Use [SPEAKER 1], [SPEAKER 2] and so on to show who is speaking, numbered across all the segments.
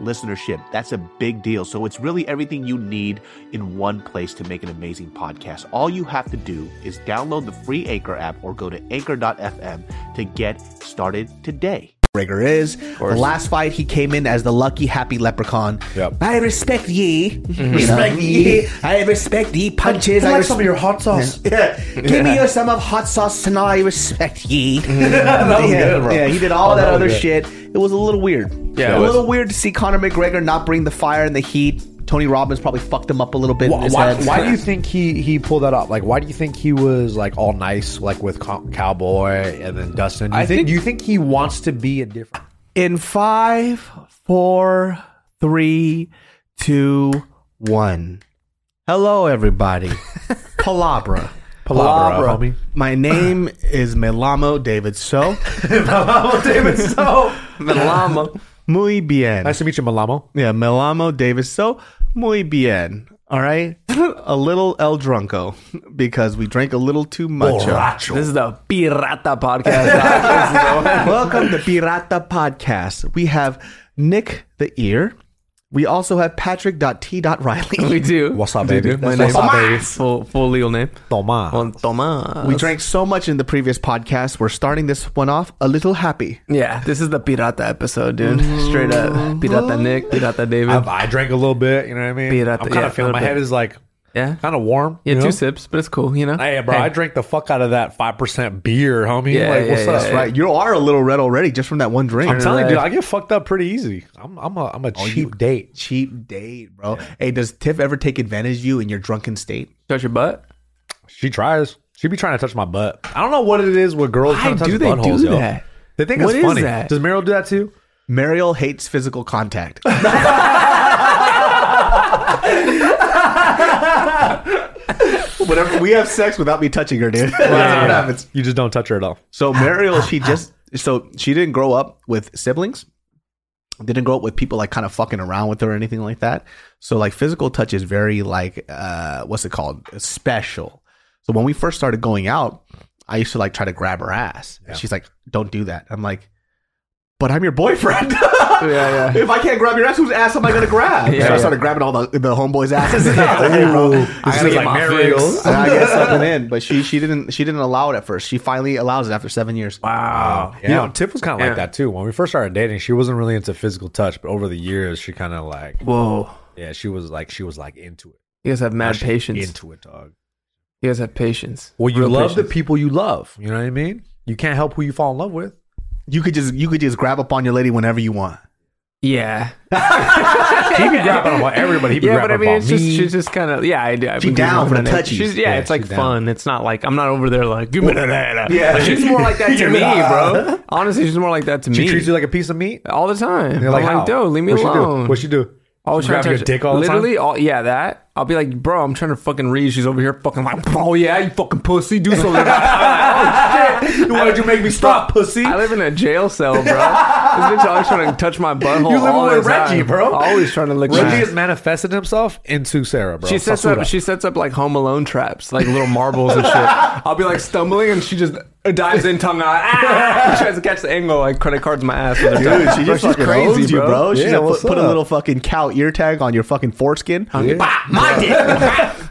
[SPEAKER 1] listenership. That's a big deal. So it's really everything you need in one place to make an amazing podcast. All you have to do is download the free Anchor app or go to anchor.fm to get started today. Rigger is the last fight he came in as the lucky happy leprechaun.
[SPEAKER 2] Yep.
[SPEAKER 1] I respect ye,
[SPEAKER 2] Mm-hmm.
[SPEAKER 1] respect ye. I respect ye punches. I,
[SPEAKER 3] like
[SPEAKER 1] res-
[SPEAKER 3] some of your hot sauce.
[SPEAKER 1] yeah. Give me your some of hot sauce and I respect ye.
[SPEAKER 2] Mm-hmm. was
[SPEAKER 1] yeah.
[SPEAKER 2] good, bro.
[SPEAKER 1] yeah, he did all
[SPEAKER 2] Oh,
[SPEAKER 1] that,
[SPEAKER 2] that was
[SPEAKER 1] other
[SPEAKER 2] good.
[SPEAKER 1] shit. It was a little weird.
[SPEAKER 2] Yeah,
[SPEAKER 1] a
[SPEAKER 2] it was.
[SPEAKER 1] little weird to see Conor McGregor not bring the fire and the heat. Tony Robbins probably fucked him up a little bit. in
[SPEAKER 2] Why,
[SPEAKER 1] his
[SPEAKER 2] why,
[SPEAKER 1] head.
[SPEAKER 2] why do you think he he pulled that up? Like, why do you think he was like all nice, like with Co- Cowboy and then Dustin? Do you
[SPEAKER 3] I
[SPEAKER 2] think,
[SPEAKER 3] think-
[SPEAKER 2] do you think he wants to be a different?
[SPEAKER 3] In five, four, three, two, one. Hello, everybody. Palabra.
[SPEAKER 2] Palabra, homie.
[SPEAKER 3] My name is Melamo David So.
[SPEAKER 2] Malamo David So.
[SPEAKER 3] Melamo. Muy bien.
[SPEAKER 2] Nice to meet you, Malamo.
[SPEAKER 3] Yeah, Melamo Davis. So, muy bien. All right. a little El Drunko because we drank a little too much. of-
[SPEAKER 4] This is the Pirata podcast.
[SPEAKER 3] Welcome to Pirata Podcast. We have Nick the Ear. We also have Patrick.T.Riley.
[SPEAKER 4] we do.
[SPEAKER 2] What's up, baby?
[SPEAKER 4] My
[SPEAKER 2] What's
[SPEAKER 4] name's
[SPEAKER 2] up, baby?
[SPEAKER 4] full, full legal name.
[SPEAKER 2] Toma.
[SPEAKER 4] Well, Thomas.
[SPEAKER 3] We drank so much in the previous podcast. We're starting this one off a little happy.
[SPEAKER 4] yeah, this is the Pirata episode, dude. Straight up. Pirata Nick, Pirata David.
[SPEAKER 2] Mm-hmm. I've- I drank a little bit. You know what I mean?
[SPEAKER 4] Beer
[SPEAKER 2] I'm
[SPEAKER 4] at the-
[SPEAKER 2] kind of
[SPEAKER 4] yeah,
[SPEAKER 2] feeling
[SPEAKER 4] a
[SPEAKER 2] my
[SPEAKER 4] little
[SPEAKER 2] head
[SPEAKER 4] bit.
[SPEAKER 2] is like
[SPEAKER 4] yeah.
[SPEAKER 2] kind of warm.
[SPEAKER 4] Yeah,
[SPEAKER 2] you
[SPEAKER 4] two
[SPEAKER 2] know?
[SPEAKER 4] sips, but it's cool, you know?
[SPEAKER 2] Hey, bro, I drank the fuck out of that five percent beer, homie.
[SPEAKER 4] Yeah,
[SPEAKER 2] like, what's
[SPEAKER 4] yeah,
[SPEAKER 2] up?
[SPEAKER 4] yeah,
[SPEAKER 3] That's right. You are a little red already just from that one drink.
[SPEAKER 2] I'm telling you, dude,
[SPEAKER 4] life.
[SPEAKER 2] I get fucked up pretty easy. I'm, I'm a, I'm a cheap date.
[SPEAKER 3] Cheap date, bro. Hey, does Tiff ever take advantage of you in your drunken state?
[SPEAKER 4] Touch your butt.
[SPEAKER 2] She tries. She be trying to touch my butt. I don't know what it is with girls
[SPEAKER 4] Why
[SPEAKER 2] trying to touch
[SPEAKER 4] do they
[SPEAKER 2] buttholes.
[SPEAKER 4] do
[SPEAKER 2] yo.
[SPEAKER 4] that?
[SPEAKER 2] They think
[SPEAKER 4] What
[SPEAKER 2] it's
[SPEAKER 4] is
[SPEAKER 2] funny.
[SPEAKER 4] that?
[SPEAKER 2] Does Meryl do that too?
[SPEAKER 3] Mariel hates physical contact. Whatever we have sex without me touching her, dude. That's what happens.
[SPEAKER 2] You just don't touch her at all.
[SPEAKER 3] So Mariel, she just so she didn't grow up with siblings. Didn't grow up with people like kind of fucking around with her or anything like that. So like physical touch is very like uh what's it called? Special. So when we first started going out, I used to like try to grab her ass. And She's like, Don't do that. I'm like, But I'm your boyfriend.
[SPEAKER 4] Yeah,
[SPEAKER 3] If I can't grab your ass, whose ass am I gonna grab?
[SPEAKER 4] Yeah.
[SPEAKER 3] so I started grabbing all the, the homeboys' asses. Hey, bro. I gotta
[SPEAKER 2] is
[SPEAKER 3] get
[SPEAKER 2] like
[SPEAKER 3] my
[SPEAKER 2] Mariel.
[SPEAKER 3] fix. I gotta get something in, but she she didn't she didn't allow it at first. She finally allows it after seven years.
[SPEAKER 4] Wow.
[SPEAKER 2] Oh, You know, Tiff was kind of
[SPEAKER 4] Yeah.
[SPEAKER 2] like that too. When we first started dating, she wasn't really into physical touch, but over the years, she kind of like,
[SPEAKER 4] Whoa.
[SPEAKER 2] yeah, she was like, she was like into it,
[SPEAKER 4] You guys have mad
[SPEAKER 2] She
[SPEAKER 4] patience.
[SPEAKER 2] into it, dog.
[SPEAKER 4] You guys have patience.
[SPEAKER 2] Well, you
[SPEAKER 4] Real
[SPEAKER 2] love the
[SPEAKER 4] patience.
[SPEAKER 2] people you love. You know what I mean? You can't help who you fall in love with.
[SPEAKER 3] You could just you could just grab up on your lady whenever you want.
[SPEAKER 4] Yeah.
[SPEAKER 2] He be grabbing on everybody. He be
[SPEAKER 4] Yeah, but I
[SPEAKER 2] grabbing
[SPEAKER 4] mean,
[SPEAKER 2] on
[SPEAKER 4] it's
[SPEAKER 2] me.
[SPEAKER 4] just she's just kind of yeah. I, I
[SPEAKER 3] She
[SPEAKER 4] we do
[SPEAKER 3] down
[SPEAKER 4] love
[SPEAKER 3] for the
[SPEAKER 4] her name.
[SPEAKER 3] touchies.
[SPEAKER 4] She's, yeah,
[SPEAKER 3] Yeah,
[SPEAKER 4] it's like
[SPEAKER 3] she down.
[SPEAKER 4] fun. It's not like I'm not over there like give me that.
[SPEAKER 3] Yeah.
[SPEAKER 4] Like, she's more like that to me, bro. Honestly, she's more like that to
[SPEAKER 2] she
[SPEAKER 4] me
[SPEAKER 2] treats you like a piece of meat.
[SPEAKER 4] all the time.
[SPEAKER 2] You're
[SPEAKER 4] I'm
[SPEAKER 2] how?
[SPEAKER 4] like, dude, leave me
[SPEAKER 2] What'd she do?
[SPEAKER 4] alone.
[SPEAKER 2] What'd she do?
[SPEAKER 4] I was
[SPEAKER 2] She grab
[SPEAKER 4] trying to
[SPEAKER 2] your
[SPEAKER 4] touch-
[SPEAKER 2] dick all the time?
[SPEAKER 4] literally all yeah that. I'll be like, bro, I'm trying to fucking read. She's over here fucking like, oh yeah, you fucking pussy, do something. about it." I'm like, oh shit.
[SPEAKER 2] Why'd you make me stop, pussy?
[SPEAKER 4] I live in a jail cell, bro. this bitch always trying to touch my butthole.
[SPEAKER 2] You live
[SPEAKER 4] all
[SPEAKER 2] with
[SPEAKER 4] the time.
[SPEAKER 2] Reggie, bro.
[SPEAKER 4] Always trying to lick.
[SPEAKER 2] Reggie
[SPEAKER 4] my-
[SPEAKER 2] has manifested himself into Sarah, bro.
[SPEAKER 4] She sets
[SPEAKER 2] Sasura.
[SPEAKER 4] up. She sets up like Home Alone traps, like little marbles and shit. I'll be like stumbling, and she just dives in, tongue out. Ah! She tries to catch the angle, like credit cards in my ass. Dude,
[SPEAKER 3] she just fucking owns you, bro. She's
[SPEAKER 2] Yeah,
[SPEAKER 3] gonna
[SPEAKER 2] what's
[SPEAKER 3] put, put a
[SPEAKER 2] up?
[SPEAKER 3] little fucking cow ear tag on your fucking foreskin.
[SPEAKER 4] my dick.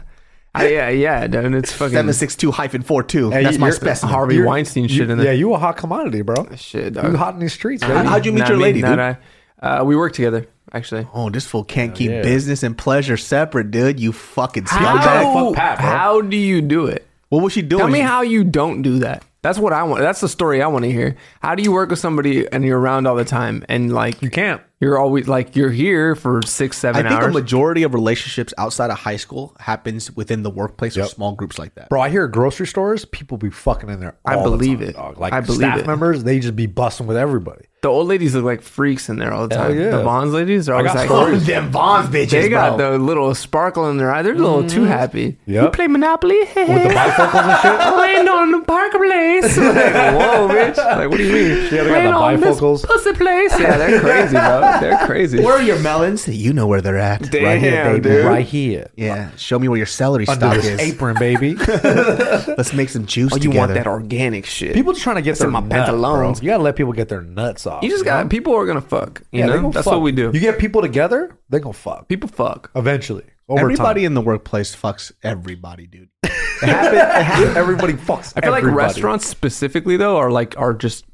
[SPEAKER 4] I, yeah, yeah, dude. and It's fucking
[SPEAKER 3] Seven six two hyphen four two.
[SPEAKER 2] Hey,
[SPEAKER 3] That's my
[SPEAKER 2] you're-
[SPEAKER 3] specimen.
[SPEAKER 4] Harvey
[SPEAKER 2] You're-
[SPEAKER 4] Weinstein shit in
[SPEAKER 2] Yeah,
[SPEAKER 4] there.
[SPEAKER 2] you a hot commodity, bro.
[SPEAKER 4] Shit,
[SPEAKER 2] You
[SPEAKER 4] dog.
[SPEAKER 2] hot in these streets, baby.
[SPEAKER 3] How'd you meet
[SPEAKER 4] Not
[SPEAKER 3] your
[SPEAKER 4] me,
[SPEAKER 3] lady,
[SPEAKER 4] not
[SPEAKER 3] dude?
[SPEAKER 4] I. Uh, we work together, actually.
[SPEAKER 3] Oh, this fool can't keep
[SPEAKER 2] yeah.
[SPEAKER 3] business and pleasure separate, dude. You fucking scumbag.
[SPEAKER 2] fuck Pat, bro.
[SPEAKER 4] how do you do it?
[SPEAKER 3] What was she doing?
[SPEAKER 4] Tell me
[SPEAKER 3] She-
[SPEAKER 4] how you don't do that. That's what I want. That's the story I want to hear. How do you work with somebody and you're around all the time and like
[SPEAKER 2] You can't.
[SPEAKER 4] you're always like you're here for six
[SPEAKER 3] I
[SPEAKER 4] seven
[SPEAKER 3] think a
[SPEAKER 4] hours?
[SPEAKER 3] majority of relationships outside of high school happens within the workplace or small groups like that.
[SPEAKER 2] Bro, I hear at grocery stores, people be fucking in there.
[SPEAKER 4] I
[SPEAKER 2] all the
[SPEAKER 4] believe
[SPEAKER 2] time,
[SPEAKER 4] it.
[SPEAKER 2] dog. Like
[SPEAKER 4] I believe
[SPEAKER 2] staff
[SPEAKER 4] it.
[SPEAKER 2] members, they just be busting with everybody.
[SPEAKER 4] the old ladies look like freaks in there all the time.
[SPEAKER 2] yeah.
[SPEAKER 4] The Bonds ladies are always like
[SPEAKER 1] them Bonds bitches.
[SPEAKER 4] they got
[SPEAKER 1] bro.
[SPEAKER 4] the little sparkle in their eye. They're a little too happy.
[SPEAKER 2] Yep.
[SPEAKER 4] You play Monopoly? With the
[SPEAKER 2] bifocals
[SPEAKER 4] and shit? Playing on the parkplace. Like, whoa, bitch. Like, what do you mean?
[SPEAKER 2] Yeah, they got
[SPEAKER 4] Playing
[SPEAKER 2] the
[SPEAKER 4] on this
[SPEAKER 2] bifocals.
[SPEAKER 4] pussy place. Yeah, they're crazy, bro. They're crazy.
[SPEAKER 3] Where are your melons? You know where they're at.
[SPEAKER 4] Damn,
[SPEAKER 2] baby,
[SPEAKER 4] dude.
[SPEAKER 2] right here.
[SPEAKER 3] Yeah, show me where your celery
[SPEAKER 2] Under
[SPEAKER 3] stalk
[SPEAKER 2] this
[SPEAKER 3] is.
[SPEAKER 2] apron, baby.
[SPEAKER 3] Let's make some juice.
[SPEAKER 4] Oh, you
[SPEAKER 3] together.
[SPEAKER 4] want that organic shit.
[SPEAKER 2] people just trying to get
[SPEAKER 4] in
[SPEAKER 2] their
[SPEAKER 4] my
[SPEAKER 2] nut,
[SPEAKER 4] pantaloons.
[SPEAKER 2] bro. You gotta let people get their nuts off.
[SPEAKER 4] you just
[SPEAKER 2] know?
[SPEAKER 4] got, people are going to fuck. You
[SPEAKER 2] Yeah, they
[SPEAKER 4] know?
[SPEAKER 2] gonna
[SPEAKER 4] That's
[SPEAKER 2] fuck.
[SPEAKER 4] what we do.
[SPEAKER 2] You get people together, they gonna fuck
[SPEAKER 4] people fuck.
[SPEAKER 2] eventually. Over
[SPEAKER 3] Everybody
[SPEAKER 2] time.
[SPEAKER 3] in the workplace fucks everybody, dude.
[SPEAKER 2] everybody fucks.
[SPEAKER 4] I feel like
[SPEAKER 2] everybody.
[SPEAKER 4] restaurants specifically, though, are like, are just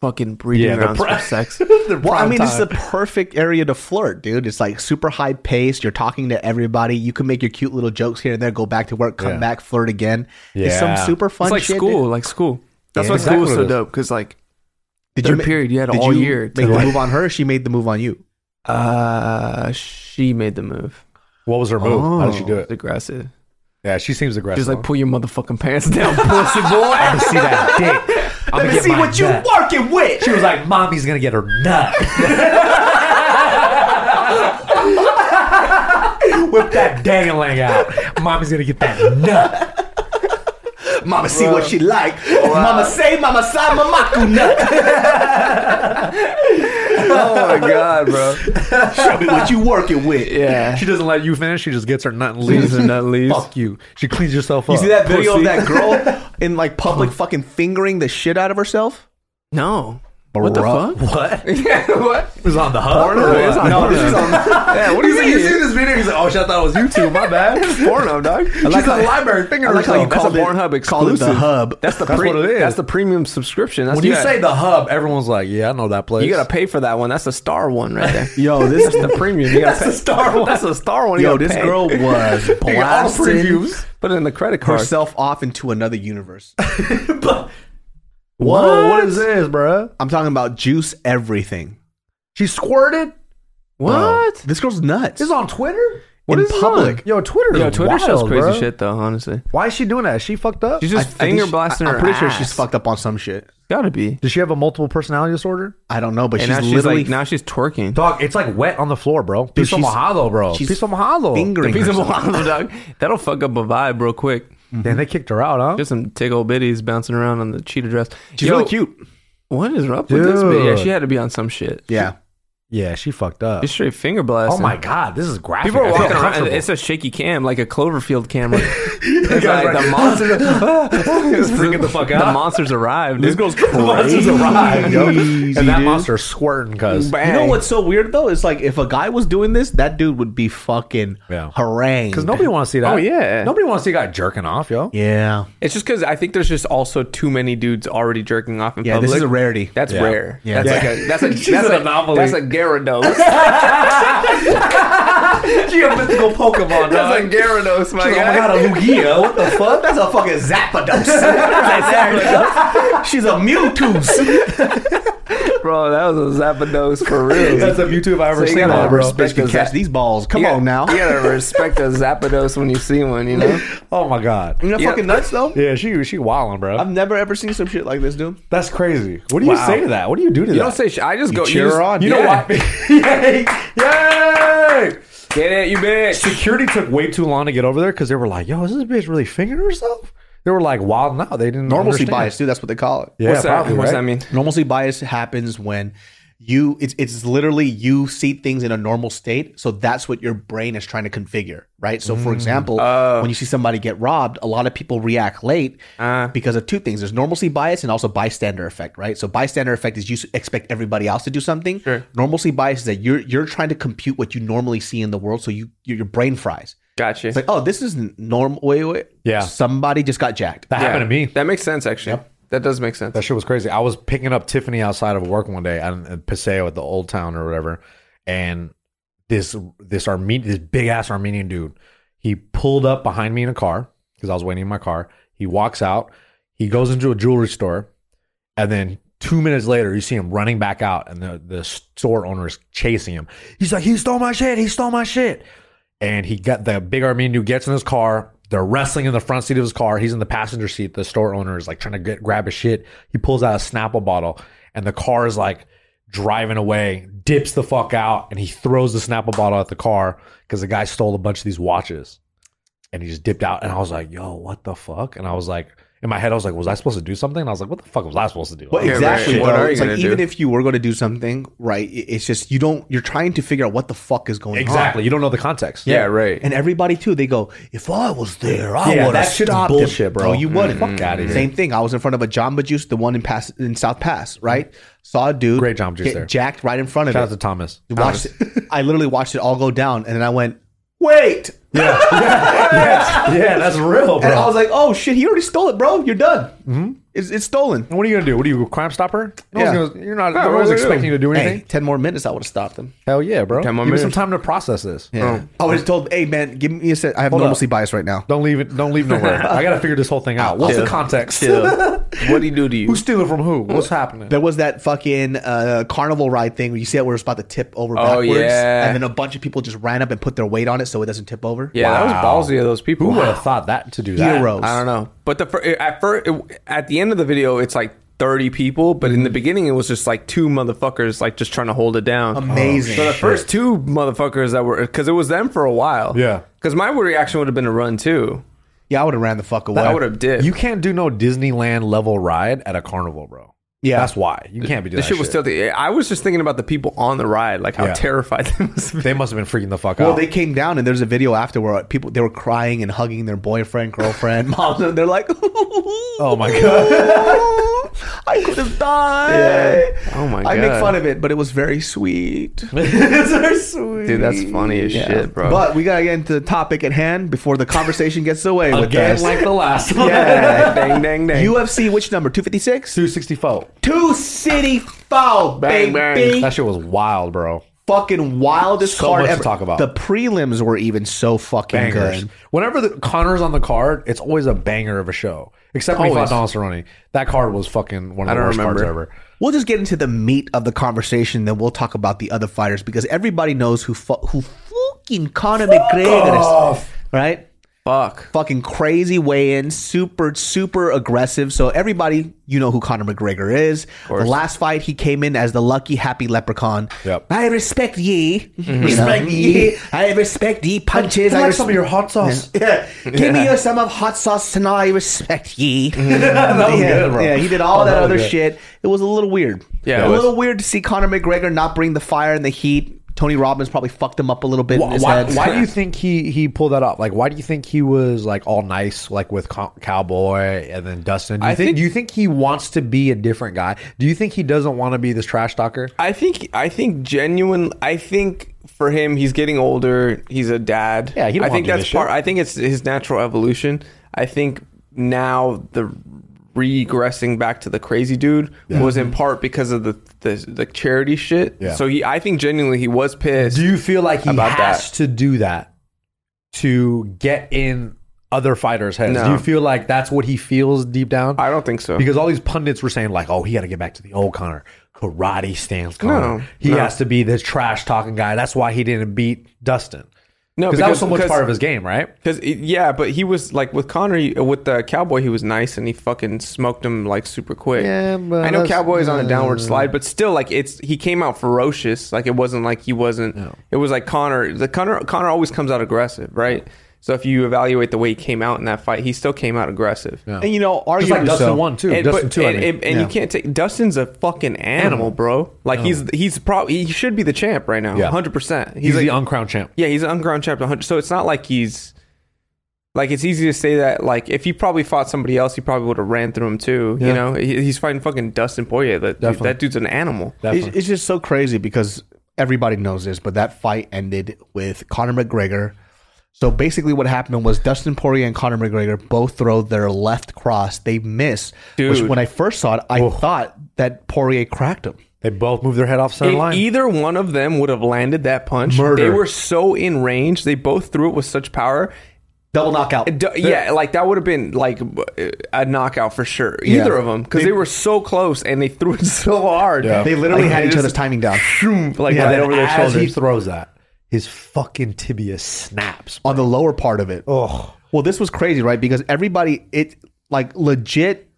[SPEAKER 4] fucking breeding
[SPEAKER 2] Yeah, the
[SPEAKER 4] grounds
[SPEAKER 2] pri-
[SPEAKER 4] for sex.
[SPEAKER 2] They're
[SPEAKER 3] Well, I
[SPEAKER 2] prime
[SPEAKER 3] mean, it's the
[SPEAKER 2] time.
[SPEAKER 3] perfect area to flirt, dude. It's like super high paced. You're talking to everybody. You can make your cute little jokes here and there. Go back to work, come
[SPEAKER 2] Yeah.
[SPEAKER 3] back, flirt again. It's some
[SPEAKER 2] Yeah.
[SPEAKER 3] super fun.
[SPEAKER 4] It's like
[SPEAKER 3] shit,
[SPEAKER 4] school,
[SPEAKER 3] dude.
[SPEAKER 4] like school. That's
[SPEAKER 3] Yeah.
[SPEAKER 4] why
[SPEAKER 2] Exactly
[SPEAKER 4] school was
[SPEAKER 2] what
[SPEAKER 4] so
[SPEAKER 2] it is.
[SPEAKER 4] dope because like
[SPEAKER 3] Did
[SPEAKER 4] third
[SPEAKER 3] ma-
[SPEAKER 4] period, you had
[SPEAKER 3] did
[SPEAKER 4] all
[SPEAKER 3] you
[SPEAKER 4] year to
[SPEAKER 3] Make the
[SPEAKER 4] like-
[SPEAKER 3] move on her. or She made the move on you.
[SPEAKER 2] Ah.
[SPEAKER 4] uh, she made the move.
[SPEAKER 2] What was her move? How did she do
[SPEAKER 4] It's
[SPEAKER 2] it?
[SPEAKER 4] aggressive.
[SPEAKER 2] Yeah, she seems aggressive.
[SPEAKER 4] She's like, pull your motherfucking pants down, pussy
[SPEAKER 2] I
[SPEAKER 4] boy.
[SPEAKER 2] see that dick. Let me see what you working with. She was like, "Mommy's gonna get her nut." Whip that dangling out. Mommy's gonna get that nut.
[SPEAKER 1] Mama see what she like. Mama say, mama say, mama ku nut.
[SPEAKER 4] oh my god, bro.
[SPEAKER 1] Show me what you working with.
[SPEAKER 4] Yeah.
[SPEAKER 2] She doesn't let you finish. She just gets her nut and
[SPEAKER 4] Leaves
[SPEAKER 2] leaves.
[SPEAKER 4] and nut leaves.
[SPEAKER 2] Fuck you. She cleans herself up.
[SPEAKER 3] You see that video
[SPEAKER 4] pussy.
[SPEAKER 3] of that girl in like public fucking fingering the shit out of herself?
[SPEAKER 4] No. What the
[SPEAKER 3] Bruh.
[SPEAKER 4] fuck?
[SPEAKER 2] What? It
[SPEAKER 4] yeah, what?
[SPEAKER 2] was on the hub.
[SPEAKER 4] Porno? It's on
[SPEAKER 2] no,
[SPEAKER 4] porno.
[SPEAKER 2] this is on.
[SPEAKER 4] Yeah, what do
[SPEAKER 2] You
[SPEAKER 4] you
[SPEAKER 2] see, you see
[SPEAKER 4] mean?
[SPEAKER 2] this video? He's like, "Oh shit, I thought it was YouTube. My bad."
[SPEAKER 4] Porno, dog. I
[SPEAKER 2] She's in the library. Finger
[SPEAKER 4] I like how you
[SPEAKER 2] herself.
[SPEAKER 4] called it
[SPEAKER 2] That's a
[SPEAKER 4] Pornhub
[SPEAKER 3] Call it
[SPEAKER 4] exclusive.
[SPEAKER 3] the hub.
[SPEAKER 4] That's the
[SPEAKER 2] That's
[SPEAKER 4] pre-
[SPEAKER 2] what it is.
[SPEAKER 4] That's the premium subscription. That's
[SPEAKER 2] When you say the hub, everyone's like, "Yeah, I know that place."
[SPEAKER 4] you gotta pay for that one. That's a star one right there.
[SPEAKER 3] Yo, this
[SPEAKER 4] That's the premium. You gotta pay.
[SPEAKER 2] star one.
[SPEAKER 4] That's a star one. You
[SPEAKER 3] yo,
[SPEAKER 4] gotta
[SPEAKER 3] this
[SPEAKER 4] pay.
[SPEAKER 3] girl was blasting
[SPEAKER 4] Put it in the credit card.
[SPEAKER 3] herself off into another universe.
[SPEAKER 2] Whoa, what is this, bruh?
[SPEAKER 3] I'm talking about juice everything.
[SPEAKER 2] She squirted.
[SPEAKER 4] What?
[SPEAKER 3] This girl's nuts.
[SPEAKER 2] This is on Twitter.
[SPEAKER 3] What
[SPEAKER 4] in
[SPEAKER 3] is this
[SPEAKER 4] public.
[SPEAKER 3] on?
[SPEAKER 2] Yo, Twitter.
[SPEAKER 4] Yo,
[SPEAKER 2] is
[SPEAKER 4] Twitter
[SPEAKER 2] wild,
[SPEAKER 4] shows crazy
[SPEAKER 2] bruh.
[SPEAKER 4] shit though. Honestly,
[SPEAKER 2] Why is she doing that? Is she fucked up?
[SPEAKER 4] she's just
[SPEAKER 3] I think
[SPEAKER 4] finger
[SPEAKER 3] she-
[SPEAKER 4] blasting
[SPEAKER 3] I,
[SPEAKER 4] her.
[SPEAKER 3] I'm pretty sure
[SPEAKER 4] ass.
[SPEAKER 3] she's fucked up on some shit.
[SPEAKER 4] Gotta be.
[SPEAKER 2] Does she have a multiple personality disorder?
[SPEAKER 3] I don't know, but
[SPEAKER 4] And
[SPEAKER 3] she's
[SPEAKER 4] now she's
[SPEAKER 3] literally
[SPEAKER 4] like now she's twerking.
[SPEAKER 2] Dog, it's like wet on the floor, bro. Piece of
[SPEAKER 3] she's-
[SPEAKER 2] Mahalo, bro.
[SPEAKER 3] she's
[SPEAKER 2] Piece of Mahalo.
[SPEAKER 3] fingering
[SPEAKER 4] Piece of
[SPEAKER 3] herself.
[SPEAKER 4] Milano, dog. That'll fuck up a vibe real quick.
[SPEAKER 2] Damn, they kicked her out, huh?
[SPEAKER 4] There's some tickle bitties bouncing around on the cheetah dress.
[SPEAKER 3] She's
[SPEAKER 4] Yo,
[SPEAKER 3] really cute.
[SPEAKER 4] What is up with this? Bitch?
[SPEAKER 2] Dude.
[SPEAKER 4] Yeah, she had to be on some shit.
[SPEAKER 3] Yeah.
[SPEAKER 2] yeah, she fucked up.
[SPEAKER 4] She's straight finger blasting.
[SPEAKER 2] Oh my god, this is graphic.
[SPEAKER 4] People
[SPEAKER 2] I
[SPEAKER 4] are
[SPEAKER 2] feel
[SPEAKER 4] walking around.
[SPEAKER 2] uncomfortable.
[SPEAKER 4] It's a shaky cam, like a Cloverfield camera. it's like the monster.
[SPEAKER 2] freaking the fuck out.
[SPEAKER 4] The monsters arrived. Dude.
[SPEAKER 3] girl's
[SPEAKER 2] Monsters arrived, yo.
[SPEAKER 3] Crazy,
[SPEAKER 2] and that
[SPEAKER 3] dude.
[SPEAKER 2] monster squirting, cuz.
[SPEAKER 3] You know what's so weird though? It's like if a guy was doing this, that dude would be fucking
[SPEAKER 2] Yeah.
[SPEAKER 3] harangued.
[SPEAKER 2] Because nobody wants to see that.
[SPEAKER 4] Oh, yeah.
[SPEAKER 2] Nobody wants to see a guy jerking off, yo.
[SPEAKER 3] Yeah.
[SPEAKER 4] It's just because I think there's just also too many dudes already jerking off in
[SPEAKER 3] Yeah,
[SPEAKER 4] public.
[SPEAKER 3] this is a rarity.
[SPEAKER 4] That's
[SPEAKER 2] Yeah.
[SPEAKER 4] rare.
[SPEAKER 3] Yeah.
[SPEAKER 4] That's
[SPEAKER 3] Yeah.
[SPEAKER 4] like a that's a
[SPEAKER 2] She's
[SPEAKER 4] that's
[SPEAKER 2] an
[SPEAKER 4] a,
[SPEAKER 2] anomaly.
[SPEAKER 4] That's a Gyarados.
[SPEAKER 2] She a mythical Pokemon,
[SPEAKER 4] that's a
[SPEAKER 2] "Oh
[SPEAKER 4] Gyarados, my guy.
[SPEAKER 2] a Lugia. What the fuck?
[SPEAKER 1] That's a fucking Zapdos. That's Zapdos. She's a Mewtwo.
[SPEAKER 4] Bro, that was a Zapdos for real.
[SPEAKER 2] That's a Mewtwo if I ever
[SPEAKER 4] So you
[SPEAKER 2] seen
[SPEAKER 4] gotta
[SPEAKER 2] one,
[SPEAKER 4] have
[SPEAKER 2] bro.
[SPEAKER 4] respect
[SPEAKER 3] Bitch can
[SPEAKER 4] those
[SPEAKER 3] catch
[SPEAKER 4] Zap-
[SPEAKER 3] these balls. Come
[SPEAKER 4] you
[SPEAKER 3] on now.
[SPEAKER 4] You gotta respect a Zapdos when you see one, you know?
[SPEAKER 2] Oh my god.
[SPEAKER 3] You know,
[SPEAKER 4] Yeah.
[SPEAKER 3] fucking nuts though.
[SPEAKER 2] Yeah, she she wilding, bro.
[SPEAKER 3] I've never ever seen some shit like this, dude.
[SPEAKER 2] That's crazy. What do you
[SPEAKER 3] Wow.
[SPEAKER 2] say to that? What do you do to
[SPEAKER 4] You
[SPEAKER 2] that?
[SPEAKER 4] don't say shit. I just go.
[SPEAKER 3] cheer
[SPEAKER 4] you just,
[SPEAKER 3] her on.
[SPEAKER 2] you
[SPEAKER 4] yeah.
[SPEAKER 2] know what? Yay! Yay!
[SPEAKER 4] Get it, you bitch.
[SPEAKER 2] Security took way too long to get over there because they were like, "Yo, is this bitch really fingering herself?" They were like, "Wild now." They didn't
[SPEAKER 3] Normalcy
[SPEAKER 2] understand.
[SPEAKER 3] bias, dude. That's what they call it.
[SPEAKER 2] Yeah,
[SPEAKER 4] What's that?
[SPEAKER 2] probably,
[SPEAKER 4] What's
[SPEAKER 2] right?
[SPEAKER 4] that mean?
[SPEAKER 3] Normalcy bias happens when you it's it's literally you see things in a normal state, so that's what your brain is trying to configure, right? So
[SPEAKER 2] Mm.
[SPEAKER 3] for example, when you see somebody get robbed, a lot of people react late because of two things. There's normalcy bias and also bystander effect, right? So bystander effect is you s- expect everybody else to do something. Normalcy bias is that you're you're trying to compute what you normally see in the world, so you your, your brain fries.
[SPEAKER 4] Gotcha.
[SPEAKER 3] It's like, oh, this is normal. Wait, wait,
[SPEAKER 2] Yeah.
[SPEAKER 3] Somebody just got jacked.
[SPEAKER 2] That happened to me.
[SPEAKER 4] That makes sense, actually. That does make sense.
[SPEAKER 2] That shit was crazy. I was picking up Tiffany outside of work one day on in Paseo at the old town or whatever, and this this Armenian this big ass Armenian dude, he pulled up behind me in a car because I was waiting in my car. He walks out. He He goes into a jewelry store, and then two minutes later, you see him running back out, and the, the store owner is chasing him. He's like, "He stole my shit! He stole my shit!" And he got the big Armenian dude gets in his car. They're wrestling in the front seat of his car. He's in the passenger seat. The store owner is like trying to get, grab his shit. He pulls out a Snapple bottle, and the car is like driving away, dips the fuck out, and he throws the Snapple bottle at the car because the guy stole a bunch of these watches and he just dipped out. And I was like, yo, what the fuck? And I was like, in my head, I was like, was I supposed to do something? And I was like, what the fuck was I supposed to do?
[SPEAKER 3] Well,
[SPEAKER 4] Yeah,
[SPEAKER 3] exactly.
[SPEAKER 4] right. What
[SPEAKER 3] though.
[SPEAKER 4] are you
[SPEAKER 3] it's like
[SPEAKER 4] gonna
[SPEAKER 3] even
[SPEAKER 4] do?
[SPEAKER 3] if you were going to do something, right? it- It's just you don't. You're trying to figure out what the fuck is going on.
[SPEAKER 2] exactly. You don't know the context.
[SPEAKER 4] Yeah, right.
[SPEAKER 3] And everybody too, they go, if I was there, I
[SPEAKER 2] Yeah,
[SPEAKER 3] would have
[SPEAKER 2] that shit's
[SPEAKER 3] stopped
[SPEAKER 2] bullshit,
[SPEAKER 3] him.
[SPEAKER 2] bro.
[SPEAKER 3] No, you wouldn't.
[SPEAKER 2] Mm, fuck outta here.
[SPEAKER 3] Same thing. I was in front of a Jamba Juice, the one in Pass in South Pass, right? Saw a dude,
[SPEAKER 2] Great Jamba Juice
[SPEAKER 3] get
[SPEAKER 2] there.
[SPEAKER 3] jacked right in front of
[SPEAKER 2] Shout out to
[SPEAKER 3] it.
[SPEAKER 2] Thomas.
[SPEAKER 3] watched it. I literally watched it all go down, and then I went, wait,
[SPEAKER 2] yeah, that's real,
[SPEAKER 3] and I was like, oh shit, he already stole it, bro. You're done. Mm-hmm. It's, it's stolen.
[SPEAKER 2] what are you gonna do? What are you, a crime stopper? No
[SPEAKER 3] Yeah.
[SPEAKER 2] one's gonna, you're not.
[SPEAKER 4] Yeah,
[SPEAKER 2] no
[SPEAKER 4] what
[SPEAKER 2] one's
[SPEAKER 4] are you
[SPEAKER 2] expecting you to do anything.
[SPEAKER 3] Hey, ten more minutes, I would have stopped him.
[SPEAKER 2] Hell yeah, bro. Give
[SPEAKER 4] Ten more
[SPEAKER 2] me some
[SPEAKER 4] minutes.
[SPEAKER 2] time to process this.
[SPEAKER 3] Yeah. Oh, I was told, hey man, give me a set. I have normalcy bias right now.
[SPEAKER 2] Don't leave it. Don't leave nowhere. I gotta figure this whole thing out. What's the
[SPEAKER 4] Yeah.
[SPEAKER 2] context?
[SPEAKER 4] what do you do to you?
[SPEAKER 2] Who's stealing from who? What's happening?
[SPEAKER 3] There was that fucking uh, carnival ride thing where you see it where it's about to tip over
[SPEAKER 4] Oh,
[SPEAKER 3] backwards,
[SPEAKER 4] yeah.
[SPEAKER 3] and then a bunch of people just ran up and put their weight on it so it doesn't tip over.
[SPEAKER 4] yeah, that
[SPEAKER 2] Wow.
[SPEAKER 4] was ballsy of those people.
[SPEAKER 2] Who would have thought that to do that?
[SPEAKER 3] heroes.
[SPEAKER 4] I don't know. But the fir- at first, at the end of the video, it's like 30 people, but in the beginning, it was just like two motherfuckers like just trying to hold it down.
[SPEAKER 3] Amazing.
[SPEAKER 4] So the first two motherfuckers that were because it was them for a while.
[SPEAKER 2] Yeah.
[SPEAKER 4] Because my reaction would have been to run too.
[SPEAKER 3] Yeah, I would have ran the fuck away.
[SPEAKER 4] I would have did.
[SPEAKER 2] You can't do no Disneyland level ride at a carnival, bro.
[SPEAKER 3] Yeah.
[SPEAKER 2] that's why you can't be doing
[SPEAKER 4] the
[SPEAKER 2] that
[SPEAKER 4] shit was still. I was just thinking about the people on the ride, like how
[SPEAKER 2] Yeah.
[SPEAKER 4] terrified they must be.
[SPEAKER 2] They must have been freaking the fuck
[SPEAKER 3] Well,
[SPEAKER 2] out.
[SPEAKER 3] they came down and there's a video after where people they were crying and hugging their boyfriend, girlfriend, moms, and they're like,
[SPEAKER 2] oh my god,
[SPEAKER 3] I could have died.
[SPEAKER 4] Oh my
[SPEAKER 3] I make
[SPEAKER 4] God.
[SPEAKER 3] fun of it, but it was very sweet.
[SPEAKER 2] sweet.
[SPEAKER 4] Dude, that's funny as shit, bro.
[SPEAKER 3] But we gotta get into the topic at hand before the conversation gets away with
[SPEAKER 2] Again,
[SPEAKER 3] us.
[SPEAKER 2] like the last one.
[SPEAKER 3] Yeah.
[SPEAKER 4] dang, dang, dang.
[SPEAKER 3] UFC, which number? 256?
[SPEAKER 2] Two sixty four.
[SPEAKER 3] Two City Foul,
[SPEAKER 4] Bang,
[SPEAKER 3] baby.
[SPEAKER 2] That shit was wild, bro.
[SPEAKER 3] fucking wildest
[SPEAKER 2] So
[SPEAKER 3] card
[SPEAKER 2] much to
[SPEAKER 3] ever.
[SPEAKER 2] talk about.
[SPEAKER 3] The prelims were even so fucking
[SPEAKER 2] Bangers.
[SPEAKER 3] good.
[SPEAKER 2] Whenever the Connor's on the card, it's always a banger of a show. Except when he fought
[SPEAKER 4] Always.
[SPEAKER 2] Donald Cerrone. That card was fucking one of
[SPEAKER 4] I
[SPEAKER 2] the
[SPEAKER 4] don't
[SPEAKER 2] worst cards
[SPEAKER 4] remember.
[SPEAKER 2] ever.
[SPEAKER 3] We'll just get into the meat of the conversation, then we'll talk about the other fighters because everybody knows who fu- who fucking Conor McGregor is, right?
[SPEAKER 4] Fuck.
[SPEAKER 3] Fucking crazy weigh-in, super super aggressive. So everybody, you know who Conor McGregor is. The last fight, he came in as the lucky happy leprechaun.
[SPEAKER 2] Yep. Mm-hmm.
[SPEAKER 3] I respect ye. Respect ye. I respect ye punches. I, respect
[SPEAKER 2] your hot sauce.
[SPEAKER 3] Yeah. Give me your some of hot sauce and I respect ye.
[SPEAKER 2] Mm-hmm. was
[SPEAKER 3] yeah,
[SPEAKER 2] good, bro.
[SPEAKER 3] yeah, he did all
[SPEAKER 2] Oh,
[SPEAKER 3] that,
[SPEAKER 2] that was
[SPEAKER 3] other
[SPEAKER 2] good.
[SPEAKER 3] shit. It was a little weird.
[SPEAKER 4] Yeah,
[SPEAKER 3] a
[SPEAKER 4] it was.
[SPEAKER 3] little weird to see Conor McGregor not bring the fire and the heat. Tony Robbins probably fucked him up a little bit. in
[SPEAKER 2] Why,
[SPEAKER 3] his
[SPEAKER 2] why,
[SPEAKER 3] head.
[SPEAKER 2] why do you think he he pulled that off? Like, why do you think he was like all nice, like with Co- Cowboy and then Dustin? Do you
[SPEAKER 4] I
[SPEAKER 2] think,
[SPEAKER 4] think-
[SPEAKER 2] do you think he wants to be a different guy? Do you think he doesn't want to be this trash talker?
[SPEAKER 4] I think I think genuine. I think for him, he's getting older. He's a dad.
[SPEAKER 2] Yeah, he don't
[SPEAKER 4] I think
[SPEAKER 2] wanna do
[SPEAKER 4] that's
[SPEAKER 2] this
[SPEAKER 4] part.
[SPEAKER 2] shit.
[SPEAKER 4] I think it's his natural evolution. I think now the regressing back to the crazy dude was in part because of the the, the charity shit.
[SPEAKER 2] Yeah.
[SPEAKER 4] So he, I think genuinely he was pissed.
[SPEAKER 2] Do you feel like he
[SPEAKER 4] About
[SPEAKER 2] has to do that to get in other fighters' heads?
[SPEAKER 4] No.
[SPEAKER 2] Do you feel like that's what he feels deep down?
[SPEAKER 4] I don't think so.
[SPEAKER 2] because all these pundits were saying like, "Oh, he got to get back to the old Connor." Karate stands Connor.
[SPEAKER 4] No,
[SPEAKER 2] he
[SPEAKER 4] no.
[SPEAKER 2] has to be this trash talking guy. That's why he didn't beat Dustin.
[SPEAKER 4] no,
[SPEAKER 2] because that was so much part of his game, right?
[SPEAKER 4] Because yeah, but he was like with Connor, he- with the cowboy, he was nice and he fucking smoked him like super quick.
[SPEAKER 2] Yeah, but
[SPEAKER 4] I know
[SPEAKER 2] that's-
[SPEAKER 4] Cowboy's on a downward
[SPEAKER 2] uh,
[SPEAKER 4] slide, but still, like it's he came out ferocious. Like it wasn't like he wasn't. It was like Connor. The Connor Connor always comes out aggressive, right? So if you evaluate the way he came out in that fight, he still came out aggressive. Yeah.
[SPEAKER 3] And you know, arguably
[SPEAKER 2] Just like Dustin
[SPEAKER 3] so.
[SPEAKER 2] one too.
[SPEAKER 4] And,
[SPEAKER 2] Dustin
[SPEAKER 4] but-
[SPEAKER 2] two.
[SPEAKER 4] and,
[SPEAKER 2] I mean.
[SPEAKER 4] and- and you can't take Dustin's a fucking animal, bro. Like he's he's probably he should be the champ right now,
[SPEAKER 2] Yeah.
[SPEAKER 4] hundred percent.
[SPEAKER 2] he's
[SPEAKER 4] like,
[SPEAKER 2] the uncrowned champ.
[SPEAKER 4] yeah, he's an unground chapter 100. So it's not like he's like it's easy to say that like if he probably fought somebody else, he probably would have ran through him too. You know, he, he's fighting fucking Dustin Poirier. That dude,
[SPEAKER 2] Definitely.
[SPEAKER 4] that dude's an animal.
[SPEAKER 2] Definitely.
[SPEAKER 3] It's, it's just so crazy because everybody knows this, but that fight ended with Conor McGregor. So basically, what happened was Dustin Poirier and Conor McGregor both throw their left cross. They miss. Which,
[SPEAKER 4] Dude.
[SPEAKER 3] when I first saw it, I thought that Poirier cracked him.
[SPEAKER 2] They both moved their head off center
[SPEAKER 4] If
[SPEAKER 2] line.
[SPEAKER 4] E, either one of them would have landed that punch,
[SPEAKER 2] Murder.
[SPEAKER 4] they were so in range. They both threw it with such power.
[SPEAKER 1] Double knockout.
[SPEAKER 4] D- yeah, like that would have been like a knockout for sure. Either of them, because they, were so close and they threw it so hard.
[SPEAKER 2] Yeah.
[SPEAKER 3] They literally
[SPEAKER 4] Like,
[SPEAKER 3] had
[SPEAKER 4] they
[SPEAKER 3] each
[SPEAKER 4] just-
[SPEAKER 3] other's timing down
[SPEAKER 4] Shoom, like
[SPEAKER 2] Yeah,
[SPEAKER 4] right
[SPEAKER 2] then
[SPEAKER 4] over their
[SPEAKER 2] as he
[SPEAKER 4] shoulders.
[SPEAKER 2] throws that, his fucking tibia snaps.
[SPEAKER 3] on the lower part of it.
[SPEAKER 2] Oh,
[SPEAKER 3] Well, this was crazy, right? Because everybody, it like legit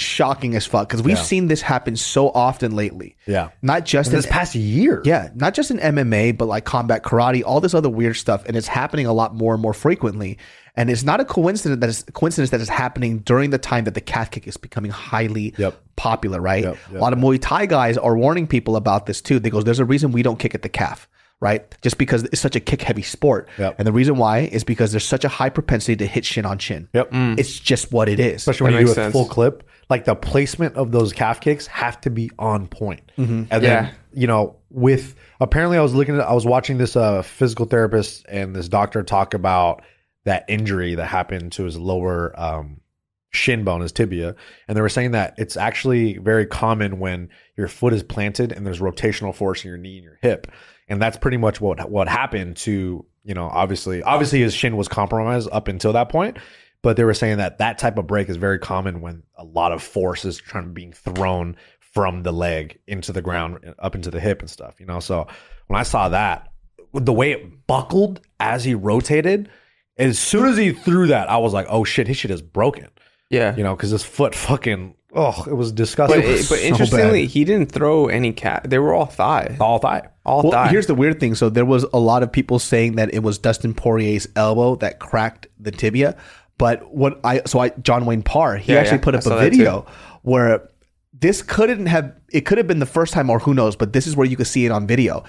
[SPEAKER 3] shocking as fuck. Because we've
[SPEAKER 2] Yeah.
[SPEAKER 3] seen this happen so often lately.
[SPEAKER 2] yeah.
[SPEAKER 3] Not just in
[SPEAKER 2] This past year,
[SPEAKER 3] yeah, not just in MMA, but like combat karate, all this other weird stuff, and it's happening a lot more and more frequently. And it's not a coincidence that it's coincidence that it's happening during the time that the cat kick is becoming highly
[SPEAKER 2] Yep.
[SPEAKER 3] popular, right?
[SPEAKER 2] Yep, yep.
[SPEAKER 3] A lot of Muay Thai guys are warning people about this too. They goes, "There's a reason we don't kick at the calf." Right, just because it's such a kick-heavy sport,
[SPEAKER 2] Yep.
[SPEAKER 3] and the reason why is because there's such a high propensity to hit shin on shin.
[SPEAKER 2] Yep.
[SPEAKER 3] It's just what it is.
[SPEAKER 2] especially when
[SPEAKER 4] That
[SPEAKER 2] you do a
[SPEAKER 4] makes sense.
[SPEAKER 2] full clip. Like the placement of those calf kicks have to be on point. And then,
[SPEAKER 4] Mm-hmm. Yeah.
[SPEAKER 2] you know, with apparently I was looking at, I was watching this uh, physical therapist and this doctor talk about that injury that happened to his lower um, shin bone, his tibia. And they were saying that it's actually very common when your foot is planted and there's rotational force in your knee and your hip. And that's pretty much what what happened to, you know, obviously obviously his shin was compromised up until that point, but they were saying that that type of break is very common when a lot of force is trying being thrown from the leg into the ground up into the hip and stuff, you know. So when I saw that, the way it buckled as he rotated, as soon as he threw that, I was like, "Oh shit, his shit is broken."
[SPEAKER 4] Yeah,
[SPEAKER 2] you know, because his foot fucking oh, it was disgusting.
[SPEAKER 4] but,
[SPEAKER 2] It was
[SPEAKER 4] but
[SPEAKER 2] so
[SPEAKER 4] interestingly,
[SPEAKER 2] bad.
[SPEAKER 4] he didn't throw any cat. They were all thigh,
[SPEAKER 2] all thigh.
[SPEAKER 4] all
[SPEAKER 3] Well,
[SPEAKER 4] thigh.
[SPEAKER 3] here's the weird thing. So there was a lot of people saying that it was Dustin Poirier's elbow that cracked the tibia, but what I so I John Wayne Parr he
[SPEAKER 4] Yeah,
[SPEAKER 3] actually
[SPEAKER 4] yeah.
[SPEAKER 3] put
[SPEAKER 4] I
[SPEAKER 3] up
[SPEAKER 4] saw
[SPEAKER 3] a
[SPEAKER 4] that too.
[SPEAKER 3] video where this couldn't have it could have been the first time or who knows, but this is where you could see it on video.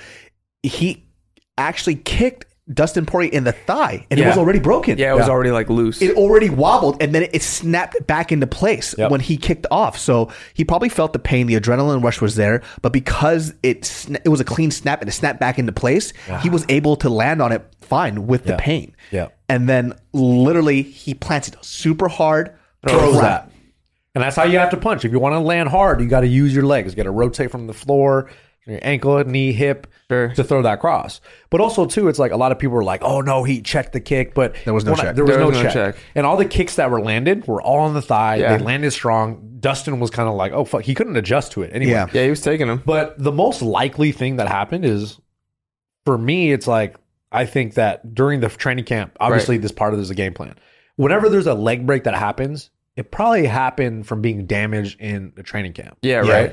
[SPEAKER 3] He actually kicked Dustin Poirier in the thigh, and it was
[SPEAKER 4] Yeah.
[SPEAKER 3] already broken.
[SPEAKER 4] yeah, it was already like loose.
[SPEAKER 3] It already wobbled and then it snapped back into place
[SPEAKER 2] Yep.
[SPEAKER 3] when he kicked off. So he probably felt the pain, the adrenaline rush was there, but because it sna- it was a clean snap and it snapped back into place, he was able to land on it fine with the pain.
[SPEAKER 2] Yeah.
[SPEAKER 3] And then literally he planted super hard, throws
[SPEAKER 2] Throws
[SPEAKER 3] that.
[SPEAKER 2] that. And that's how you have to punch. If you want to land hard, you got to use your legs. You got to rotate from the floor, your ankle, knee, hip
[SPEAKER 4] Sure.
[SPEAKER 2] to throw that cross. But also too, it's like a lot of people were like, "Oh no, he checked the kick," but there
[SPEAKER 3] was no check.
[SPEAKER 2] there was, no, check. And all the kicks that were landed were all on the thigh.
[SPEAKER 4] Yeah.
[SPEAKER 2] They landed strong. Dustin was kind of like, "Oh fuck," he couldn't adjust to it anyway.
[SPEAKER 3] Yeah.
[SPEAKER 4] yeah, he was taking them.
[SPEAKER 2] But the most likely thing that happened is for me, it's like I think that during the training camp, obviously this part of this is a game plan. Whenever there's a leg break that happens, it probably happened from being damaged in the training camp.
[SPEAKER 4] Yeah, right.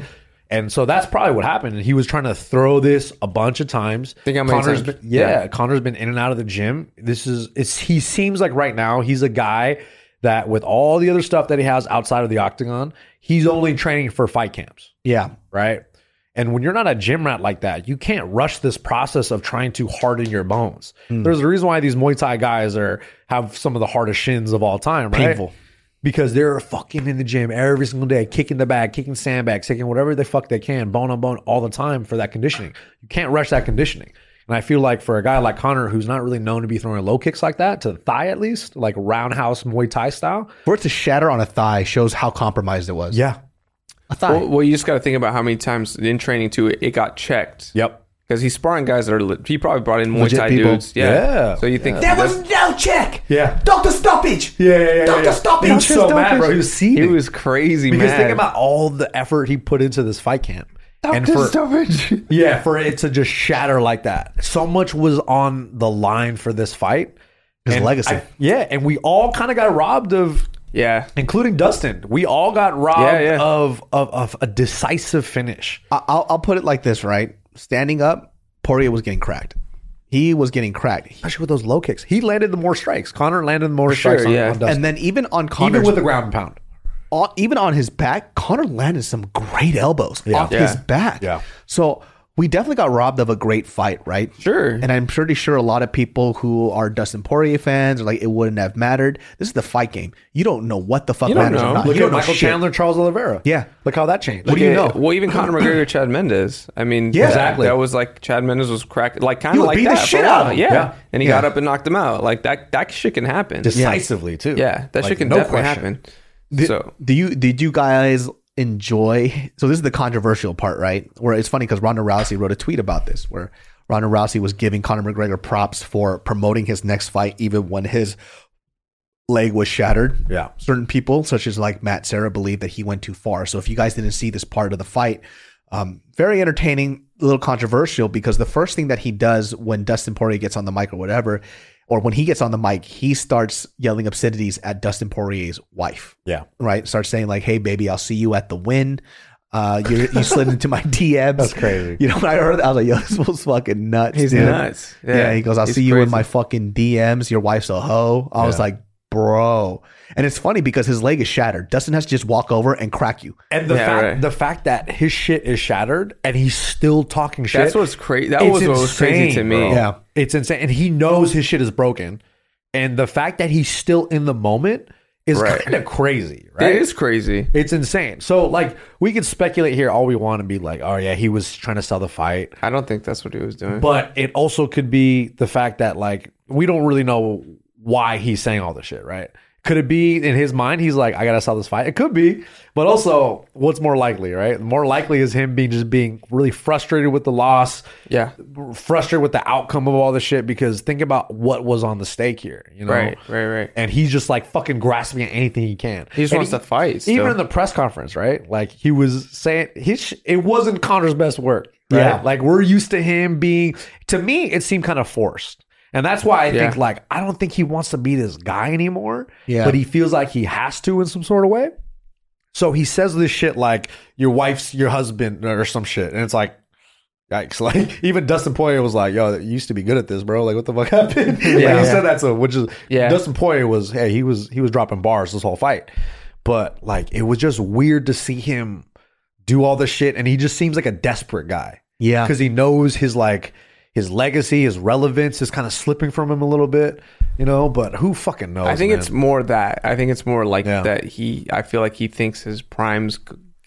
[SPEAKER 2] And so that's probably what happened. And he was trying to throw this a bunch of times.
[SPEAKER 4] Think how many
[SPEAKER 2] Connor's
[SPEAKER 4] times?
[SPEAKER 2] been, yeah, Connor's been in and out of the gym. This is it's he seems like right now he's a guy that with all the other stuff that he has outside of the octagon, he's only training for fight camps
[SPEAKER 3] Yeah.
[SPEAKER 2] right? And when you're not a gym rat like that, you can't rush this process of trying to harden your bones. There's a reason why these Muay Thai guys are have some of the hardest shins of all time, right?
[SPEAKER 3] Painful.
[SPEAKER 2] Because they're fucking in the gym every single day, kicking the bag, kicking sandbags, kicking whatever the fuck they can, bone on bone all the time for that conditioning. You can't rush that conditioning. And I feel like for a guy like Connor, who's not really known to be throwing low kicks like that, to the thigh at least, like roundhouse Muay Thai style.
[SPEAKER 3] For it to shatter on a thigh shows how compromised it was.
[SPEAKER 2] Yeah.
[SPEAKER 3] A thigh.
[SPEAKER 4] Well, well, you just got to think about how many times in training too it, it got checked.
[SPEAKER 2] Yep.
[SPEAKER 4] because he's sparring guys that are. le- He probably brought in Muay
[SPEAKER 3] Legit
[SPEAKER 4] Thai
[SPEAKER 3] people.
[SPEAKER 4] dudes. Yeah.
[SPEAKER 2] Yeah.
[SPEAKER 4] So you think
[SPEAKER 5] There was no check.
[SPEAKER 2] Yeah.
[SPEAKER 5] Doctor stoppage.
[SPEAKER 2] Yeah, yeah, yeah.
[SPEAKER 5] Doctor
[SPEAKER 2] yeah.
[SPEAKER 5] stoppage.
[SPEAKER 2] He was so
[SPEAKER 3] Doctor
[SPEAKER 2] mad, bro. He
[SPEAKER 3] Stoppage.
[SPEAKER 2] was seething.
[SPEAKER 4] he was crazy?
[SPEAKER 2] Because
[SPEAKER 4] mad.
[SPEAKER 2] think about all the effort he put into this fight camp. and for, yeah, for it to just shatter like that. So much was on the line for this fight.
[SPEAKER 3] His
[SPEAKER 2] And
[SPEAKER 3] legacy.
[SPEAKER 2] I- yeah, and we all kind of got robbed of
[SPEAKER 4] Yeah.
[SPEAKER 2] including Dustin. We all got robbed
[SPEAKER 4] Yeah, yeah.
[SPEAKER 2] Of, of of a decisive finish.
[SPEAKER 3] I- I'll, I'll put it like this, right? Standing up, Poirier was getting cracked. He was getting cracked.
[SPEAKER 2] Especially with those low kicks. He landed the more strikes. Connor landed the more strikes on,
[SPEAKER 4] yeah.
[SPEAKER 2] on Dustin.
[SPEAKER 3] And then even on Connor's
[SPEAKER 2] even with the ground and pound.
[SPEAKER 3] on, even on his back, Connor landed some great elbows off
[SPEAKER 4] Yeah.
[SPEAKER 3] his back.
[SPEAKER 2] Yeah.
[SPEAKER 3] So we definitely got robbed of a great fight, right?
[SPEAKER 4] Sure.
[SPEAKER 3] And I'm pretty sure a lot of people who are Dustin Poirier fans are like, it wouldn't have mattered. This is the fight game. You don't know what the fuck
[SPEAKER 4] don't
[SPEAKER 3] matters or
[SPEAKER 4] know.
[SPEAKER 3] not.
[SPEAKER 2] Look
[SPEAKER 3] you don't
[SPEAKER 2] at
[SPEAKER 3] know
[SPEAKER 2] Michael
[SPEAKER 3] shit.
[SPEAKER 2] Chandler, Charles Oliveira.
[SPEAKER 3] Yeah.
[SPEAKER 2] Look how that changed.
[SPEAKER 3] do you
[SPEAKER 4] Yeah,
[SPEAKER 3] know?
[SPEAKER 4] Well, even Conor McGregor, Chad Mendes. I mean,
[SPEAKER 3] Yeah.
[SPEAKER 4] that-
[SPEAKER 2] Exactly.
[SPEAKER 4] That was like Chad Mendes was cracked, like kind
[SPEAKER 3] He
[SPEAKER 4] of
[SPEAKER 3] would
[SPEAKER 4] like
[SPEAKER 3] beat the
[SPEAKER 4] that. for
[SPEAKER 3] shit
[SPEAKER 4] a while.
[SPEAKER 3] out of him.
[SPEAKER 4] Yeah.
[SPEAKER 2] Yeah.
[SPEAKER 4] and he got
[SPEAKER 3] Yeah.
[SPEAKER 4] up and knocked him out. Like that, that shit can happen.
[SPEAKER 2] decisively too.
[SPEAKER 4] yeah, that shit can
[SPEAKER 2] no
[SPEAKER 4] definitely
[SPEAKER 2] question.
[SPEAKER 4] happen.
[SPEAKER 3] Did,
[SPEAKER 4] so
[SPEAKER 3] do you did you guys enjoy? So this is the controversial part, right? Where it's funny because Ronda Rousey wrote a tweet about this, where Ronda Rousey was giving Conor McGregor props for promoting his next fight, even when his leg was shattered.
[SPEAKER 2] Yeah.
[SPEAKER 3] Certain people, such as like Matt Sarah, believe that he went too far. So if you guys didn't see this part of the fight, um, very entertaining, a little controversial because the first thing that he does when Dustin Poirier gets on the mic or whatever, or when he gets on the mic, he starts yelling obscenities at Dustin Poirier's wife.
[SPEAKER 2] Yeah.
[SPEAKER 3] Right. Starts saying like, "Hey, baby, I'll see you at the win." Uh, you you slid into my DMs.
[SPEAKER 2] That's crazy.
[SPEAKER 3] You know, when I heard that, I was like, "Yo, this was fucking nuts."
[SPEAKER 4] He's
[SPEAKER 3] dude.
[SPEAKER 4] nuts.
[SPEAKER 3] Yeah, he goes, I'll
[SPEAKER 4] he's
[SPEAKER 3] see you in
[SPEAKER 4] crazy.
[SPEAKER 3] my fucking DMs. Your wife's a hoe. I was
[SPEAKER 2] Yeah.
[SPEAKER 3] like, bro. And it's funny because his leg is shattered. Dustin has to just walk over and crack you.
[SPEAKER 2] And the
[SPEAKER 4] Yeah,
[SPEAKER 2] fact
[SPEAKER 4] right.
[SPEAKER 2] the fact that his shit is shattered and he's still talking shit.
[SPEAKER 4] That's what's crazy. That
[SPEAKER 2] it's
[SPEAKER 4] was what was crazy to
[SPEAKER 2] insane,
[SPEAKER 4] me.
[SPEAKER 2] bro.
[SPEAKER 3] Yeah.
[SPEAKER 2] It's insane. And he knows his shit is broken. And the fact that he's still in the moment is
[SPEAKER 4] Right.
[SPEAKER 2] kind of crazy, right?
[SPEAKER 4] It is crazy.
[SPEAKER 2] It's insane. So like we can speculate here all we want and be like, oh yeah, he was trying to sell the fight.
[SPEAKER 4] I don't think that's what he was doing.
[SPEAKER 2] But it also could be the fact that like we don't really know why he's saying all this shit, right? Could it be in his mind he's like, I gotta sell this fight? It could be, but also what's more likely, right? More likely is him being just being really frustrated with the loss,
[SPEAKER 4] yeah.
[SPEAKER 2] frustrated with the outcome of all this shit. Because think about what was on the stake here, you know?
[SPEAKER 4] Right, right, right.
[SPEAKER 2] And he's just like fucking grasping at anything he can.
[SPEAKER 4] He just
[SPEAKER 2] And
[SPEAKER 4] wants to fight. still.
[SPEAKER 2] Even in the press conference, right? Like he was saying, his sh- it wasn't Connor's best work. Right?
[SPEAKER 3] Yeah.
[SPEAKER 2] Like we're used to him being. To me, it seemed kind of forced, and that's why I think
[SPEAKER 4] Yeah.
[SPEAKER 2] like I don't think he wants to be this guy anymore.
[SPEAKER 3] Yeah.
[SPEAKER 2] But he feels like he has to in some sort of way. So he says this shit like your wife's your husband or some shit, and it's like. Yikes! Like even Dustin Poirier was like, "Yo, you used to be good at this, bro. Like, what the fuck happened?" like,
[SPEAKER 4] Yeah.
[SPEAKER 2] he said that to him, which is
[SPEAKER 4] Yeah.
[SPEAKER 2] Dustin Poirier was, hey, he was he was dropping bars this whole fight, but like it was just weird to see him do all this shit, and he just seems like a desperate guy
[SPEAKER 3] Yeah.
[SPEAKER 2] because he knows his like his legacy, his relevance is kind of slipping from him a little bit, you know. But who fucking knows?
[SPEAKER 4] I think
[SPEAKER 2] man?
[SPEAKER 4] it's more that. I think it's more like
[SPEAKER 2] Yeah.
[SPEAKER 4] that he, I feel like he thinks his prime's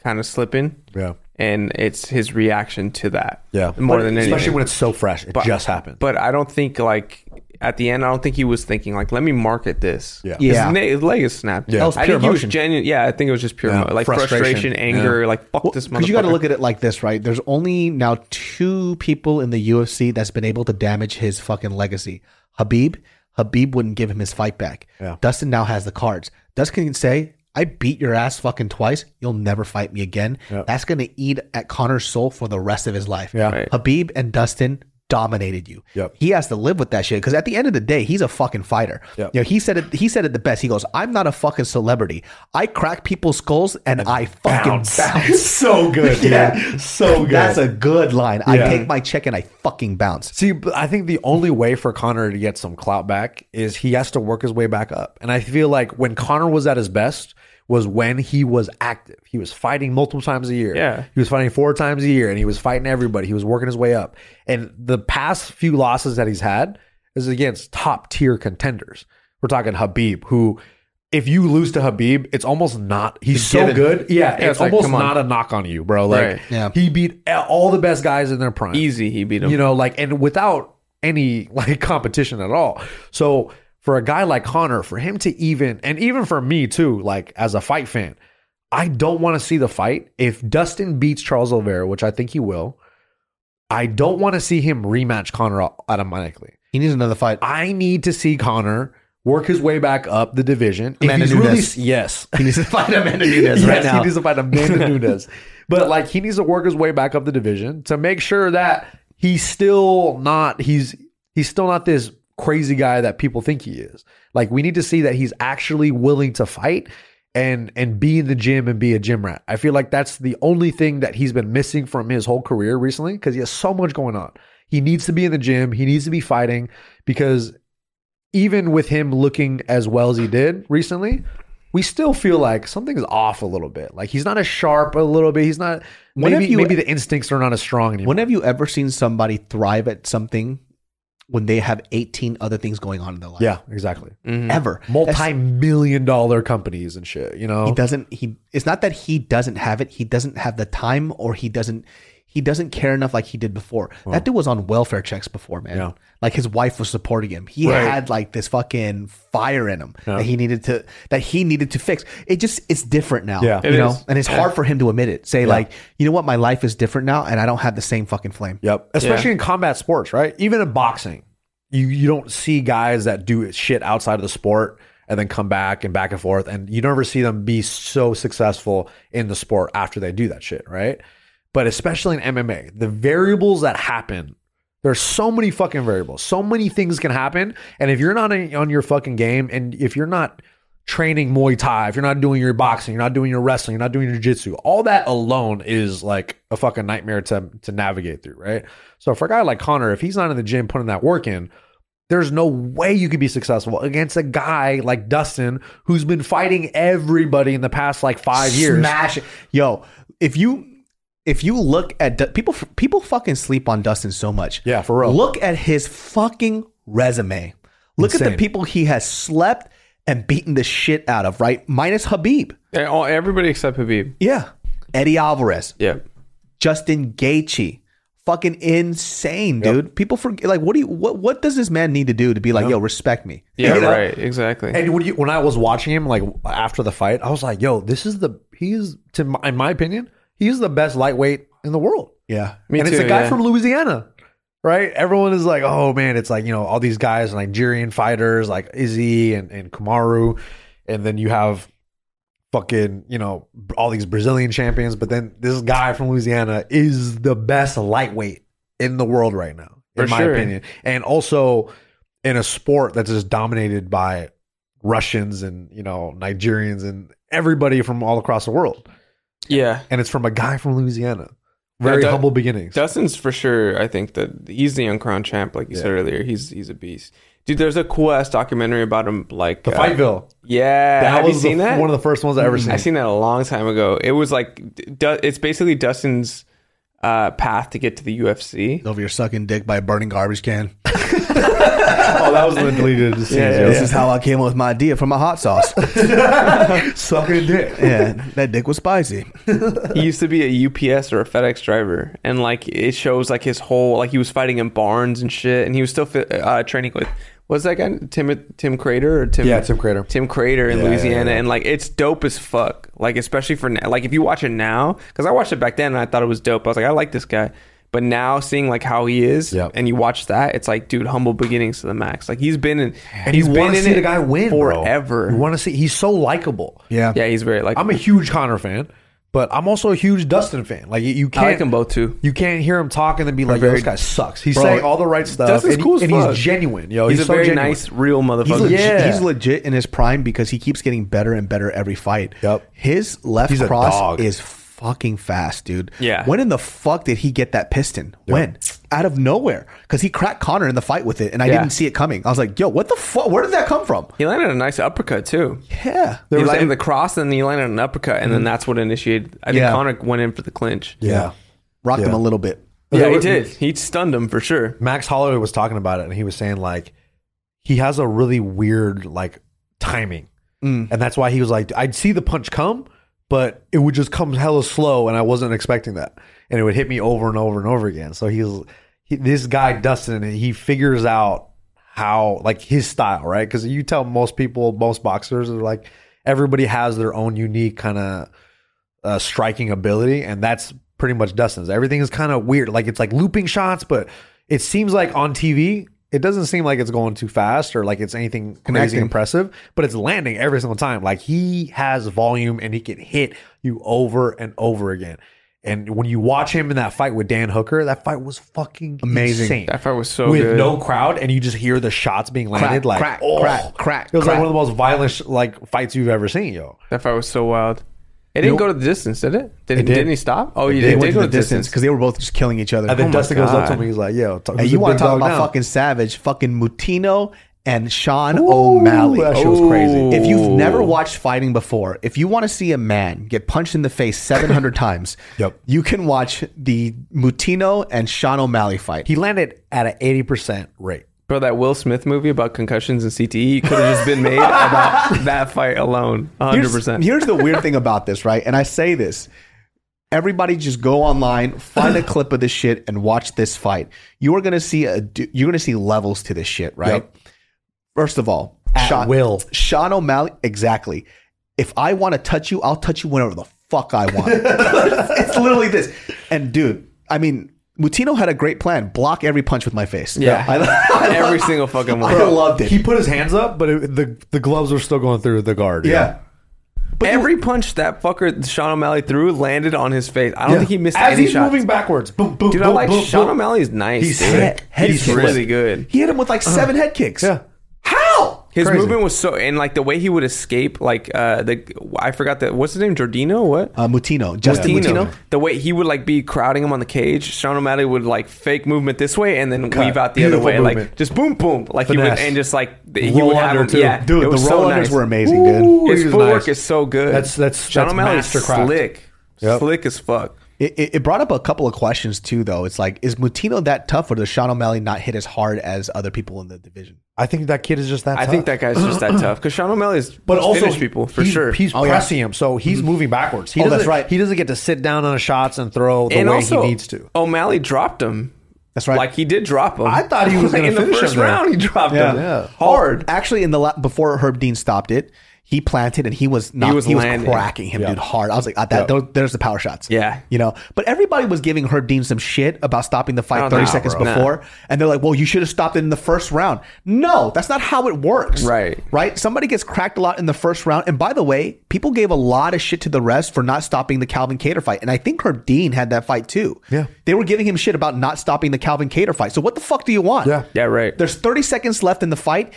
[SPEAKER 4] kind of slipping.
[SPEAKER 2] yeah,
[SPEAKER 4] and it's his reaction to that.
[SPEAKER 2] yeah,
[SPEAKER 4] more
[SPEAKER 2] But
[SPEAKER 4] than anything.
[SPEAKER 2] especially when it's so fresh, it just happened.
[SPEAKER 4] but I don't think like at the end, I don't think he was thinking like, let me market this.
[SPEAKER 2] Yeah.
[SPEAKER 3] Yeah.
[SPEAKER 4] His, na- his leg is snapped.
[SPEAKER 2] Yeah. That was
[SPEAKER 4] I
[SPEAKER 3] pure
[SPEAKER 4] think he was
[SPEAKER 3] emotion.
[SPEAKER 4] genuine. Yeah, I think it was just pure
[SPEAKER 2] Yeah.
[SPEAKER 4] emo- like frustration,
[SPEAKER 2] Frustration.
[SPEAKER 4] anger, like fuck this.
[SPEAKER 3] Because you got to
[SPEAKER 4] motherfucker.
[SPEAKER 3] look at it like this, right? There's only now two people in the UFC that's been able to damage his fucking legacy Habib. Habib wouldn't give him his fight back.
[SPEAKER 2] Yeah.
[SPEAKER 3] Dustin now has the cards. Dustin can say, I beat your ass fucking twice. You'll never fight me again.
[SPEAKER 2] Yeah.
[SPEAKER 3] That's going to eat at Connor's soul for the rest of his life.
[SPEAKER 2] yeah,
[SPEAKER 4] Right.
[SPEAKER 3] Habib and Dustin dominated you.
[SPEAKER 2] Yep.
[SPEAKER 3] He has to live with that shit because at the end of the day, he's a fucking fighter.
[SPEAKER 2] Yep.
[SPEAKER 3] You know, he said it. He said it the best. He goes, "I'm not a fucking celebrity. I crack people's skulls and, I fucking bounce."
[SPEAKER 2] so good,
[SPEAKER 3] Yeah.
[SPEAKER 2] so good.
[SPEAKER 3] That's a good line. I
[SPEAKER 2] Yeah.
[SPEAKER 3] take my check and I fucking bounce.
[SPEAKER 2] See, but I think the only way for Connor to get some clout back is he has to work his way back up. And I feel like when Connor was at his best was when he was active. He was fighting multiple times a year.
[SPEAKER 4] Yeah.
[SPEAKER 2] He was fighting four times a year and he was fighting everybody. He was working his way up. And the past few losses that he's had is against top tier contenders. We're talking Habib, who if you lose to Habib, it's almost not he's so
[SPEAKER 4] given.
[SPEAKER 2] good. Yeah,
[SPEAKER 4] Yeah,
[SPEAKER 2] it's
[SPEAKER 4] it's like,
[SPEAKER 2] almost
[SPEAKER 4] come on.
[SPEAKER 2] not a knock on you, bro. Like
[SPEAKER 4] Right.
[SPEAKER 3] Yeah.
[SPEAKER 2] he beat all the best guys in their prime
[SPEAKER 4] easy. He beat him.
[SPEAKER 2] you know like and without any like competition at all so for a guy like connor for him to even and even for me too like as a fight fan i don't want to see the fight if dustin beats charles oliveira which i think he will i don't want to see him rematch connor au- automatically
[SPEAKER 3] He needs another fight.
[SPEAKER 2] i need to see connor work his way back up the division If
[SPEAKER 3] Amanda
[SPEAKER 2] he's really-
[SPEAKER 3] Nunes.
[SPEAKER 2] yes
[SPEAKER 3] He needs to fight Amanda Nunes
[SPEAKER 2] yes,
[SPEAKER 3] right now.
[SPEAKER 2] He needs to fight Amanda Nunes. But like he needs to work his way back up the division to make sure that he's still not he's he's still not this crazy guy that people think he is. Like we need to see that he's actually willing to fight and and be in the gym and be a gym rat. I feel like that's the only thing that he's been missing from his whole career recently because he has so much going on. He needs to be in the gym, he needs to be fighting because even with him looking as well as he did recently, we still feel like something's off a little bit. Like he's not as sharp a little bit. He's not
[SPEAKER 3] When
[SPEAKER 2] maybe
[SPEAKER 3] have you-
[SPEAKER 2] maybe the instincts are not as strong anymore.
[SPEAKER 3] When have you ever seen somebody thrive at something when they have 18 other things going on in their life?
[SPEAKER 2] yeah, exactly.
[SPEAKER 3] Mm-hmm. Ever. That's-
[SPEAKER 2] Multi-million dollar companies and shit. You know,
[SPEAKER 3] he doesn't he it's not that he doesn't have it he doesn't have the time or he doesn't he doesn't care enough like he did before that dude was on welfare checks before man
[SPEAKER 2] Yeah.
[SPEAKER 3] like his wife was supporting him he
[SPEAKER 2] Right.
[SPEAKER 3] had like this fucking fire in him that he needed to that he needed to fix it just it's different now
[SPEAKER 2] Yeah.
[SPEAKER 3] you
[SPEAKER 4] It
[SPEAKER 3] know
[SPEAKER 4] is.
[SPEAKER 3] and it's hard for him to admit it say like you know what my life is different now and i don't have the same fucking flame
[SPEAKER 2] Yep. Especially in combat sports, right? Even in boxing, you, you don't see guys that do shit outside of the sport and then come back and back and forth. And you never see them be so successful in the sport after they do that shit, right? But especially in MMA, the variables that happen, there's so many fucking variables. So many things can happen. And if you're not in- on your fucking game and if you're not training Muay Thai, if you're not doing your boxing, you're not doing your wrestling, you're not doing your jiu-jitsu, all that alone is like a fucking nightmare to, to navigate through, right? So for a guy like Connor, if he's not in the gym putting that work in, there's no way you could be successful against a guy like Dustin who's been fighting everybody in the past like five years.
[SPEAKER 3] Smash it. Yo, if you if you look at Du- people, people fucking sleep on Dustin so much.
[SPEAKER 2] Yeah, for real.
[SPEAKER 3] Look at his fucking resume. Look at the
[SPEAKER 2] Insane.
[SPEAKER 3] people he has slept and beaten the shit out of. Right, minus Habib.
[SPEAKER 4] And all- everybody except Habib.
[SPEAKER 3] Yeah, Eddie Alvarez,
[SPEAKER 4] Yeah.
[SPEAKER 3] Justin Gaethje. Fucking insane, dude. People forget. Like, what do you? What What does this man need to do to be like, yo, respect me?
[SPEAKER 4] Yeah,
[SPEAKER 3] You know?
[SPEAKER 4] right. Exactly.
[SPEAKER 2] And when you when I was watching him like after the fight, I was like, "Yo, this is the he's to my, in my opinion, he's the best lightweight in the world."
[SPEAKER 3] Yeah.
[SPEAKER 4] Me
[SPEAKER 2] and it's
[SPEAKER 4] too,
[SPEAKER 2] a guy
[SPEAKER 4] yeah.
[SPEAKER 2] from Louisiana, right? Everyone is like, oh man, it's like, you know, all these guys, Nigerian fighters like Izzy and, and Kamaru. And then you have fucking, you know, all these Brazilian champions. But then this guy from Louisiana is the best lightweight in the world right now, in
[SPEAKER 4] For
[SPEAKER 2] my
[SPEAKER 4] sure.
[SPEAKER 2] opinion. And also in a sport that's just dominated by Russians and, you know, Nigerians and everybody from all across the world.
[SPEAKER 4] yeah.
[SPEAKER 2] And it's from a guy from Louisiana. Very
[SPEAKER 4] that-
[SPEAKER 2] humble beginnings.
[SPEAKER 4] Dustin's for sure. I think that he's the uncrowned champ, like you said earlier. He's he's a beast, dude. There's a cool ass documentary about him, like
[SPEAKER 2] the
[SPEAKER 4] uh,
[SPEAKER 2] Fightville.
[SPEAKER 4] Yeah,
[SPEAKER 2] That
[SPEAKER 4] have
[SPEAKER 2] was
[SPEAKER 4] you seen
[SPEAKER 2] the,
[SPEAKER 4] that? Hmm.
[SPEAKER 2] One of the first ones I ever seen.
[SPEAKER 4] I seen that a long time ago. It was like du- it's basically Dustin's uh, path to get to the UFC.
[SPEAKER 3] Over your sucking dick by a burning garbage can.
[SPEAKER 2] Oh, that was the deleted scenes. Yeah,
[SPEAKER 3] This is how I came up with my idea for my hot sauce.
[SPEAKER 2] Sucking dick.
[SPEAKER 3] yeah, that dick was spicy.
[SPEAKER 4] He used to be a UPS or a FedEx driver, and like it shows like his whole like he was fighting in barns and shit, and he was still fi- uh, training with what's that guy Tim Tim Crater or Tim
[SPEAKER 2] Yeah, Tim Crater.
[SPEAKER 4] Tim Crater in Louisiana, and like it's dope as fuck. Like especially for now, like if you watch it now, because I watched it back then and I thought it was dope. I was like, I like this guy. But now seeing like how he is,
[SPEAKER 2] Yep.
[SPEAKER 4] and you watch that, it's like, dude, humble beginnings to the max. Like he's been in,
[SPEAKER 2] And you want to see the guy win bro.
[SPEAKER 4] forever.
[SPEAKER 2] You want to see? He's so likable.
[SPEAKER 3] Yeah.
[SPEAKER 4] yeah, he's very like
[SPEAKER 2] I'm a huge Connor fan, but I'm also a huge Dustin fan. Like you- you can't
[SPEAKER 4] like them both, too.
[SPEAKER 2] You can't hear him talk and then be like, "Yo, this guy sucks." He's
[SPEAKER 3] Bro,
[SPEAKER 2] saying all the right stuff.
[SPEAKER 4] Dustin's
[SPEAKER 2] and,
[SPEAKER 4] cool as
[SPEAKER 2] and
[SPEAKER 4] fuck.
[SPEAKER 2] he's genuine. Yo,
[SPEAKER 4] he's,
[SPEAKER 2] he's,
[SPEAKER 4] a
[SPEAKER 2] so
[SPEAKER 4] very
[SPEAKER 2] genuine.
[SPEAKER 4] nice, real
[SPEAKER 3] He's
[SPEAKER 4] motherfucker.
[SPEAKER 3] legit,
[SPEAKER 2] Yeah.
[SPEAKER 3] he's legit in his prime because he keeps getting better and better every fight.
[SPEAKER 2] Yep.
[SPEAKER 3] His left
[SPEAKER 2] He's a
[SPEAKER 3] cross
[SPEAKER 2] dog.
[SPEAKER 3] is fucking fast, dude.
[SPEAKER 4] Yeah.
[SPEAKER 3] When in the fuck did he get that piston? When? Out of nowhere. Because he cracked Connor in the fight with it, and I
[SPEAKER 4] Yeah.
[SPEAKER 3] didn't see it coming. I was like, yo, what the fuck? Where did that come from?
[SPEAKER 4] He landed a nice uppercut too.
[SPEAKER 3] Yeah.
[SPEAKER 4] he
[SPEAKER 2] was
[SPEAKER 4] landed
[SPEAKER 2] a- Mm-hmm.
[SPEAKER 4] the cross and he landed an uppercut, and then that's what initiated. I think
[SPEAKER 3] Yeah.
[SPEAKER 4] Conor went in for the clinch.
[SPEAKER 2] Yeah.
[SPEAKER 3] Rocked him
[SPEAKER 2] Yeah.
[SPEAKER 3] a little bit.
[SPEAKER 4] yeah,
[SPEAKER 2] Okay,
[SPEAKER 4] he
[SPEAKER 2] what-
[SPEAKER 4] did. He stunned him for sure.
[SPEAKER 2] Max Holloway was talking about it, and he was saying like he has a really weird like timing, and that's why he was like, I'd see the punch come, but it would just come hella slow, and I wasn't expecting that, and it would hit me over and over and over again. So he's he, this guy Dustin, and he figures out how like his style, right? Because you tell most people, most boxers are like everybody has their own unique kind of uh, striking ability, and that's pretty much Dustin's. Everything is kind of weird, like it's like looping shots, but it seems like on TV, it doesn't seem like it's going too fast or like it's anything crazy
[SPEAKER 3] Connecting.
[SPEAKER 2] impressive, but it's landing every single time. Like he has volume and he can hit you over and over again. And when you watch him in that fight with Dan Hooker, that fight was fucking
[SPEAKER 3] Amazing.
[SPEAKER 2] insane.
[SPEAKER 4] That fight was so
[SPEAKER 2] with
[SPEAKER 4] good.
[SPEAKER 2] no crowd, and you just hear the shots being landed, like
[SPEAKER 3] crack,
[SPEAKER 2] oh.
[SPEAKER 3] crack, crack,
[SPEAKER 2] It was
[SPEAKER 3] crack.
[SPEAKER 2] like one of the most violent sh- like fights you've ever seen, yo.
[SPEAKER 4] That fight was so wild. It didn't go to the distance, did it? Did, it
[SPEAKER 2] did.
[SPEAKER 4] did. not he stop? Oh, he
[SPEAKER 3] They
[SPEAKER 4] did.
[SPEAKER 3] went
[SPEAKER 4] did
[SPEAKER 3] to
[SPEAKER 4] go
[SPEAKER 3] the distance because they were both just killing each other. Oh
[SPEAKER 2] And then
[SPEAKER 4] Oh my
[SPEAKER 2] Dustin goes up to
[SPEAKER 4] God.
[SPEAKER 2] him, he's like, "Yo, talk,
[SPEAKER 3] Hey,
[SPEAKER 2] who's
[SPEAKER 3] you
[SPEAKER 2] the
[SPEAKER 3] want
[SPEAKER 2] big
[SPEAKER 3] to talk
[SPEAKER 2] dog
[SPEAKER 3] about
[SPEAKER 2] now?
[SPEAKER 3] fucking Savage, fucking Mutino, and Sean
[SPEAKER 2] Ooh,
[SPEAKER 3] O'Malley?
[SPEAKER 2] That shit was crazy.
[SPEAKER 3] If you've never watched fighting before, if you want to see a man get punched in the face 700 times,
[SPEAKER 2] Yep.
[SPEAKER 3] you can watch the Mutino and Sean O'Malley fight.
[SPEAKER 2] He landed at an eighty percent rate.
[SPEAKER 4] Bro, that Will Smith movie about concussions and CTE could have just been made about that fight alone. 100. percent
[SPEAKER 3] Here's the weird thing about this, right? And I say this. Everybody just go online, find a clip of this shit and watch this fight. You are going to see a du- you're going to see levels to this shit, right?
[SPEAKER 2] Yep.
[SPEAKER 3] First of all,
[SPEAKER 2] At
[SPEAKER 3] Sean-
[SPEAKER 2] will.
[SPEAKER 3] Sean O'Malley, exactly. If I want to touch you, I'll touch you whenever the fuck I want. it's literally this. And dude, I mean, Mutino had a great plan: block every punch with my face.
[SPEAKER 4] Yeah.
[SPEAKER 3] I,
[SPEAKER 4] Every single fucking
[SPEAKER 3] I
[SPEAKER 4] one.
[SPEAKER 3] loved it.
[SPEAKER 2] He put his hands up, but it, the the gloves were still going through the guard.
[SPEAKER 3] yeah. But
[SPEAKER 4] Every punch that fucker Sean O'Malley threw landed on his face. I don't think he missed
[SPEAKER 2] As
[SPEAKER 4] any
[SPEAKER 2] he's
[SPEAKER 4] shots.
[SPEAKER 2] moving backwards, boom, boom,
[SPEAKER 4] Dude, I
[SPEAKER 2] boom,
[SPEAKER 4] like
[SPEAKER 2] boom,
[SPEAKER 4] Sean
[SPEAKER 2] boom.
[SPEAKER 4] O'Malley's nice.
[SPEAKER 2] He's
[SPEAKER 4] dude.
[SPEAKER 2] sick. Head
[SPEAKER 4] He's
[SPEAKER 2] kick.
[SPEAKER 4] really good.
[SPEAKER 3] he hit him with like seven head kicks.
[SPEAKER 2] Uh-huh. Yeah.
[SPEAKER 3] How?
[SPEAKER 4] His
[SPEAKER 2] Crazy.
[SPEAKER 4] movement was so, and like the way he would escape, like uh the I forgot that what's his name, Jordino, what?
[SPEAKER 3] Uh, Mutino, Justin Mutino.
[SPEAKER 4] The way he would like be crowding him on the cage, Sean O'Malley would like fake movement this way and then weave out the other
[SPEAKER 2] Beautiful
[SPEAKER 4] way,
[SPEAKER 2] movement.
[SPEAKER 4] like just boom, boom, like he would,
[SPEAKER 2] Finesse.
[SPEAKER 4] and just like he
[SPEAKER 2] Roll
[SPEAKER 4] would have
[SPEAKER 2] under,
[SPEAKER 4] him.
[SPEAKER 2] too.
[SPEAKER 4] Yeah,
[SPEAKER 3] Dude,
[SPEAKER 4] it
[SPEAKER 3] the
[SPEAKER 4] was so
[SPEAKER 3] roll unders
[SPEAKER 4] nice.
[SPEAKER 3] were amazing, dude.
[SPEAKER 2] Ooh, he
[SPEAKER 4] His
[SPEAKER 2] was
[SPEAKER 4] footwork
[SPEAKER 2] nice.
[SPEAKER 4] is so good.
[SPEAKER 2] That's- that's-
[SPEAKER 4] Sean
[SPEAKER 2] that's
[SPEAKER 4] O'Malley's
[SPEAKER 2] mastercraft.
[SPEAKER 4] slick,
[SPEAKER 2] Yep.
[SPEAKER 4] slick as fuck.
[SPEAKER 3] It, it, it brought up a couple of questions too, though. It's like, is Mutino that tough, or does Sean O'Malley not hit as hard as other people in the division?
[SPEAKER 2] I think that kid is just that.
[SPEAKER 4] I
[SPEAKER 2] tough.
[SPEAKER 4] think that guy's just that tough because Sean O'Malley's
[SPEAKER 2] but also Oh, Mm-hmm.
[SPEAKER 4] finished people for
[SPEAKER 2] he's-
[SPEAKER 4] sure.
[SPEAKER 2] He's
[SPEAKER 3] yeah.
[SPEAKER 2] pressing him, so he's moving backwards. He
[SPEAKER 3] Oh, that's
[SPEAKER 2] doesn't-
[SPEAKER 3] right.
[SPEAKER 2] He doesn't get to sit down on his shots and throw the way he needs to.
[SPEAKER 4] O'Malley dropped him.
[SPEAKER 3] That's right.
[SPEAKER 4] Like he did drop him.
[SPEAKER 2] I thought he was
[SPEAKER 4] Like,
[SPEAKER 2] gonna
[SPEAKER 4] in the
[SPEAKER 2] finish him
[SPEAKER 4] first
[SPEAKER 2] there.
[SPEAKER 4] round. He dropped him
[SPEAKER 2] Yeah.
[SPEAKER 4] hard.
[SPEAKER 3] Actually, in the la- before Herb Dean stopped it, he planted and he was not, he was,
[SPEAKER 4] was landing.
[SPEAKER 3] cracking him dude hard. I was like, ah, that those- there's the power shots.
[SPEAKER 4] Yeah.
[SPEAKER 3] you know. But everybody was giving Herb Dean some shit about stopping the
[SPEAKER 4] I
[SPEAKER 3] fight
[SPEAKER 4] don't
[SPEAKER 3] 30
[SPEAKER 4] know,
[SPEAKER 3] seconds
[SPEAKER 4] Oh, bro.
[SPEAKER 3] before, and they're like, well, you should have stopped it in the first round. No, that's not how it works.
[SPEAKER 4] Right.
[SPEAKER 3] right. Somebody gets cracked a lot in the first round, and by the way, people gave a lot of shit to the rest for not stopping the Calvin Cater fight, and I think Herb Dean had that fight too.
[SPEAKER 2] Yeah.
[SPEAKER 3] they were giving him shit about not stopping the Calvin Cater fight. So what the fuck do you want?
[SPEAKER 2] Yeah.
[SPEAKER 4] Yeah, right.
[SPEAKER 3] There's 30 seconds left in the fight.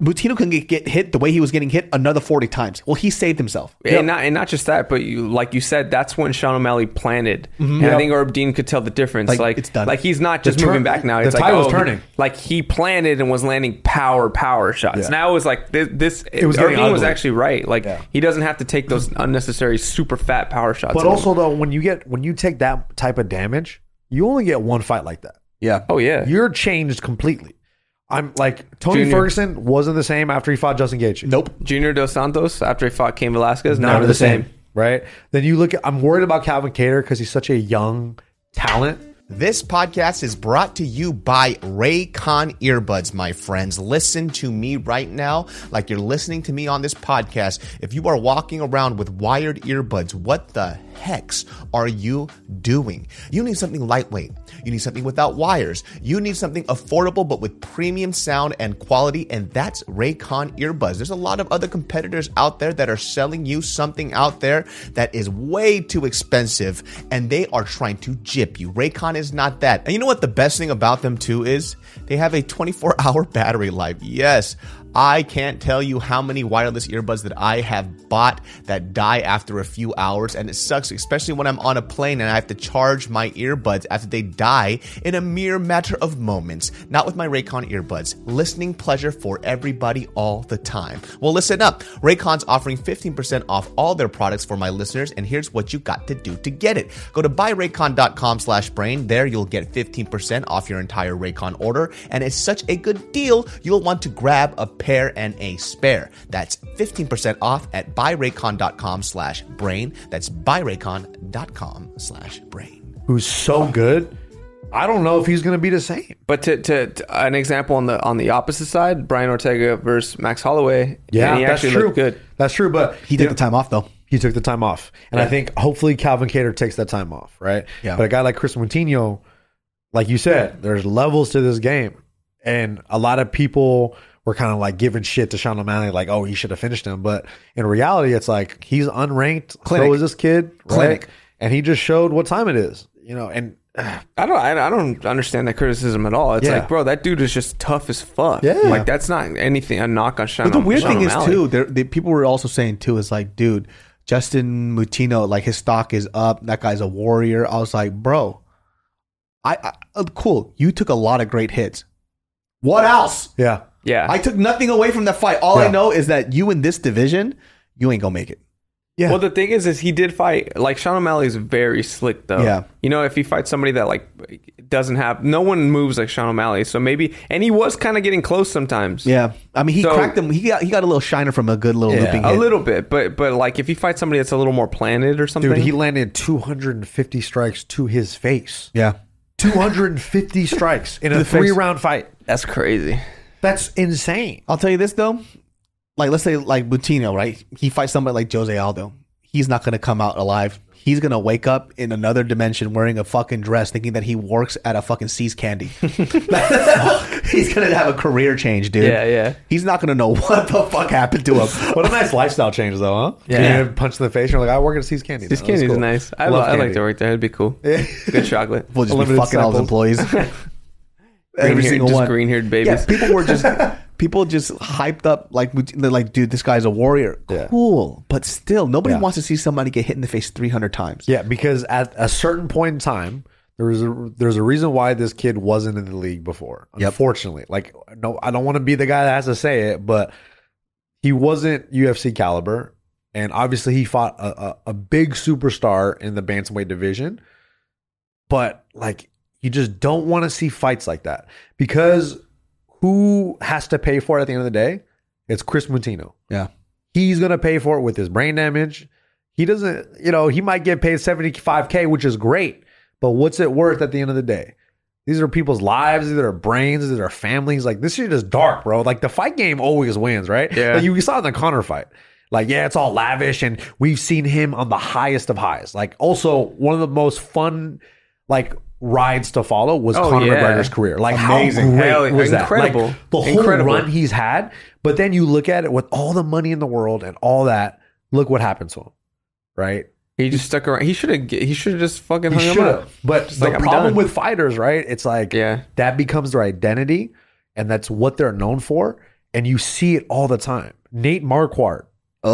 [SPEAKER 3] Mutino can get, get hit the way he was getting hit another 40 times. Well, he saved himself.
[SPEAKER 4] And not and not just that, but you like you said, that's when Sean O'Malley planted.
[SPEAKER 2] Mm-hmm.
[SPEAKER 4] And I think Herb Dean could tell the difference.
[SPEAKER 3] Like,
[SPEAKER 4] Like,
[SPEAKER 3] it's done.
[SPEAKER 4] Like he's not just
[SPEAKER 2] turn-
[SPEAKER 4] moving back now.
[SPEAKER 2] the
[SPEAKER 4] It's like
[SPEAKER 2] tide was
[SPEAKER 4] oh,
[SPEAKER 2] turning.
[SPEAKER 4] Like he planted and was landing power power shots.
[SPEAKER 2] Yeah.
[SPEAKER 4] Now it was like this. this it
[SPEAKER 2] was
[SPEAKER 4] was Herb
[SPEAKER 2] getting
[SPEAKER 4] Dean was
[SPEAKER 2] ugly.
[SPEAKER 4] actually right. Like he doesn't have to take those unnecessary super fat power shots.
[SPEAKER 2] But
[SPEAKER 4] anymore.
[SPEAKER 2] also though, when you get when you take that type of damage, you only get one fight like that.
[SPEAKER 3] Yeah.
[SPEAKER 4] oh yeah,
[SPEAKER 2] You're changed completely. I'm like Tony
[SPEAKER 4] Junior.
[SPEAKER 2] Ferguson wasn't the same after he fought Justin Gaethje.
[SPEAKER 3] Nope.
[SPEAKER 4] Junior Dos Santos after he fought Cain Velasquez,
[SPEAKER 2] Not
[SPEAKER 4] not the same.
[SPEAKER 2] right? Then you look. At, I'm worried about Calvin Cater because he's such a young talent.
[SPEAKER 1] This podcast is brought to you by Raycon earbuds, my friends. Listen to me right now like you're listening to me on this podcast. If you are walking around with wired earbuds, what the hex are you doing? You need something lightweight. You need something without wires. You need something affordable but with premium sound and quality, and that's Raycon earbuds. There's a lot of other competitors out there that are selling you something out there that is way too expensive and they are trying to jip you. Raycon is not that. And you know what the best thing about them too is? They have a 24 hour battery life. Yes. I can't tell you how many wireless earbuds that I have bought that die after a few hours, and it sucks, especially when I'm on a plane and I have to charge my earbuds after they die in a mere matter of moments. Not with my Raycon earbuds. Listening pleasure for everybody all the time. Well, listen up. Raycon's offering 15% off all their products for my listeners, and here's what you got to do to get it. Go to buyraycon.com slash brain. There you'll get 15% off your entire Raycon order, and it's such a good deal, you'll want to grab a pair and a spare. That's 15% off at buyraycon.com slash brain. That's buyraycon.com slash brain.
[SPEAKER 2] Who's so good? I don't know if he's going to be the same.
[SPEAKER 4] But to, to, to an example on the on the opposite side, Brian Ortega versus Max Holloway. and
[SPEAKER 2] that's
[SPEAKER 4] he actually
[SPEAKER 2] true.
[SPEAKER 4] looked good.
[SPEAKER 2] That's true. But
[SPEAKER 3] He did the time off, though.
[SPEAKER 2] he took the time off. And I think hopefully Calvin Cater takes that time off, right?
[SPEAKER 3] Yeah.
[SPEAKER 2] But a guy like Chris Moutinho, like you said, there's levels to this game. And a lot of people were kind of like giving shit to Sean O'Malley, like, oh, he should have finished him. But in reality, it's like he's unranked.
[SPEAKER 3] Clinic.
[SPEAKER 2] So is this kid. Right?
[SPEAKER 3] Clinic.
[SPEAKER 2] And he just showed what time it is, you know, and
[SPEAKER 4] I don't I, I don't understand that criticism at all. It's
[SPEAKER 2] Yeah.
[SPEAKER 4] like, bro, that dude is just tough as fuck.
[SPEAKER 2] Yeah.
[SPEAKER 4] Like that's not anything a knock on Sean.
[SPEAKER 3] But the weird
[SPEAKER 4] Sean
[SPEAKER 3] thing is,
[SPEAKER 4] O'Malley.
[SPEAKER 3] too, there, the people were also saying, too, is like, dude, Justin Mutino, like, his stock is up. That guy's a warrior. I was like, bro, I, I uh, cool. You took a lot of great hits. What else?
[SPEAKER 2] yeah.
[SPEAKER 4] Yeah.
[SPEAKER 3] I took nothing away from that fight. All I
[SPEAKER 2] Yeah.
[SPEAKER 3] know is that you in this division, you ain't going to make it.
[SPEAKER 2] Yeah.
[SPEAKER 4] Well, the thing is, is he did fight like Sean O'Malley is very slick though.
[SPEAKER 3] Yeah.
[SPEAKER 4] You know, if he fights somebody that like doesn't have no one moves like Sean O'Malley, so maybe and he was kind of getting close sometimes.
[SPEAKER 3] Yeah. I mean, he
[SPEAKER 4] So-
[SPEAKER 3] cracked him. He got, he got a little shiner from a good little looping
[SPEAKER 4] A
[SPEAKER 3] hit.
[SPEAKER 4] little bit, but but like if he fights somebody that's a little more planted or something,
[SPEAKER 2] Dude, he landed 250 strikes to his face.
[SPEAKER 3] Yeah.
[SPEAKER 2] 250 strikes in a
[SPEAKER 3] face.
[SPEAKER 2] three round fight.
[SPEAKER 4] that's crazy.
[SPEAKER 2] That's insane.
[SPEAKER 3] I'll tell you this though, like let's say like Butino, right? He fights somebody like Jose Aldo. he's not going to come out alive. He's going to wake up in another dimension wearing a fucking dress thinking that he works at a fucking See's Candy. he's going to have a career change, dude.
[SPEAKER 4] Yeah, yeah.
[SPEAKER 3] He's not going to know what the fuck happened to him.
[SPEAKER 2] What a nice lifestyle change, though, huh?
[SPEAKER 4] Yeah.
[SPEAKER 2] You get punched in the face. You're like, I work at Seas Candy.
[SPEAKER 4] This
[SPEAKER 2] now. That's
[SPEAKER 4] candy's
[SPEAKER 2] cool.
[SPEAKER 4] nice. I,
[SPEAKER 2] love
[SPEAKER 4] love. I like
[SPEAKER 2] candy.
[SPEAKER 4] to work there. It'd be cool. Good chocolate.
[SPEAKER 3] We'll just be
[SPEAKER 2] Unlimited
[SPEAKER 3] fucking all his employees. Every
[SPEAKER 4] Green-haired-
[SPEAKER 3] single
[SPEAKER 4] just
[SPEAKER 3] one.
[SPEAKER 4] green-haired
[SPEAKER 3] Yeah,
[SPEAKER 4] babies.
[SPEAKER 3] people were just people just hyped up like we- they're like, dude, this guy's a warrior. Cool, but still, nobody
[SPEAKER 2] Yeah.
[SPEAKER 3] wants to see somebody get hit in the face three hundred times.
[SPEAKER 2] Yeah, because at a certain point in time, there was a, there's a reason why this kid wasn't in the league before. Unfortunately, like no, I don't want to be the guy that has to say it, but he wasn't UFC caliber, and obviously he fought a, a, a big superstar in the bantamweight division. But like, you just don't want to see fights like that because who has to pay for it at the end of the day? It's Chris Mutino.
[SPEAKER 3] Yeah.
[SPEAKER 2] he's gonna pay for it with his brain damage he doesn't you know he might get paid 75k which is great but what's it worth at the end of the day these are people's lives these are their brains these are their families like this shit is dark bro like the fight game always wins right
[SPEAKER 4] Yeah.
[SPEAKER 2] like you saw in the connor fight like yeah it's all lavish and we've seen him on the highest of highs like also one of the most fun like rides to follow was
[SPEAKER 4] Oh,
[SPEAKER 2] Conor
[SPEAKER 4] yeah.
[SPEAKER 2] McGregor's career like
[SPEAKER 4] Amazing.
[SPEAKER 2] how great
[SPEAKER 4] Hell,
[SPEAKER 2] was that? Like,
[SPEAKER 4] incredible.
[SPEAKER 2] the whole
[SPEAKER 4] Incredible.
[SPEAKER 2] run he's had but then you look at it with all the money in the world and all that look what happened to him right
[SPEAKER 4] He just stuck around. He should have. He should have just fucking
[SPEAKER 2] he
[SPEAKER 4] hung
[SPEAKER 2] should
[SPEAKER 4] him up.
[SPEAKER 2] have. But
[SPEAKER 4] Just
[SPEAKER 2] the
[SPEAKER 4] like, I'm
[SPEAKER 2] problem
[SPEAKER 4] done.
[SPEAKER 2] with fighters, right? It's like
[SPEAKER 4] Yeah.
[SPEAKER 2] that becomes their identity, and that's what they're known for. And you see it all the time. Nate Marquardt,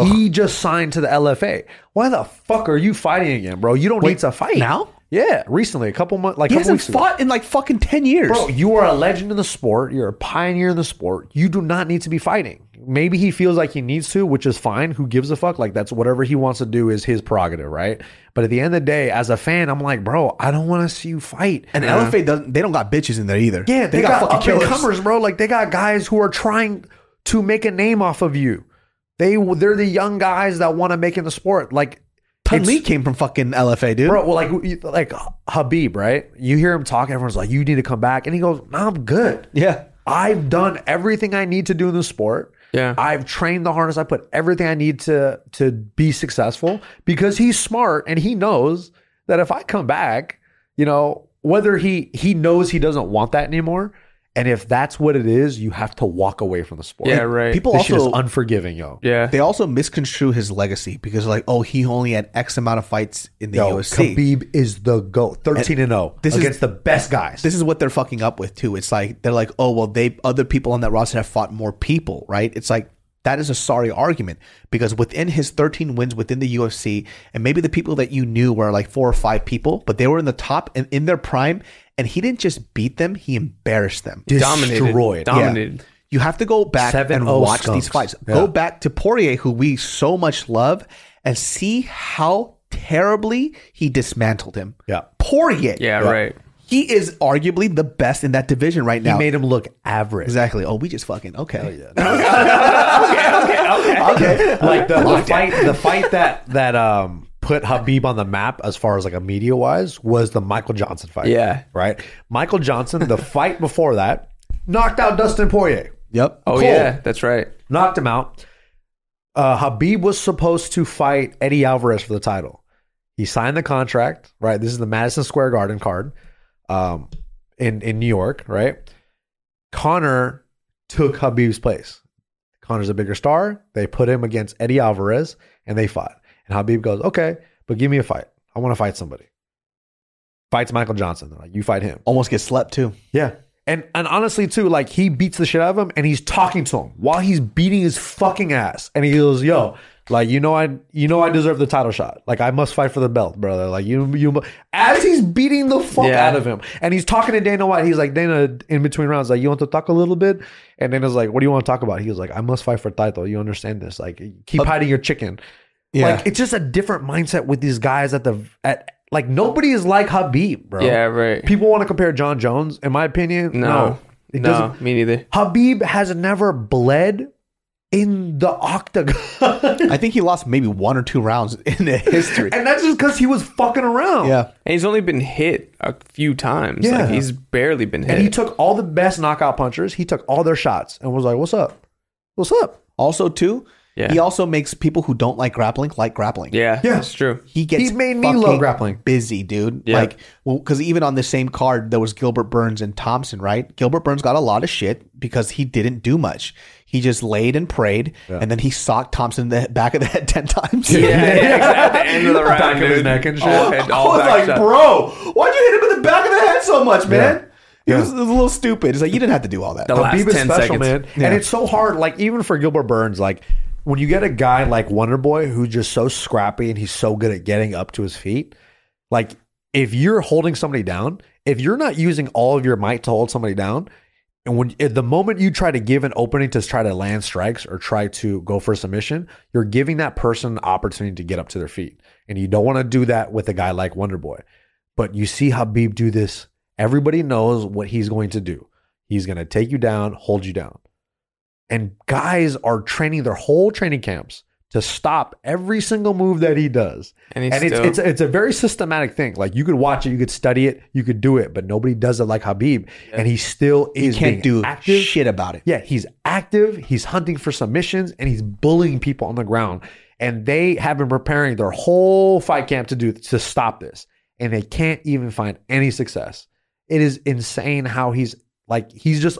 [SPEAKER 2] he just signed to the LFA. Why the fuck are you fighting again, bro? You don't need to fight
[SPEAKER 3] now?
[SPEAKER 2] Yeah, recently, a couple months, like
[SPEAKER 3] He
[SPEAKER 2] couple
[SPEAKER 3] hasn't
[SPEAKER 2] weeks ago.
[SPEAKER 3] fought in like fucking ten years.
[SPEAKER 2] Bro, you are a legend in the sport. You're a pioneer in the sport. You do not need to be fighting. Maybe he feels like he needs to, which is fine. Who gives a fuck? Like that's whatever he wants to do is his prerogative, right? But at the end of the day, as a fan, I'm like, bro, I don't want to see you fight.
[SPEAKER 3] and LFA doesn't. They don't got bitches in there either.
[SPEAKER 2] Yeah, they, got, up and comers, bro. Like they got guys who are trying to make a name off of you. They they're the young guys that want to make in the sport. Like
[SPEAKER 3] Tan
[SPEAKER 2] it's-
[SPEAKER 3] Lee came from fucking LFA, dude.
[SPEAKER 2] Bro, well, like you- like Habib, right? You hear him talk, everyone's like, "You need to come back," and he goes, "No, I'm good.
[SPEAKER 3] yeah,
[SPEAKER 2] I've done everything I need to do in the sport.
[SPEAKER 4] Yeah.
[SPEAKER 2] I've trained the harness. I put everything I need to to be successful because he's smart and he knows that if I come back, you know, whether he he knows he doesn't want that anymore. And if that's what it is, you have to walk away from the sport.
[SPEAKER 4] Yeah, right.
[SPEAKER 3] people
[SPEAKER 2] This shit is
[SPEAKER 3] also
[SPEAKER 2] unforgiving, yo.
[SPEAKER 4] Yeah.
[SPEAKER 3] they also misconstrue his legacy because like, oh, he only had X amount of fights in the
[SPEAKER 2] Yo,
[SPEAKER 3] UFC.
[SPEAKER 2] Khabib is the goat. Thirteen and zero
[SPEAKER 3] this is-
[SPEAKER 2] against the best guys.
[SPEAKER 3] this is what they're fucking up with too. It's like they're like, oh well, they other people on that roster have fought more people, right? It's like that is a sorry argument because within his 13 wins within the UFC, and maybe the people that you knew were like four or five people, but they were in the top and in their prime, and he didn't just beat them; he embarrassed them.
[SPEAKER 4] dominated.
[SPEAKER 2] destroyed.
[SPEAKER 3] Yeah.
[SPEAKER 4] Dominated.
[SPEAKER 3] You have to go back
[SPEAKER 2] 7-0
[SPEAKER 3] and watch
[SPEAKER 2] skunks.
[SPEAKER 3] these fights.
[SPEAKER 2] Yeah.
[SPEAKER 3] Go back to Poirier, who we so much love, and see how terribly he dismantled him.
[SPEAKER 2] Yeah.
[SPEAKER 3] Poirier.
[SPEAKER 4] Yeah, right.
[SPEAKER 3] He is arguably the best in that division right
[SPEAKER 2] He
[SPEAKER 3] now.
[SPEAKER 2] made him look average.
[SPEAKER 3] exactly. Oh, we just fucking okay.
[SPEAKER 2] like the, the fight the fight that that um put Habib on the map as far as like a media wise was the Michael Johnson fight.
[SPEAKER 4] Yeah.
[SPEAKER 2] Right? Michael Johnson, the fight before that, knocked out Dustin Poirier.
[SPEAKER 3] Yep.
[SPEAKER 4] Oh yeah, that's right.
[SPEAKER 2] Knocked him out. Uh, Habib was supposed to fight Eddie Alvarez for the title. He signed the contract, right? This is the Madison Square Garden card um, in, in New York, right? Connor took Habib's place. Connor's a bigger star. They put him against Eddie Alvarez and they fought. And Habib goes, okay, but give me a fight. I want to fight somebody. Fights Michael Johnson. They're like, you fight him.
[SPEAKER 3] Almost get slept too.
[SPEAKER 2] Yeah. And and honestly too, like he beats the shit out of him and he's talking to him while he's beating his fucking ass. And he goes, Yo, like you know I you know I deserve the title shot. Like I must fight for the belt, brother. Like you you mu-" as he's beating the fuck
[SPEAKER 4] Yeah.
[SPEAKER 2] out of him. And he's talking to Dana White. He's like, Dana, in between rounds, like, you want to talk a little bit? And Dana's like, What do you want to talk about? He was like, I must fight for title. You understand this. Like keep hiding your chicken. Like it's just a different mindset with these guys at the at like nobody is like Habib, bro.
[SPEAKER 4] Yeah, right.
[SPEAKER 2] People want to compare John Jones. In my opinion, no,
[SPEAKER 4] No,
[SPEAKER 2] it
[SPEAKER 4] no,
[SPEAKER 2] doesn't.
[SPEAKER 4] me neither.
[SPEAKER 2] Habib has never bled in the octagon,
[SPEAKER 3] I think he lost maybe one or two rounds in the history.
[SPEAKER 2] and that's just because he was fucking around.
[SPEAKER 3] yeah.
[SPEAKER 4] And he's only been hit a few times. Yeah.
[SPEAKER 2] Yeah.
[SPEAKER 4] Like he's barely been hit.
[SPEAKER 2] and he took all the best knockout punchers. He took all their shots and was like, "What's up? What's up?"
[SPEAKER 3] Also, too,
[SPEAKER 4] Yeah.
[SPEAKER 3] He also makes people who don't like grappling like grappling.
[SPEAKER 4] Yeah,
[SPEAKER 2] Yeah.
[SPEAKER 4] that's true.
[SPEAKER 3] He
[SPEAKER 2] He
[SPEAKER 3] gets
[SPEAKER 2] made me love
[SPEAKER 3] fucking
[SPEAKER 2] grappling.
[SPEAKER 3] Busy dude.
[SPEAKER 4] Yeah.
[SPEAKER 3] Like well, cuz even on the same card there was Gilbert Burns and Thompson, right? Gilbert Burns got a lot of shit because he didn't do much. He just laid and prayed and then he socked Thompson in the back of the head 10 times.
[SPEAKER 4] Yeah, exactly. At the end of the round,
[SPEAKER 2] Back of his
[SPEAKER 4] dude. Oh,
[SPEAKER 2] neck and shit.
[SPEAKER 4] All head- all
[SPEAKER 3] I was
[SPEAKER 4] back
[SPEAKER 3] like,
[SPEAKER 4] shot.
[SPEAKER 3] bro, why'd you hit him in the back of the head so much, man? He
[SPEAKER 2] Yeah.
[SPEAKER 3] was, it was a little stupid. It's like you didn't have to do all that.
[SPEAKER 4] The last
[SPEAKER 2] Habib is
[SPEAKER 4] 10
[SPEAKER 2] special,
[SPEAKER 4] seconds.
[SPEAKER 2] man. And it's so hard, like even for Gilbert Burns, like when you get a guy like Wonder Boy who's just so scrappy and he's so good at getting up to his feet, like if you're holding somebody down, if you're not using all of your might to hold somebody down, and when at the moment you try to give an opening to try to land strikes or try to go for a submission, you're giving that person an opportunity to get up to their feet. And you don't want to do that with a guy like Wonder Boy. But you see Habib do this. Everybody knows what he's going to do. He's going to take you down, hold you down. And guys are training their whole training camps to stop every single move that he does.
[SPEAKER 4] And, he's
[SPEAKER 2] and it's,
[SPEAKER 4] still-
[SPEAKER 2] it's it's a very systematic thing. Like you could watch it, you could study it, you could do it, but nobody does it like Habib. And he still
[SPEAKER 3] you
[SPEAKER 2] is being
[SPEAKER 3] can't do
[SPEAKER 2] active.
[SPEAKER 3] shit about it.
[SPEAKER 2] Yeah, he's active, he's hunting for submissions, and he's bullying people on the ground. And they have been preparing their whole fight camp to do to stop this. And they can't even find any success. It is insane how he's like he's just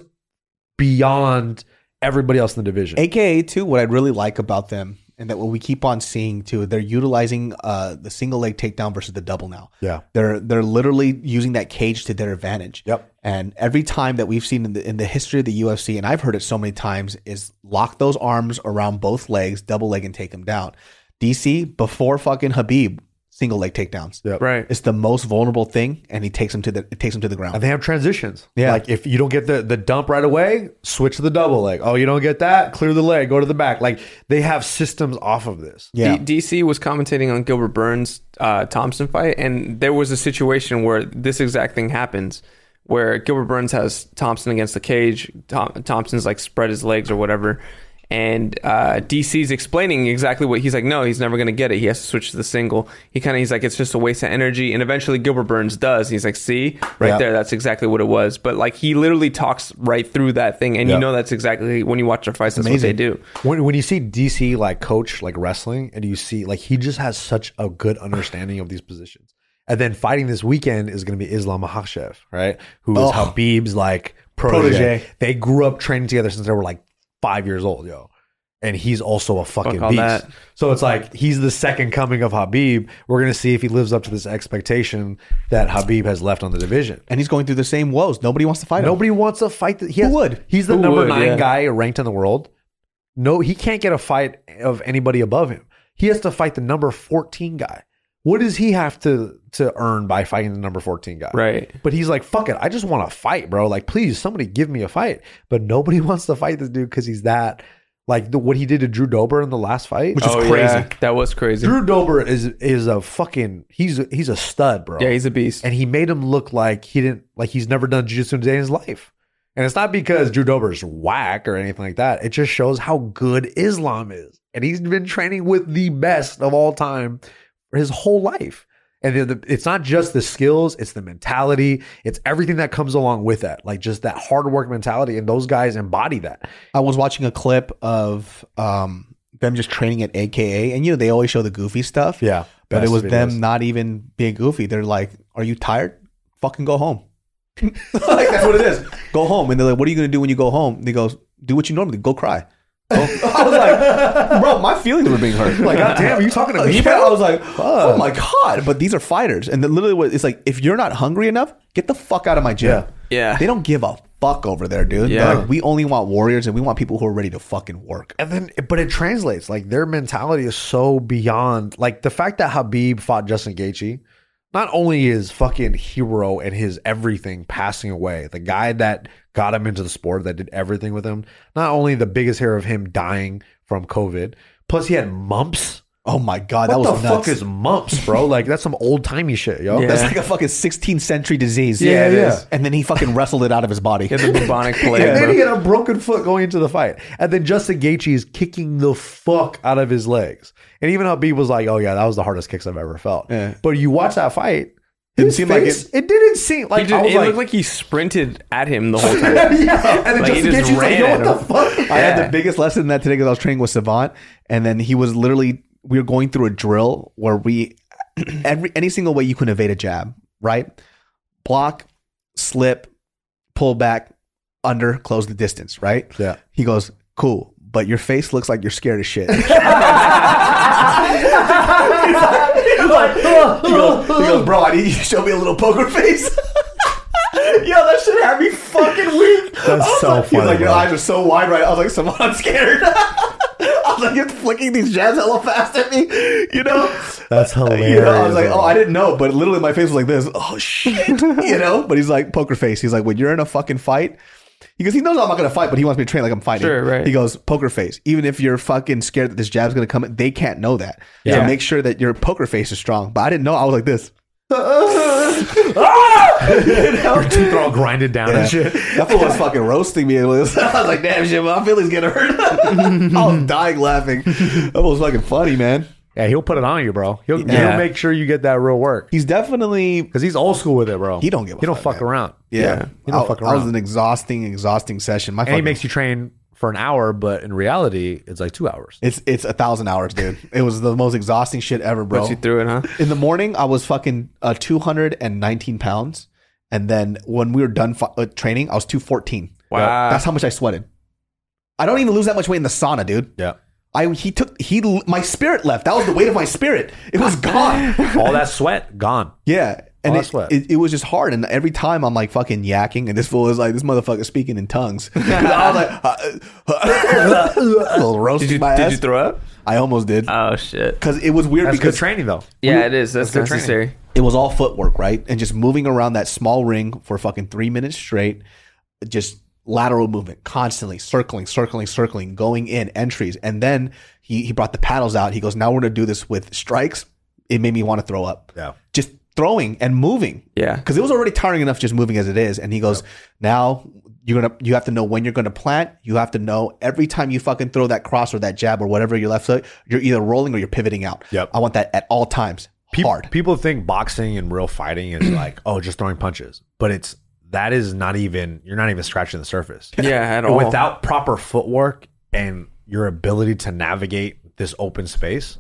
[SPEAKER 2] beyond everybody else in the division.
[SPEAKER 3] AKA too, what I really like about them and that what we keep on seeing too, they're utilizing uh, the single leg takedown versus the double now.
[SPEAKER 2] Yeah.
[SPEAKER 3] They're they're literally using that cage to their advantage.
[SPEAKER 2] Yep.
[SPEAKER 3] And every time that we've seen in the in the history of the UFC, and I've heard it so many times, is lock those arms around both legs, double leg, and take them down. DC before fucking Habib, single leg takedowns.
[SPEAKER 2] Yep.
[SPEAKER 4] right.
[SPEAKER 3] It's the most vulnerable thing, and he takes him to the it takes him to the ground.
[SPEAKER 2] And they have transitions.
[SPEAKER 3] Yeah.
[SPEAKER 2] Like if you don't get the, the dump right away, switch to the double leg. Oh, you don't get that? Clear the leg, go to the back. Like they have systems off of this.
[SPEAKER 3] yeah.
[SPEAKER 4] D- DC was commentating on Gilbert Burns' uh, Thompson fight, and there was a situation where this exact thing happens, where Gilbert Burns has Thompson against the cage. Thom- Thompson's like spread his legs or whatever, and uh, DC's explaining exactly what he's like. No, he's never going to get it. He has to switch to the single. He kind of he's like it's just a waste of energy, and eventually Gilbert Burns does. He's like, see right
[SPEAKER 2] Yeah.
[SPEAKER 4] there, that's exactly what it was. But like he literally talks right through that thing, and
[SPEAKER 2] Yeah.
[SPEAKER 4] you know that's exactly when you watch their fights. That's what they do.
[SPEAKER 2] When when you see DC like coach like wrestling and you see like he just has such a good understanding of these positions. And then fighting this weekend is going to be Islam Makhachev, right? Who
[SPEAKER 4] Oh.
[SPEAKER 2] is Habib's like protege.
[SPEAKER 3] Protege.
[SPEAKER 2] They grew up training together since they were like five years old, yo. And he's also a fucking
[SPEAKER 4] Fuck all
[SPEAKER 2] beast.
[SPEAKER 4] that.
[SPEAKER 2] So it's like he's the second coming of Habib. We're going to see if he lives up to this expectation that Habib has left on the division.
[SPEAKER 3] and he's going through the same woes. Nobody wants to fight him.
[SPEAKER 2] Nobody wants a fight that he has,
[SPEAKER 3] would?
[SPEAKER 2] He's the
[SPEAKER 4] Who
[SPEAKER 2] number
[SPEAKER 4] would,
[SPEAKER 2] nine
[SPEAKER 4] yeah.
[SPEAKER 2] guy ranked in the world. No, he can't get a fight of anybody above him. He has to fight the number fourteen guy. What does he have to to earn by fighting the number fourteen guy?
[SPEAKER 4] Right.
[SPEAKER 2] But he's like, fuck it, I just want to fight, bro. Like, please, somebody give me a fight. But nobody wants to fight this dude because he's that. Like the, what he did to Drew Dober in the last fight,
[SPEAKER 3] Which is crazy.
[SPEAKER 4] Oh, That was crazy.
[SPEAKER 2] Drew Dober is is a fucking he's he's a stud, bro
[SPEAKER 4] Yeah, he's a beast.
[SPEAKER 2] and he made him look like he didn't like he's never done jiu-jitsu a day in his life and it's not because drew dober's whack or anything like that it just shows how good islam is and he's been training with the best of all time for his whole life and the, the- it's not just the skills it's the mentality it's everything that comes along with that like just that hard work mentality and those guys embody that
[SPEAKER 3] I was watching a clip of um, them just training at AKA, and you know they always show the goofy stuff.
[SPEAKER 2] yeah
[SPEAKER 3] but it was them not even being goofy. They're like, "Are you tired? Fucking go home." like that's what it is. Go home, and they're like, "What are you gonna do when you go home?" And he goes, "Do what you normally do. go cry." Go- I was like, "Bro, my feelings were being hurt." Like,
[SPEAKER 2] god damn are you talking to me
[SPEAKER 3] yeah,
[SPEAKER 2] bro?
[SPEAKER 3] I was like, "Oh my god!" But these are fighters, and then literally, what- it's like, if you're not hungry enough, get the fuck out of my gym.
[SPEAKER 4] Yeah.
[SPEAKER 3] they don't give a fuck over there, dude. They're
[SPEAKER 4] Yeah.
[SPEAKER 3] like, we only want warriors, and we want people who are ready to fucking work.
[SPEAKER 2] and then but it translates like their mentality is so beyond like the fact that Habib fought Justin Gaethje not only is fucking hero and his everything passing away the guy that got him into the sport that did everything with him not only the biggest hero of him dying from covid plus he had mumps
[SPEAKER 3] Oh my god,
[SPEAKER 2] what
[SPEAKER 3] that was
[SPEAKER 2] the
[SPEAKER 3] nuts.
[SPEAKER 2] fuck is mumps bro like that's some old timey shit yo
[SPEAKER 4] Yeah.
[SPEAKER 3] That's like a fucking 16th century disease.
[SPEAKER 2] Yeah, it Yeah, is. yeah.
[SPEAKER 3] And then he fucking wrestled it out of his body.
[SPEAKER 4] He had the bubonic plague.
[SPEAKER 2] And then
[SPEAKER 4] bro.
[SPEAKER 2] he had a broken foot going into the fight. And then Justin Gaethje is kicking the fuck out of his legs. And even Habib was like, oh, yeah, that was the hardest kicks I've ever felt.
[SPEAKER 3] Yeah.
[SPEAKER 2] But you watch that fight,
[SPEAKER 3] Didn't
[SPEAKER 2] His
[SPEAKER 3] seem like
[SPEAKER 2] face-
[SPEAKER 3] it.
[SPEAKER 2] it. didn't seem like
[SPEAKER 4] He just,
[SPEAKER 2] I was
[SPEAKER 4] it
[SPEAKER 2] like,
[SPEAKER 4] looked like he sprinted at him the whole time.
[SPEAKER 2] yeah, and then
[SPEAKER 4] Like, he
[SPEAKER 2] Justin
[SPEAKER 4] just
[SPEAKER 2] Gaethje's like, yo,
[SPEAKER 4] ran
[SPEAKER 2] what the
[SPEAKER 4] at
[SPEAKER 2] fuck?
[SPEAKER 3] I had
[SPEAKER 4] Yeah.
[SPEAKER 3] the biggest lesson in that today because I was training with Savant, and then he was literally we were going through a drill where we every any single way you can evade a jab, right? Block, slip, pull back, under, close the distance, right?
[SPEAKER 2] Yeah.
[SPEAKER 3] He goes, cool, but your face looks like you're scared as shit. He goes, he goes, bro, I need you to show me a little poker face. Yo, that shit had me fucking weak. That's
[SPEAKER 2] so
[SPEAKER 3] like, He was
[SPEAKER 2] funny,
[SPEAKER 3] like, your
[SPEAKER 2] bro.
[SPEAKER 3] eyes are so wide right. I was like, someone, I'm scared. I was like, you're flicking these jabs hella fast at me. You know?
[SPEAKER 2] That's
[SPEAKER 3] You know, I was like,
[SPEAKER 2] bro.
[SPEAKER 3] oh, I didn't know, but literally my face was like this. Oh shit, you know. But he's like poker face. He's like, when you're in a fucking fight, because he knows I'm not gonna fight, but he wants me to train like I'm fighting.
[SPEAKER 4] Sure, right.
[SPEAKER 3] He goes poker face. Even if you're fucking scared that this jab's gonna come, they can't know that. Yeah.
[SPEAKER 2] Yeah.
[SPEAKER 3] So make sure that your poker face is strong. But I didn't know. I was like this.
[SPEAKER 2] Your teeth are all grinded down and shit.
[SPEAKER 3] That fool was fucking roasting me. It was- I was like, damn shit, my feelings getting hurt. I was dying laughing. That was fucking funny, man.
[SPEAKER 2] Yeah, he'll put it on you, bro. He'll,
[SPEAKER 4] Yeah.
[SPEAKER 2] he'll make sure you get that real work
[SPEAKER 3] He's definitely
[SPEAKER 2] because he's old school with it, bro.
[SPEAKER 3] He don't give a
[SPEAKER 2] He don't
[SPEAKER 3] fuck,
[SPEAKER 2] fuck
[SPEAKER 3] man.
[SPEAKER 2] around.
[SPEAKER 3] yeah.
[SPEAKER 2] He don't
[SPEAKER 3] I,
[SPEAKER 2] fuck
[SPEAKER 3] I was
[SPEAKER 2] around.
[SPEAKER 3] an exhausting, exhausting session. My
[SPEAKER 2] and he
[SPEAKER 3] fucking-
[SPEAKER 2] makes you train for an hour, but in reality, it's like two hours.
[SPEAKER 3] It's it's a thousand hours, dude. It was the most exhausting shit ever, bro.
[SPEAKER 4] But you threw it, huh?
[SPEAKER 3] In the morning, I was fucking uh, two hundred and nineteen pounds, and then when we were done fu- uh, training, I was two fourteen.
[SPEAKER 4] Wow.
[SPEAKER 3] that's how much I sweated. I don't even lose that much weight in the sauna, dude.
[SPEAKER 2] Yeah.
[SPEAKER 3] I he took he l- my spirit left. That was the weight of my spirit. It was gone.
[SPEAKER 2] All that sweat gone.
[SPEAKER 3] Yeah. And
[SPEAKER 2] Oh, I
[SPEAKER 3] it,
[SPEAKER 2] sweat.
[SPEAKER 3] it, it was just hard. And every time I'm like fucking yakking, and this fool is like, this motherfucker speaking in tongues. 'Cause I was like, uh, little roasting
[SPEAKER 4] Did you,
[SPEAKER 3] my
[SPEAKER 4] did
[SPEAKER 3] ass.
[SPEAKER 4] you throw up?
[SPEAKER 3] I almost did.
[SPEAKER 4] Oh shit!
[SPEAKER 3] Because it was weird
[SPEAKER 2] That's good
[SPEAKER 3] because
[SPEAKER 2] training though.
[SPEAKER 4] Yeah, it is. That's,
[SPEAKER 2] That's good
[SPEAKER 4] necessary.
[SPEAKER 3] it was all footwork, right? And just moving around that small ring for fucking three minutes straight, just lateral movement, constantly circling, circling, circling, going in, entries. And then he, he brought the paddles out. He goes, now we're going to do this with strikes. It made me want to throw up.
[SPEAKER 2] Yeah.
[SPEAKER 3] Just throwing and moving.
[SPEAKER 4] Yeah.
[SPEAKER 3] Because it was already tiring enough just moving as it is. And he goes, now you're gonna you have to know when you're gonna plant. You have to know every time you fucking throw that cross or that jab or whatever your left foot, you're either rolling or you're pivoting out.
[SPEAKER 2] Yep.
[SPEAKER 3] I want that at all times.
[SPEAKER 2] Peop-
[SPEAKER 3] Hard.
[SPEAKER 2] People think boxing and real fighting is like, oh, just throwing punches, but it's that is not even. You're not even scratching the surface.
[SPEAKER 4] Yeah, at all.
[SPEAKER 2] Without proper footwork and your ability to navigate this open space,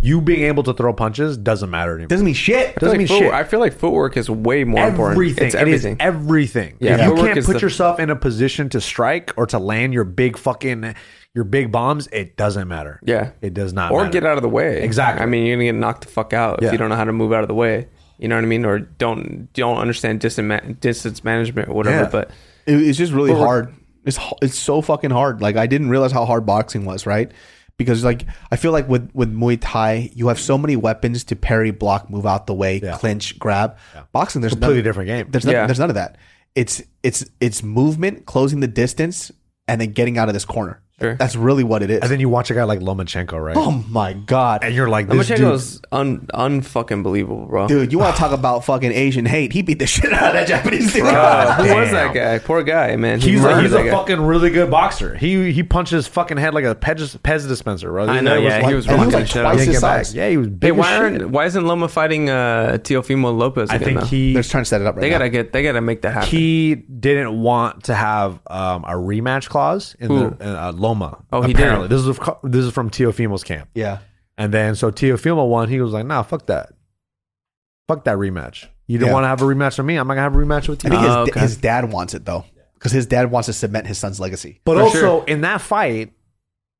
[SPEAKER 2] you being able to throw punches doesn't matter anymore.
[SPEAKER 3] Doesn't mean shit.
[SPEAKER 2] doesn't
[SPEAKER 4] Like
[SPEAKER 2] mean
[SPEAKER 4] footwork-
[SPEAKER 2] shit.
[SPEAKER 4] I feel like footwork is way more important.
[SPEAKER 2] everything.
[SPEAKER 4] It's
[SPEAKER 2] It is
[SPEAKER 4] everything.
[SPEAKER 2] everything.
[SPEAKER 4] Yeah.
[SPEAKER 2] If you
[SPEAKER 4] Footwork
[SPEAKER 2] can't
[SPEAKER 4] is
[SPEAKER 2] put
[SPEAKER 4] the-
[SPEAKER 2] yourself in a position to strike or to land your big fucking your big bombs, it doesn't matter.
[SPEAKER 4] Yeah.
[SPEAKER 2] It does not
[SPEAKER 4] or
[SPEAKER 2] matter.
[SPEAKER 4] get out of the way.
[SPEAKER 2] Exactly.
[SPEAKER 4] I mean, you're gonna get knocked the fuck out if
[SPEAKER 2] Yeah.
[SPEAKER 4] you don't know how to move out of the way. You know what I mean? Or don't don't understand distance ma- distance management or whatever.
[SPEAKER 2] Yeah.
[SPEAKER 4] But
[SPEAKER 3] It- it's just really hard. It's h- it's so fucking hard. Like I didn't realize how hard boxing was, right? Because like I feel like with with Muay Thai, you have so many weapons to parry, block, move out the way, clinch, grab. Boxing, there's
[SPEAKER 2] Completely
[SPEAKER 3] none,
[SPEAKER 2] different game.
[SPEAKER 3] There's none,
[SPEAKER 4] Yeah.
[SPEAKER 3] there's none of that. It's it's it's movement, closing the distance, and then getting out of this corner.
[SPEAKER 4] Sure.
[SPEAKER 3] That's really what it is.
[SPEAKER 2] and then you watch a guy like Lomachenko, right?
[SPEAKER 3] oh my god,
[SPEAKER 2] And you're like, this
[SPEAKER 4] Lomachenko
[SPEAKER 2] dude,
[SPEAKER 4] is un unfucking believable, bro.
[SPEAKER 3] dude, you want to talk about fucking Asian hate? He beat the shit out of that Japanese dude.
[SPEAKER 4] Bro, who
[SPEAKER 2] Damn.
[SPEAKER 4] was that guy? Poor guy, man. He
[SPEAKER 2] he's a,
[SPEAKER 4] murdered
[SPEAKER 2] he's
[SPEAKER 4] that
[SPEAKER 2] a
[SPEAKER 4] guy.
[SPEAKER 2] fucking really good boxer. He he punches fucking head like a Pez, Pez dispenser, bro.
[SPEAKER 4] I know,
[SPEAKER 2] It
[SPEAKER 4] yeah, he
[SPEAKER 2] like-
[SPEAKER 4] was
[SPEAKER 3] and he was
[SPEAKER 4] rocking
[SPEAKER 3] like
[SPEAKER 4] the shit out
[SPEAKER 3] twice
[SPEAKER 2] Didn't
[SPEAKER 4] of him.
[SPEAKER 3] his
[SPEAKER 2] get back.
[SPEAKER 3] size.
[SPEAKER 2] Yeah, he was big.
[SPEAKER 4] Hey,
[SPEAKER 2] as
[SPEAKER 4] why
[SPEAKER 2] shit.
[SPEAKER 4] aren't why isn't Loma fighting uh, Teofimo Lopez?
[SPEAKER 2] I
[SPEAKER 4] Again,
[SPEAKER 2] think
[SPEAKER 4] though?
[SPEAKER 2] he
[SPEAKER 3] They're trying to set it up right
[SPEAKER 4] they
[SPEAKER 3] now.
[SPEAKER 4] gotta get they gotta make that happen.
[SPEAKER 2] he didn't want to have um, a rematch clause in
[SPEAKER 4] Who?
[SPEAKER 2] the in, uh, Loma.
[SPEAKER 4] Oh, he
[SPEAKER 2] apparently.
[SPEAKER 4] didn't.
[SPEAKER 2] This is of- this is from Teofimo's camp.
[SPEAKER 3] yeah.
[SPEAKER 2] And then so Teofimo won. He was like, nah, fuck that. Fuck that rematch. You didn't
[SPEAKER 3] Yeah.
[SPEAKER 2] want to have a rematch with me. I'm not gonna have a rematch with
[SPEAKER 3] I
[SPEAKER 2] you.
[SPEAKER 3] think his,
[SPEAKER 4] Oh, okay.
[SPEAKER 3] his dad wants it though, because his dad wants to cement his son's legacy.
[SPEAKER 2] but
[SPEAKER 4] for
[SPEAKER 2] also
[SPEAKER 4] sure.
[SPEAKER 2] in that fight,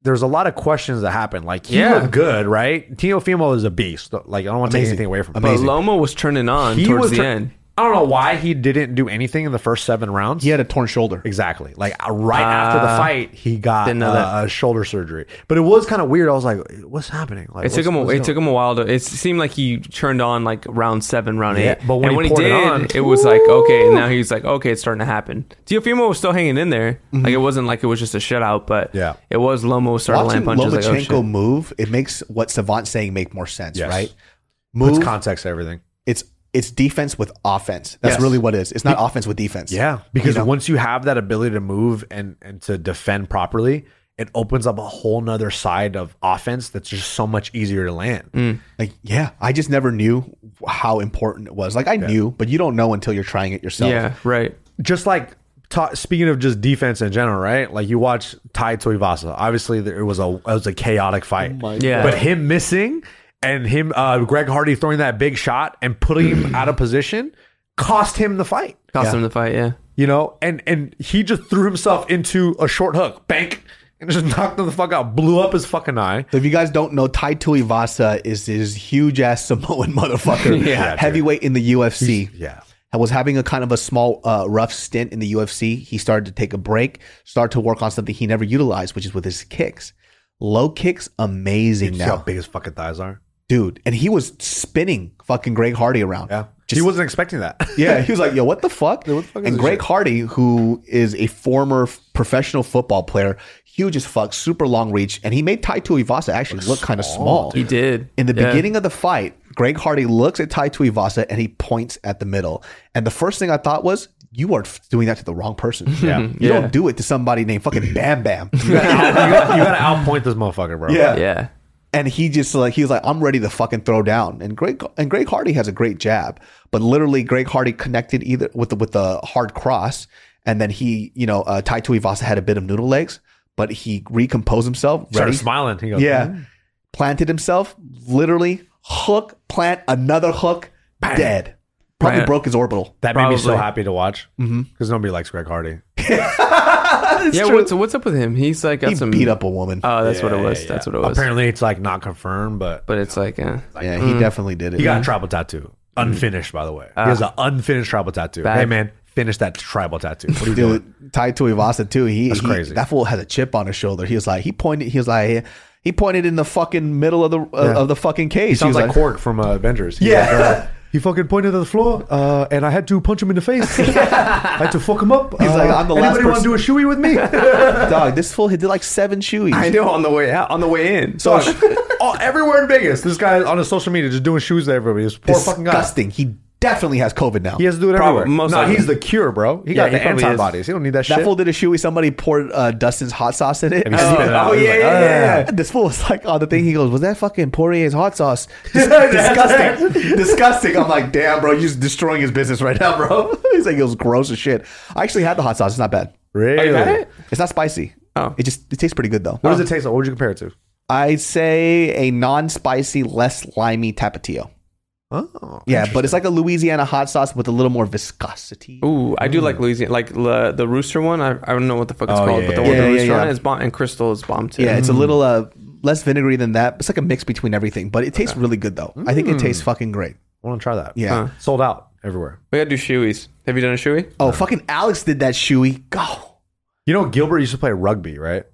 [SPEAKER 2] there's a lot of questions that happen. Like he
[SPEAKER 4] Yeah.
[SPEAKER 2] looked good, right? Teofimo is a beast. Like I don't want to take
[SPEAKER 3] Amazing.
[SPEAKER 2] anything away from him.
[SPEAKER 4] but Loma was turning on
[SPEAKER 2] He
[SPEAKER 4] towards
[SPEAKER 2] was
[SPEAKER 4] the
[SPEAKER 2] tr-
[SPEAKER 4] end.
[SPEAKER 2] I don't know why he didn't do anything in the first seven rounds.
[SPEAKER 3] He had a torn shoulder.
[SPEAKER 2] Exactly. Like uh, right after the fight, he got
[SPEAKER 4] didn't know
[SPEAKER 2] uh, a shoulder surgery. But it was kind of weird. I was like, "What's happening?" Like,
[SPEAKER 4] It took him. A, it took him a while to. It seemed like he turned on like round seven, round
[SPEAKER 2] Yeah,
[SPEAKER 4] eight.
[SPEAKER 2] but when
[SPEAKER 4] and
[SPEAKER 2] he
[SPEAKER 4] when he
[SPEAKER 2] poured it
[SPEAKER 4] did, it,
[SPEAKER 2] on-
[SPEAKER 4] was like okay. Now he's like okay, it's starting to happen. Teofimo was still hanging in there. Like it wasn't like it was just a shutout, but
[SPEAKER 2] Mm-hmm. Yeah.
[SPEAKER 4] it was Lomo starting to
[SPEAKER 3] Watching
[SPEAKER 4] land punches. Like, oh,
[SPEAKER 3] Lomachenko
[SPEAKER 4] shit.
[SPEAKER 3] move, it makes what Savant's saying make more sense,
[SPEAKER 2] Yes.
[SPEAKER 3] right?
[SPEAKER 2] puts
[SPEAKER 3] Move.
[SPEAKER 2] context to everything.
[SPEAKER 3] it's it's defense with offense. That's
[SPEAKER 2] Yes.
[SPEAKER 3] really what it is. It's not offense with defense.
[SPEAKER 2] Yeah, because
[SPEAKER 3] You know?
[SPEAKER 2] once you have that ability to move and and to defend properly, it opens up a whole nother
[SPEAKER 3] Mm.
[SPEAKER 2] side of offense that's just so much easier to land.
[SPEAKER 3] Like, yeah, I just never knew how important it was. Like I knew, but you don't know until you're trying it yourself.
[SPEAKER 4] Yeah, right.
[SPEAKER 2] just like ta speaking of just defense in general, right? Like you watch Tai Tuivasa. Obviously, there, it was a it was a
[SPEAKER 3] Oh
[SPEAKER 2] chaotic fight.
[SPEAKER 4] Yeah.
[SPEAKER 2] But him missing and him uh, Greg Hardy throwing that big shot and putting him out of position cost him the fight.
[SPEAKER 4] Cost him the fight, yeah.
[SPEAKER 2] You know, and and he just threw himself into a short hook, bank, and just knocked him the fuck out, blew up his fucking eye.
[SPEAKER 3] So if you guys don't know, Tai Tuivasa is this huge ass Samoan motherfucker,
[SPEAKER 2] Yeah, dude.
[SPEAKER 3] heavyweight in the UFC.
[SPEAKER 2] Yeah.
[SPEAKER 3] I was having a kind of a small uh, rough stint in the UFC. He started to take a break, start to work on something he never utilized, which is with his kicks. Low kicks, amazing
[SPEAKER 2] See how
[SPEAKER 3] now,
[SPEAKER 2] big his fucking thighs are.
[SPEAKER 3] dude. And he was spinning fucking Greg Hardy around.
[SPEAKER 2] Yeah.
[SPEAKER 3] Just-
[SPEAKER 2] he wasn't expecting that.
[SPEAKER 3] yeah, he was like, "Yo, what the fuck?"
[SPEAKER 2] fuck is
[SPEAKER 3] and
[SPEAKER 2] this
[SPEAKER 3] Greg Hardy, who is a former f- professional football player, huge as fuck, super long reach, and he made Tai Tuivasa actually look kind of small.
[SPEAKER 4] He did.
[SPEAKER 3] In the
[SPEAKER 4] Yeah.
[SPEAKER 3] beginning of the fight, Greg Hardy looks at Tai Tuivasa and he points at the middle. And the first thing I thought was, "You are f- doing that to the wrong person. Yeah, you
[SPEAKER 4] Yeah.
[SPEAKER 3] don't do it to somebody named fucking Bam Bam."
[SPEAKER 2] you, gotta, you gotta outpoint this motherfucker, bro.
[SPEAKER 4] Yeah.
[SPEAKER 3] and he just like he was like, I'm ready to fucking throw down. And Greg and Greg Hardy has a great jab, but literally Greg Hardy connected either with the, with the hard cross, and then he you know uh, Tai Tuivasa had a bit of noodle legs, but he recomposed himself,
[SPEAKER 2] Started
[SPEAKER 3] ready,
[SPEAKER 2] smiling. He goes, "Hmm?
[SPEAKER 3] yeah, planted himself, literally hook plant another hook, dead. Probably
[SPEAKER 4] Right.
[SPEAKER 3] broke his orbital.
[SPEAKER 2] That made me so
[SPEAKER 4] Probably.
[SPEAKER 2] happy to watch because
[SPEAKER 3] Mm-hmm.
[SPEAKER 2] nobody likes Greg Hardy.
[SPEAKER 4] yeah, what's what's up with him? He's like got
[SPEAKER 3] He
[SPEAKER 4] some
[SPEAKER 3] beat up a woman.
[SPEAKER 4] Oh, that's what it was. That's what it was.
[SPEAKER 2] Apparently, it's like not confirmed, but
[SPEAKER 4] But it's like, eh,
[SPEAKER 3] yeah, he definitely did it.
[SPEAKER 2] mm. he got a tribal tattoo,
[SPEAKER 3] Mm-hmm.
[SPEAKER 2] unfinished. By the way, he has an unfinished tribal tattoo.
[SPEAKER 4] Ah. Bad.
[SPEAKER 2] Hey man, finish that tribal tattoo. What are you doing?
[SPEAKER 3] Dude, Tai Tuivasa too. He, he-
[SPEAKER 2] crazy.
[SPEAKER 3] That fool had a chip on his shoulder. He was like, he pointed. He was like, he pointed in the fucking middle of the uh, of the fucking cage.
[SPEAKER 2] He sounds
[SPEAKER 3] was
[SPEAKER 2] like Cork from uh, Avengers. He's
[SPEAKER 3] Yeah.
[SPEAKER 2] like, uh, he fucking pointed at the floor, uh, and I had to punch him in the face. I had to fuck him up. He's
[SPEAKER 3] like, "I'm the last
[SPEAKER 2] Anybody want
[SPEAKER 3] person."
[SPEAKER 2] to do a shoey with me?
[SPEAKER 3] dog. This fool he did like seven shoeies.
[SPEAKER 4] I know on the way out, on the way in.
[SPEAKER 2] so, oh, everywhere in Vegas, this guy on his social media just doing shoes to everybody. This poor fucking guy.
[SPEAKER 3] Disgusting. He definitely has COVID now.
[SPEAKER 2] He has to do it
[SPEAKER 4] Probably-
[SPEAKER 2] everywhere.
[SPEAKER 4] most
[SPEAKER 2] no,
[SPEAKER 4] likely.
[SPEAKER 2] he's the cure, bro. He
[SPEAKER 4] Yeah,
[SPEAKER 2] got
[SPEAKER 4] he
[SPEAKER 2] the
[SPEAKER 4] probably is.
[SPEAKER 2] antibodies. He don't need that,
[SPEAKER 3] that
[SPEAKER 2] shit.
[SPEAKER 3] fool did a shoey. Somebody poured uh, Dustin's hot sauce in it. Uh,
[SPEAKER 2] And he spit it out. He was like,
[SPEAKER 4] Oh,
[SPEAKER 2] "Ah."
[SPEAKER 3] And this fool was like on the thing. He goes, "Was that fucking Poirier's hot sauce?" Dis- disgusting, disgusting. I'm like, "Damn, bro, you're destroying his business right now, bro." He's like, "It was gross as shit." I actually had the hot sauce. It's not bad.
[SPEAKER 2] Really?
[SPEAKER 4] you had it?
[SPEAKER 3] It's not spicy.
[SPEAKER 4] Oh.
[SPEAKER 3] it just it tastes pretty good though.
[SPEAKER 2] What does it taste like? What would you compare it to?
[SPEAKER 3] I'd say a non-spicy, less limey tapatio.
[SPEAKER 2] Oh,
[SPEAKER 3] Yeah, but it's like a Louisiana hot sauce with a little more viscosity.
[SPEAKER 4] Ooh, I do like Louisiana, like the the rooster one. I, I don't know what the fuck it's
[SPEAKER 2] Oh,
[SPEAKER 4] called,
[SPEAKER 2] yeah,
[SPEAKER 4] but the
[SPEAKER 2] yeah,
[SPEAKER 4] one
[SPEAKER 3] yeah.
[SPEAKER 4] with the
[SPEAKER 3] Yeah,
[SPEAKER 4] rooster
[SPEAKER 3] yeah,
[SPEAKER 4] on
[SPEAKER 3] yeah.
[SPEAKER 4] it is bomb, and Crystal is bomb too.
[SPEAKER 3] Yeah, it's a little uh, less vinegary than that. It's like a mix between everything, but it tastes really good though. I think it tastes fucking great.
[SPEAKER 2] I want to try that.
[SPEAKER 3] Yeah.
[SPEAKER 2] sold out everywhere.
[SPEAKER 4] we gotta do shoeies. Have you done a shoey?
[SPEAKER 3] Oh, fucking Alex did that shoey. Go.
[SPEAKER 2] You know, Gilbert used to play rugby, right?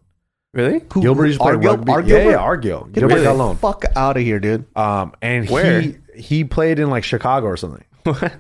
[SPEAKER 4] Really?
[SPEAKER 3] Who,
[SPEAKER 2] Gilbert used to play
[SPEAKER 3] our Gil-
[SPEAKER 2] rugby.
[SPEAKER 3] our
[SPEAKER 2] yeah,
[SPEAKER 3] Gilbert?
[SPEAKER 2] yeah, our Gil.
[SPEAKER 3] Get
[SPEAKER 2] Gilbert
[SPEAKER 3] the
[SPEAKER 2] got loaned.
[SPEAKER 3] fuck out of here, dude.
[SPEAKER 2] Um, and
[SPEAKER 4] Where?
[SPEAKER 2] he he played in like Chicago or something,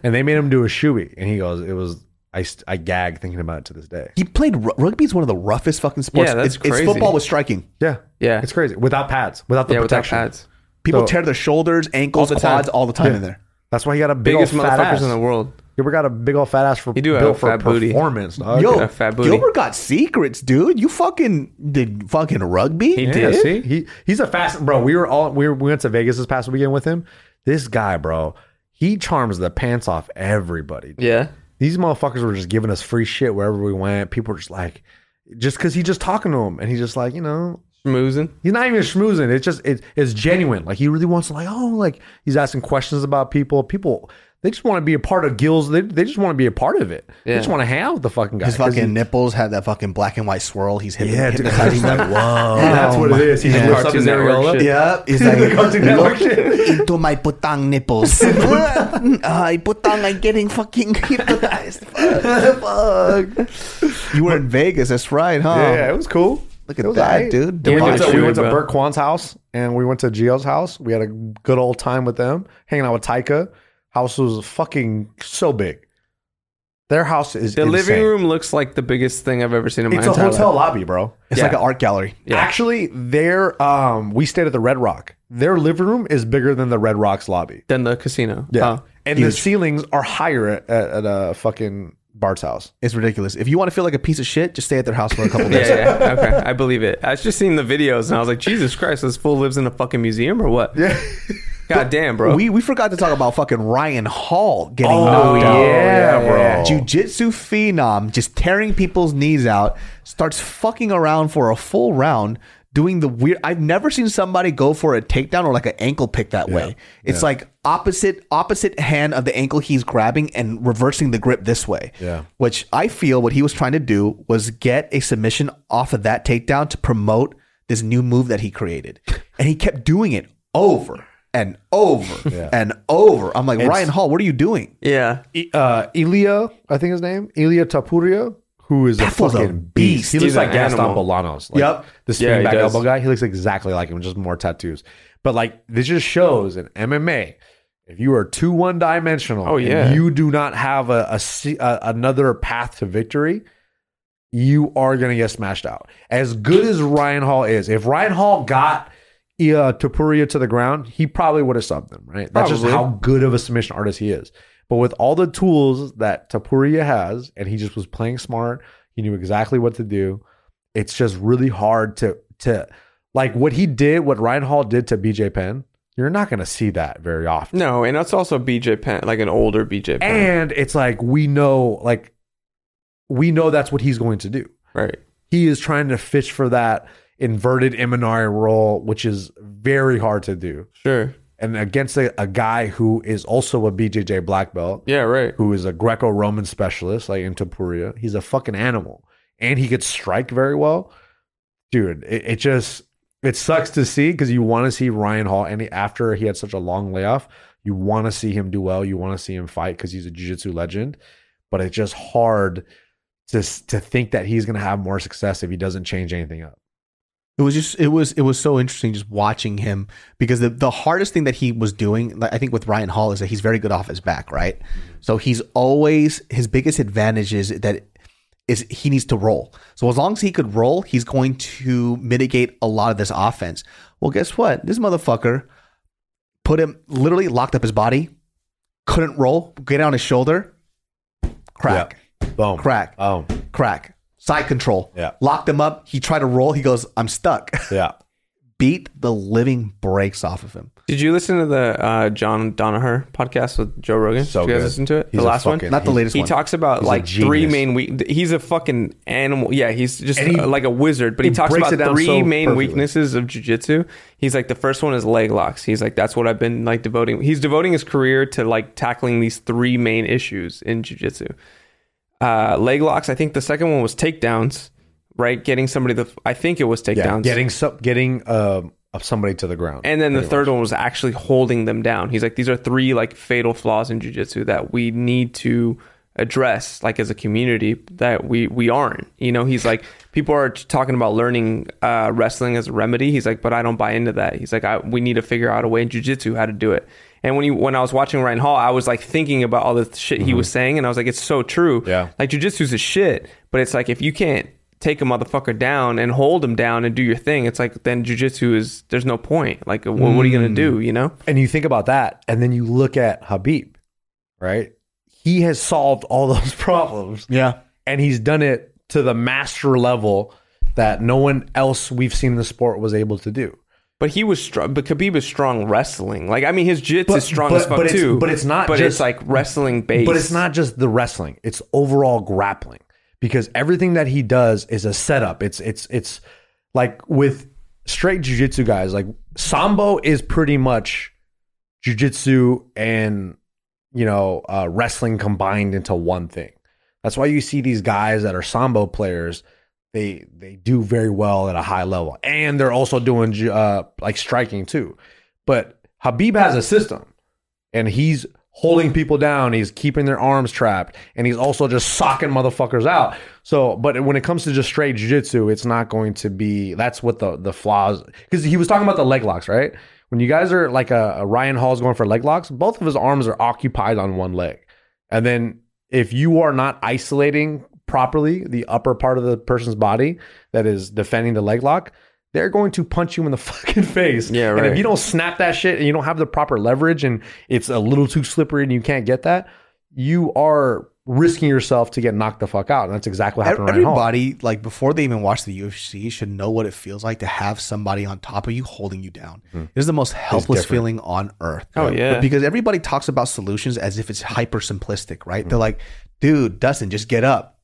[SPEAKER 2] and they made him do a shoey, and he goes, "It was I st- I gag thinking about it to this day."
[SPEAKER 3] He played ru- rugby is one of the roughest fucking sports.
[SPEAKER 4] Yeah, that's
[SPEAKER 3] it's, it's
[SPEAKER 4] crazy.
[SPEAKER 3] football with striking.
[SPEAKER 2] Yeah,
[SPEAKER 4] Yeah.
[SPEAKER 2] it's crazy without pads, without the
[SPEAKER 4] yeah, without
[SPEAKER 2] protection.
[SPEAKER 4] pads.
[SPEAKER 3] People
[SPEAKER 2] So-
[SPEAKER 3] tear their shoulders, ankles,
[SPEAKER 4] All the time.
[SPEAKER 3] quads all the time in there.
[SPEAKER 2] That's why he got a big
[SPEAKER 4] Biggest
[SPEAKER 2] old fat
[SPEAKER 4] motherfuckers
[SPEAKER 2] ass.
[SPEAKER 4] in the world.
[SPEAKER 2] Gilbert got a big old fat ass for
[SPEAKER 4] do have
[SPEAKER 2] built
[SPEAKER 4] a
[SPEAKER 2] for
[SPEAKER 4] fat booty.
[SPEAKER 2] performance. Dog.
[SPEAKER 3] Yo,
[SPEAKER 4] a fat booty.
[SPEAKER 3] Gilbert got secrets, dude. You fucking did fucking rugby.
[SPEAKER 4] He
[SPEAKER 2] Yeah,
[SPEAKER 4] did.
[SPEAKER 2] see, he he's a fast bro. We were all we, were, we went to Vegas this past weekend with him. This guy, bro, he charms the pants off everybody. dude.
[SPEAKER 4] Yeah.
[SPEAKER 2] These motherfuckers were just giving us free shit wherever we went. People were just like, just because he just talking to him, and he's just like, you know,
[SPEAKER 4] Schmoozing.
[SPEAKER 2] he's not even schmoozing. It's just it, it's genuine. Like he really wants to like oh like he's asking questions about people. People they just want to be a part of Gills. They, they just want to be a part of it. They
[SPEAKER 4] Yeah.
[SPEAKER 2] just want to hang out with the fucking guy.
[SPEAKER 3] His
[SPEAKER 2] 'cause he-
[SPEAKER 3] fucking nipples had that fucking black and white swirl. He's hypno-
[SPEAKER 2] yeah, dude,
[SPEAKER 3] hypnotizing
[SPEAKER 2] he's
[SPEAKER 3] them.
[SPEAKER 2] like, whoa, Oh that's what it is. He just
[SPEAKER 4] Yeah.
[SPEAKER 2] lifts up his
[SPEAKER 4] Cartoon Network
[SPEAKER 2] areola.
[SPEAKER 4] shit.
[SPEAKER 3] Yeah, he's like
[SPEAKER 2] The Cartoon Network
[SPEAKER 3] look
[SPEAKER 2] shit.
[SPEAKER 3] into my putang nipples. I putang, I'm getting fucking hypnotized. Fuck. Fuck. You were in Vegas, that's right, huh?
[SPEAKER 2] Yeah, it was cool.
[SPEAKER 3] Look at
[SPEAKER 2] It was
[SPEAKER 3] that,
[SPEAKER 2] alright.
[SPEAKER 3] dude.
[SPEAKER 2] We went,
[SPEAKER 4] Devise
[SPEAKER 2] to, we
[SPEAKER 4] you,
[SPEAKER 2] went to
[SPEAKER 4] bro.
[SPEAKER 2] Burt Kwan's house and we went to Gio's house. We had a good old time with them, hanging out with Taika. House was fucking so big. Their house is
[SPEAKER 4] The
[SPEAKER 2] insane.
[SPEAKER 4] living room looks like the biggest thing I've ever seen in my
[SPEAKER 2] It's a
[SPEAKER 4] entire
[SPEAKER 2] hotel
[SPEAKER 4] life.
[SPEAKER 2] lobby, bro.
[SPEAKER 3] It's
[SPEAKER 4] Yeah.
[SPEAKER 3] like an art gallery.
[SPEAKER 2] Actually, their um, we stayed at the Red Rock. Their living room is bigger than the Red Rock's lobby.
[SPEAKER 4] Than the casino. Oh.
[SPEAKER 2] and the ceilings are higher at, at, at uh, fucking Bart's house.
[SPEAKER 3] It's ridiculous. If you want to feel like a piece of shit, just stay at their house for a couple days.
[SPEAKER 4] Yeah, yeah, okay, I believe it. I was just seeing the videos and I was like, Jesus Christ, this fool lives in a fucking museum or what? Yeah, God damn, bro.
[SPEAKER 3] We we forgot to talk about fucking Ryan Hall getting
[SPEAKER 2] Oh,
[SPEAKER 3] knocked out.
[SPEAKER 2] yeah, bro.
[SPEAKER 3] Jiu-jitsu phenom just tearing people's knees out, starts fucking around for a full round doing the weird I've never seen somebody go for a takedown or like an ankle pick that way. It's like opposite opposite hand of the ankle he's grabbing and reversing the grip this way.
[SPEAKER 2] Yeah.
[SPEAKER 3] Which I feel what he was trying to do was get a submission off of that takedown to promote this new move that he created. And he kept doing it over and over and over. I'm like, Ryan Hall, what are you doing?
[SPEAKER 4] yeah.
[SPEAKER 2] E- uh, Elia, I think his name, Elia Tapuria, who is a
[SPEAKER 3] That fool's a
[SPEAKER 2] fucking beast.
[SPEAKER 3] beast.
[SPEAKER 2] He looks
[SPEAKER 4] He's
[SPEAKER 2] like
[SPEAKER 4] an
[SPEAKER 2] Gaston
[SPEAKER 4] animal.
[SPEAKER 2] Bolanos. Like, The
[SPEAKER 3] Yep.
[SPEAKER 4] Yeah, he
[SPEAKER 2] spinning back
[SPEAKER 4] does.
[SPEAKER 2] elbow guy. He looks exactly like him, just more tattoos. But like, this just shows in MMA, if you are too one dimensional,
[SPEAKER 4] Oh,
[SPEAKER 2] and
[SPEAKER 4] yeah.
[SPEAKER 2] you do not have a, a se- a- another path to victory, you are going to get smashed out. As good as Ryan Hall is, if Ryan Hall got uh, Tapuria to the ground, he probably would have subbed him, right? That's just
[SPEAKER 4] Probably.
[SPEAKER 2] how good of a submission artist he is. But with all the tools that Tapuria has, and he just was playing smart, he knew exactly what to do. It's just really hard to to like what he did, what Ryan Hall did to BJ Penn. You're not going to see that very often.
[SPEAKER 4] No, and that's also BJ Penn, like an older BJ Penn.
[SPEAKER 2] And it's like we know, like we know that's what he's going to do.
[SPEAKER 4] right.
[SPEAKER 2] He is trying to fish for that inverted Imanari role, which is very hard to do.
[SPEAKER 4] Sure.
[SPEAKER 2] And against a, a guy who is also a BJJ black belt,
[SPEAKER 4] Yeah, right.
[SPEAKER 2] who is a Greco-Roman specialist, like in Tapuria, he's a fucking animal, and he could strike very well. Dude, it, it just it sucks to see because you want to see Ryan Hall, and he- after he had such a long layoff, you want to see him do well. You want to see him fight because he's a jiu-jitsu legend, but it's just hard to s- to think that he's gonna have more success if he doesn't change anything up.
[SPEAKER 3] It was just it was it was so interesting just watching him because the the hardest thing that he was doing like, I think with Ryan Hall is that he's very good off his back right, so he's always his biggest advantage is that is he needs to roll. So as long as he could roll, he's going to mitigate a lot of this offense. Well, guess what? This motherfucker put him literally locked up his body, couldn't roll, get on his shoulder, crack,
[SPEAKER 2] Boom.
[SPEAKER 3] crack,
[SPEAKER 2] Oh,
[SPEAKER 3] crack, side control,
[SPEAKER 2] Yeah.
[SPEAKER 3] locked him up. He tried to roll, he goes, I'm stuck.
[SPEAKER 2] yeah.
[SPEAKER 3] beat the living brakes off of him.
[SPEAKER 4] Did you listen to the uh, John Donaher podcast with Joe Rogan?
[SPEAKER 2] So
[SPEAKER 4] Did you guys
[SPEAKER 2] good.
[SPEAKER 4] listen to it?
[SPEAKER 2] He's
[SPEAKER 4] the
[SPEAKER 2] a
[SPEAKER 4] last
[SPEAKER 2] fucking-
[SPEAKER 4] one.
[SPEAKER 3] Not the
[SPEAKER 2] He-
[SPEAKER 3] latest
[SPEAKER 4] He
[SPEAKER 3] one.
[SPEAKER 4] talks about
[SPEAKER 2] He's a
[SPEAKER 4] like three
[SPEAKER 2] genius.
[SPEAKER 4] main weak. He's a fucking animal. Yeah, he's just
[SPEAKER 2] And he-
[SPEAKER 4] uh, like a wizard. But
[SPEAKER 2] he
[SPEAKER 4] he, talks
[SPEAKER 2] breaks
[SPEAKER 4] about
[SPEAKER 2] it down
[SPEAKER 4] three
[SPEAKER 2] so
[SPEAKER 4] main
[SPEAKER 2] perfectly.
[SPEAKER 4] weaknesses of jujitsu. He's like the first one is leg locks. He's like that's what I've been like devoting. He's devoting his career to like tackling these three main issues in jujitsu. Uh, leg locks. I think the second one was takedowns. Right, getting somebody the. I think it was
[SPEAKER 2] Yeah.
[SPEAKER 4] takedowns.
[SPEAKER 2] Getting some getting um somebody to the ground.
[SPEAKER 4] And then the third one was actually holding them down. He's like, these are three like fatal flaws in jujitsu that we need to address, like as a community that we we aren't. You know, he's like, people are talking about learning uh, wrestling as a remedy. He's like, but I don't buy into that. He's like, I, we need to figure out a way in jujitsu how to do it. And when he when I was watching Ryan Hall, I was like thinking about all the shit he was saying, and I was like, it's so true.
[SPEAKER 2] Yeah.
[SPEAKER 4] like jujitsu's a shit, but it's like if you can't take a motherfucker down and hold him down and do your thing, it's like then jujitsu is there's no point. Like, wh- what are you gonna
[SPEAKER 2] Mm.
[SPEAKER 4] do? You know?
[SPEAKER 2] and you think about that, and then you look at Habib, right? He has solved all those problems,
[SPEAKER 3] Yeah.
[SPEAKER 2] and he's done it to the master level that no one else we've seen in the sport was able to do.
[SPEAKER 4] But he was strong. But Khabib is strong wrestling. Like, I mean, his jits
[SPEAKER 2] But-
[SPEAKER 4] is strong
[SPEAKER 2] but-
[SPEAKER 4] as fuck
[SPEAKER 2] but it's-
[SPEAKER 4] too.
[SPEAKER 2] but it's not
[SPEAKER 4] But
[SPEAKER 2] just-
[SPEAKER 4] it's like wrestling based.
[SPEAKER 2] But it's not just the wrestling; it's overall grappling because everything that he does is a setup. It's it's it's like with straight jujitsu guys, like Sambo is pretty much jujitsu and you know uh, wrestling combined into one thing. That's why you see these guys that are Sambo players. They they do very well at a high level, and they're also doing ju- uh, like striking too. But Habib has a system and he's holding people down. He's keeping their arms trapped, and he's also just socking motherfuckers out. So, but when it comes to just straight jujitsu, it's not going to be. That's what the the flaws. Because he was talking about the leg locks, right? When you guys are like a, a Ryan Hall's going for leg locks, both of his arms are occupied on one leg, and then if you are not isolating properly the upper part of the person's body that is defending the leg lock. They're going to punch you in the fucking face.
[SPEAKER 4] Yeah,
[SPEAKER 2] And if
[SPEAKER 4] right.
[SPEAKER 2] you don't snap that shit and you don't have the proper leverage and it's a little too slippery and you can't get that, you are risking yourself to get knocked the fuck out. And that's exactly what happened right now.
[SPEAKER 3] Everybody, like before they even watch the UFC, should know what it feels like to have somebody on top of you holding you down. It is the most helpless
[SPEAKER 2] different.
[SPEAKER 3] feeling on earth.
[SPEAKER 4] Oh, yeah.
[SPEAKER 3] But because everybody talks about solutions as if it's hyper simplistic, right? They're like, dude, Dustin, just get up.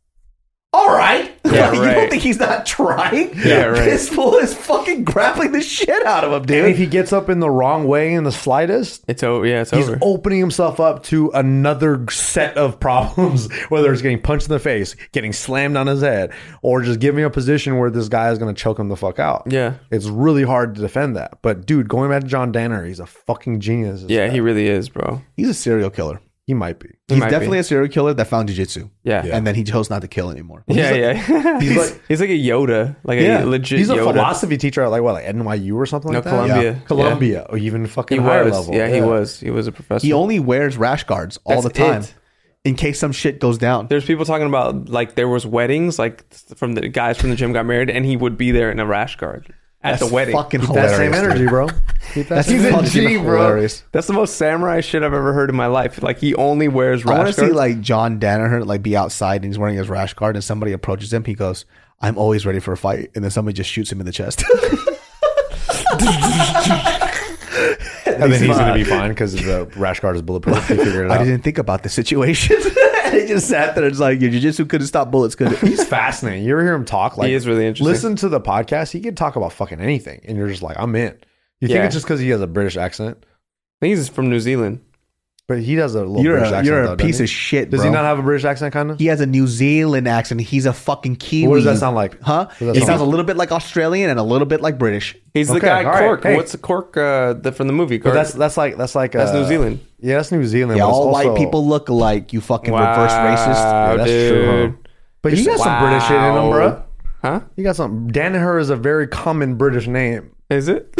[SPEAKER 3] All right.
[SPEAKER 4] Yeah,
[SPEAKER 3] Like, You
[SPEAKER 4] right.
[SPEAKER 3] don't think he's not trying?
[SPEAKER 4] Yeah, right.
[SPEAKER 3] This fool is fucking grappling the shit out of him,
[SPEAKER 2] And if
[SPEAKER 3] dude.
[SPEAKER 2] he gets up in the wrong way in the slightest,
[SPEAKER 4] It's over. Yeah, it's
[SPEAKER 2] he's
[SPEAKER 4] over.
[SPEAKER 2] opening himself up to another set of problems, whether it's getting punched in the face, getting slammed on his head, or just giving a position where this guy is going to choke him the fuck out.
[SPEAKER 4] Yeah.
[SPEAKER 2] It's really hard to defend that. But dude, going back to John Danner, he's a fucking genius.
[SPEAKER 4] Yeah, he really is, bro.
[SPEAKER 3] He's a serial killer.
[SPEAKER 2] He might be.
[SPEAKER 4] He
[SPEAKER 3] He's
[SPEAKER 4] might be.
[SPEAKER 3] definitely a serial killer that found jujitsu.
[SPEAKER 4] Yeah. Yeah,
[SPEAKER 3] And then he chose not to kill anymore.
[SPEAKER 4] yeah. He's,
[SPEAKER 2] he's
[SPEAKER 4] like, he's like a Yoda, like a legit
[SPEAKER 2] He's a
[SPEAKER 4] Yoda.
[SPEAKER 2] philosophy teacher at like what, like NYU or something
[SPEAKER 4] No,
[SPEAKER 2] like that?
[SPEAKER 4] Columbia.
[SPEAKER 2] Yeah.
[SPEAKER 4] Yeah.
[SPEAKER 2] Columbia, or even fucking
[SPEAKER 4] He
[SPEAKER 2] higher
[SPEAKER 4] was.
[SPEAKER 2] level.
[SPEAKER 4] Yeah, he was. He was a professor.
[SPEAKER 3] He only wears rash guards all
[SPEAKER 4] That's
[SPEAKER 3] the time
[SPEAKER 4] it.
[SPEAKER 3] in case some shit goes down.
[SPEAKER 4] There's people talking about like there was weddings, like from the guys from the gym got married, and he would be there in a rash guard at the wedding.
[SPEAKER 3] Fucking
[SPEAKER 2] That
[SPEAKER 3] hilarious.
[SPEAKER 2] same energy, bro. Keep that
[SPEAKER 3] That's
[SPEAKER 2] same
[SPEAKER 3] fucking
[SPEAKER 2] energy.
[SPEAKER 4] G, bro.
[SPEAKER 3] hilarious.
[SPEAKER 4] That's the most samurai shit I've ever heard in my life. Like he only wears
[SPEAKER 3] I
[SPEAKER 4] rash
[SPEAKER 3] want to
[SPEAKER 4] guards.
[SPEAKER 3] see like John Danaher like be outside and he's wearing his rash guard and somebody approaches him. He goes, "I'm always ready for a fight," and then somebody just shoots him in the chest.
[SPEAKER 2] And then he's going to be fine because the rash guard is bulletproof. He figured it
[SPEAKER 3] I
[SPEAKER 2] out.
[SPEAKER 3] didn't think about the situation. and he just sat there. and It's like your jujitsu couldn't stop bullets, could it?
[SPEAKER 2] He's fascinating. You ever hear him talk? Like
[SPEAKER 4] is really interesting.
[SPEAKER 2] Listen to the podcast. He could talk about fucking anything, and you're just like, I'm in. You think
[SPEAKER 4] Yeah.
[SPEAKER 2] it's just because he has a British accent, I
[SPEAKER 4] think he's from New Zealand.
[SPEAKER 2] but he does a little
[SPEAKER 3] You're
[SPEAKER 2] British
[SPEAKER 3] a,
[SPEAKER 2] accent.
[SPEAKER 3] you're
[SPEAKER 2] though,
[SPEAKER 3] a
[SPEAKER 2] doesn't
[SPEAKER 3] piece
[SPEAKER 2] he?
[SPEAKER 3] of shit.
[SPEAKER 2] Does
[SPEAKER 3] bro.
[SPEAKER 2] he not have a British accent? Kind of.
[SPEAKER 3] He has a New Zealand accent. He's a fucking Kiwi.
[SPEAKER 2] What does that sound like?
[SPEAKER 3] Huh?
[SPEAKER 2] What does that
[SPEAKER 3] He
[SPEAKER 2] sound
[SPEAKER 3] sounds
[SPEAKER 2] like?
[SPEAKER 3] a little bit like Australian and a little bit like British.
[SPEAKER 4] He's the
[SPEAKER 2] Okay,
[SPEAKER 4] guy
[SPEAKER 2] all right,
[SPEAKER 4] Cork.
[SPEAKER 2] hey.
[SPEAKER 4] What's the Cork uh, the, from the movie?
[SPEAKER 2] But
[SPEAKER 4] Cork?
[SPEAKER 2] that's that's like that's like
[SPEAKER 4] That's
[SPEAKER 2] uh,
[SPEAKER 4] New Zealand.
[SPEAKER 2] Yeah, that's New Zealand.
[SPEAKER 3] Yeah,
[SPEAKER 2] but it's
[SPEAKER 3] all white
[SPEAKER 2] also-
[SPEAKER 3] people look alike. You fucking reverse racist.
[SPEAKER 2] Yeah, that's true. Huh?
[SPEAKER 4] dude.
[SPEAKER 2] But he got some British shit in him,
[SPEAKER 4] Wow.
[SPEAKER 2] bro.
[SPEAKER 4] Huh?
[SPEAKER 2] He got some. Danaher is a very common British name.
[SPEAKER 4] Is it?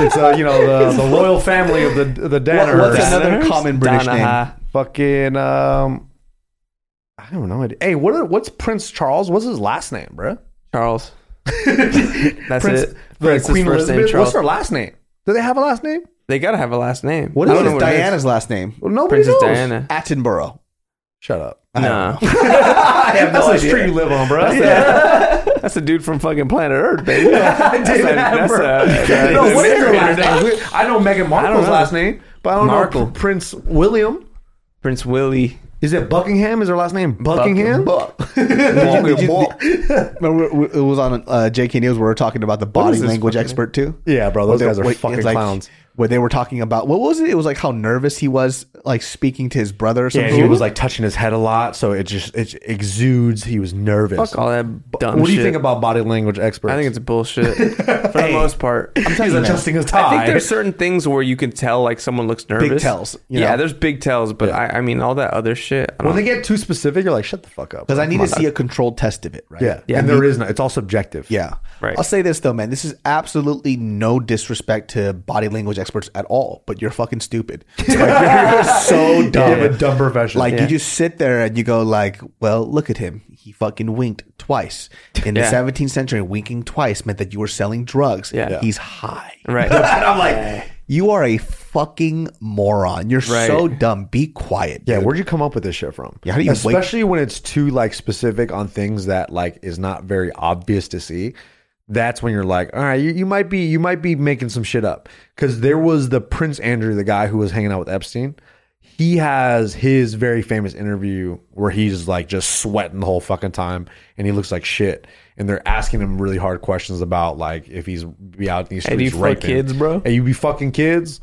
[SPEAKER 2] It's uh, you know the, the royal family of the the
[SPEAKER 3] What-
[SPEAKER 2] Danaher.
[SPEAKER 3] what's another
[SPEAKER 4] Danaher's?
[SPEAKER 3] common British name?
[SPEAKER 4] Danaher.
[SPEAKER 2] fucking um I don't know. Hey, what are, what's Prince Charles? What's his last name, bro?
[SPEAKER 4] Charles. That's
[SPEAKER 2] Prince,
[SPEAKER 4] it.
[SPEAKER 2] the
[SPEAKER 4] Prince's
[SPEAKER 2] Queen
[SPEAKER 4] first name,
[SPEAKER 2] Elizabeth.
[SPEAKER 4] Charles.
[SPEAKER 2] what's her last name? Do they have a last name?
[SPEAKER 4] They gotta have a last name.
[SPEAKER 3] What
[SPEAKER 4] I
[SPEAKER 3] is
[SPEAKER 4] don't know
[SPEAKER 3] it?
[SPEAKER 4] what it is.
[SPEAKER 3] Diana's last name?
[SPEAKER 2] Well, nobody
[SPEAKER 4] Princess
[SPEAKER 2] knows.
[SPEAKER 4] Diana.
[SPEAKER 3] Attenborough.
[SPEAKER 2] Shut up.
[SPEAKER 4] Nah.
[SPEAKER 2] That's the street you live on, bro.
[SPEAKER 4] That's a dude from fucking planet Earth, baby. that's a, that's a-
[SPEAKER 2] no, what is her last name? I know Meghan Markle's
[SPEAKER 4] know.
[SPEAKER 2] last name, but I don't
[SPEAKER 4] Markle.
[SPEAKER 2] know Prince William.
[SPEAKER 4] Prince Willie.
[SPEAKER 2] Is it Buckingham? Is her last name Buckingham?
[SPEAKER 3] Did you- did you- Remember, we- it was on uh, JK News where we were talking about the body
[SPEAKER 4] is this
[SPEAKER 3] language
[SPEAKER 4] fucking-
[SPEAKER 3] expert too.
[SPEAKER 2] Yeah, bro, those
[SPEAKER 3] Where they-
[SPEAKER 2] guys are
[SPEAKER 3] where- it's
[SPEAKER 2] fucking
[SPEAKER 3] like-
[SPEAKER 2] clowns.
[SPEAKER 3] Where they were talking about what was it? It was like how nervous he was, like speaking to his brother or
[SPEAKER 2] Yeah,
[SPEAKER 3] something.
[SPEAKER 2] he was like touching his head a lot, so it just it exudes. He was nervous.
[SPEAKER 4] Fuck all that dumb
[SPEAKER 2] what do you
[SPEAKER 4] shit.
[SPEAKER 2] think about body language experts?
[SPEAKER 4] I think it's bullshit for the most part. I'm
[SPEAKER 2] he's
[SPEAKER 3] man.
[SPEAKER 2] adjusting his tie.
[SPEAKER 4] I think there's certain things where you can tell like someone looks nervous.
[SPEAKER 3] tells, you
[SPEAKER 4] yeah,
[SPEAKER 3] know?
[SPEAKER 4] there's big tells, but I, I mean all that other shit. I
[SPEAKER 2] when
[SPEAKER 4] don't,
[SPEAKER 2] they get too specific, you're like, shut the fuck up.
[SPEAKER 3] because I need to see a controlled test of it, right?
[SPEAKER 2] yeah. yeah, and there is no. It's all subjective.
[SPEAKER 3] Yeah.
[SPEAKER 4] Right.
[SPEAKER 3] I'll say this though, man. This is absolutely no disrespect to body language experts at all, but you're fucking stupid. Like, you're so
[SPEAKER 2] dumb.
[SPEAKER 3] dumb.
[SPEAKER 2] have a dumb profession.
[SPEAKER 3] Like
[SPEAKER 2] Yeah.
[SPEAKER 3] you just sit there and you go like, well, look at him. He fucking winked twice. In the
[SPEAKER 4] Yeah.
[SPEAKER 3] 17th century, winking twice meant that you were selling drugs.
[SPEAKER 4] Yeah. Yeah.
[SPEAKER 3] He's high.
[SPEAKER 4] right.
[SPEAKER 3] And I'm like, you are a fucking moron. You're so dumb. Be quiet.
[SPEAKER 2] yeah.
[SPEAKER 3] dude."
[SPEAKER 2] Where'd you come up with this shit from?
[SPEAKER 3] Yeah, how do you wake-
[SPEAKER 2] Especially when it's too like specific on things that like is not very obvious to see. That's when you're like, all right, you, you might be you might be making some shit up because there was the Prince Andrew, the guy who was hanging out with Epstein. He has his very famous interview where he's like just sweating the whole fucking time and he looks like shit. And they're asking him really hard questions about like if he's be out in these
[SPEAKER 4] Hey, do
[SPEAKER 2] streets
[SPEAKER 4] you fuck
[SPEAKER 2] raping.
[SPEAKER 4] kids, bro?
[SPEAKER 2] and you be fucking kids.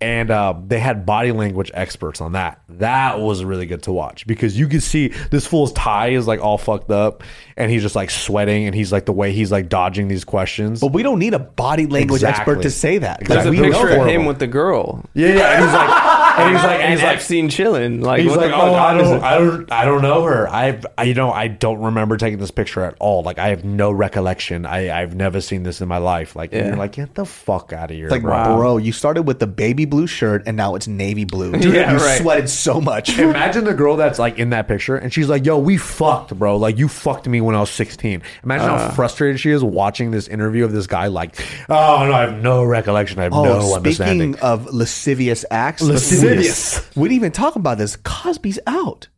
[SPEAKER 2] And uh, they had body language experts on that. That was really good to watch because you could see this fool's tie is like all fucked up, and he's just like sweating, and he's like the way he's like dodging these questions.
[SPEAKER 3] But we don't need a body language
[SPEAKER 2] Exactly.
[SPEAKER 3] expert to say that.
[SPEAKER 4] There's a
[SPEAKER 2] Exactly.
[SPEAKER 3] Like, we know
[SPEAKER 4] picture
[SPEAKER 3] that.
[SPEAKER 4] of
[SPEAKER 2] Horrible.
[SPEAKER 4] him with the girl.
[SPEAKER 2] yeah, yeah, and he's like, and he's like, and
[SPEAKER 4] And
[SPEAKER 2] he's like,
[SPEAKER 4] Epstein chilling. Like
[SPEAKER 2] he's
[SPEAKER 4] what
[SPEAKER 2] like,
[SPEAKER 4] the fuck
[SPEAKER 2] oh, I
[SPEAKER 4] is
[SPEAKER 2] don't,
[SPEAKER 4] it?
[SPEAKER 2] I don't, I don't know her. I, I, you know, I don't remember taking this picture at all. Like, I have no recollection. I, I've never seen this in my life. Like, and
[SPEAKER 4] Yeah.
[SPEAKER 2] you're like, get the fuck out of here.
[SPEAKER 3] It's like,
[SPEAKER 2] bro.
[SPEAKER 3] bro, you started with the baby blue shirt and now it's navy blue. Dude,
[SPEAKER 4] Yeah,
[SPEAKER 3] you
[SPEAKER 4] right.
[SPEAKER 3] sweated so much.
[SPEAKER 2] Imagine the girl that's like in that picture and she's like, yo, we fucked, bro. Like, you fucked me when I was 16. Imagine
[SPEAKER 4] Uh.
[SPEAKER 2] how frustrated she is watching this interview of this guy, like, oh, no, I have no recollection. I
[SPEAKER 4] Oh,
[SPEAKER 2] have no understanding.
[SPEAKER 3] Oh, speaking of lascivious acts,
[SPEAKER 2] Lascivious.
[SPEAKER 3] we didn't even talk about this. Cosby's out.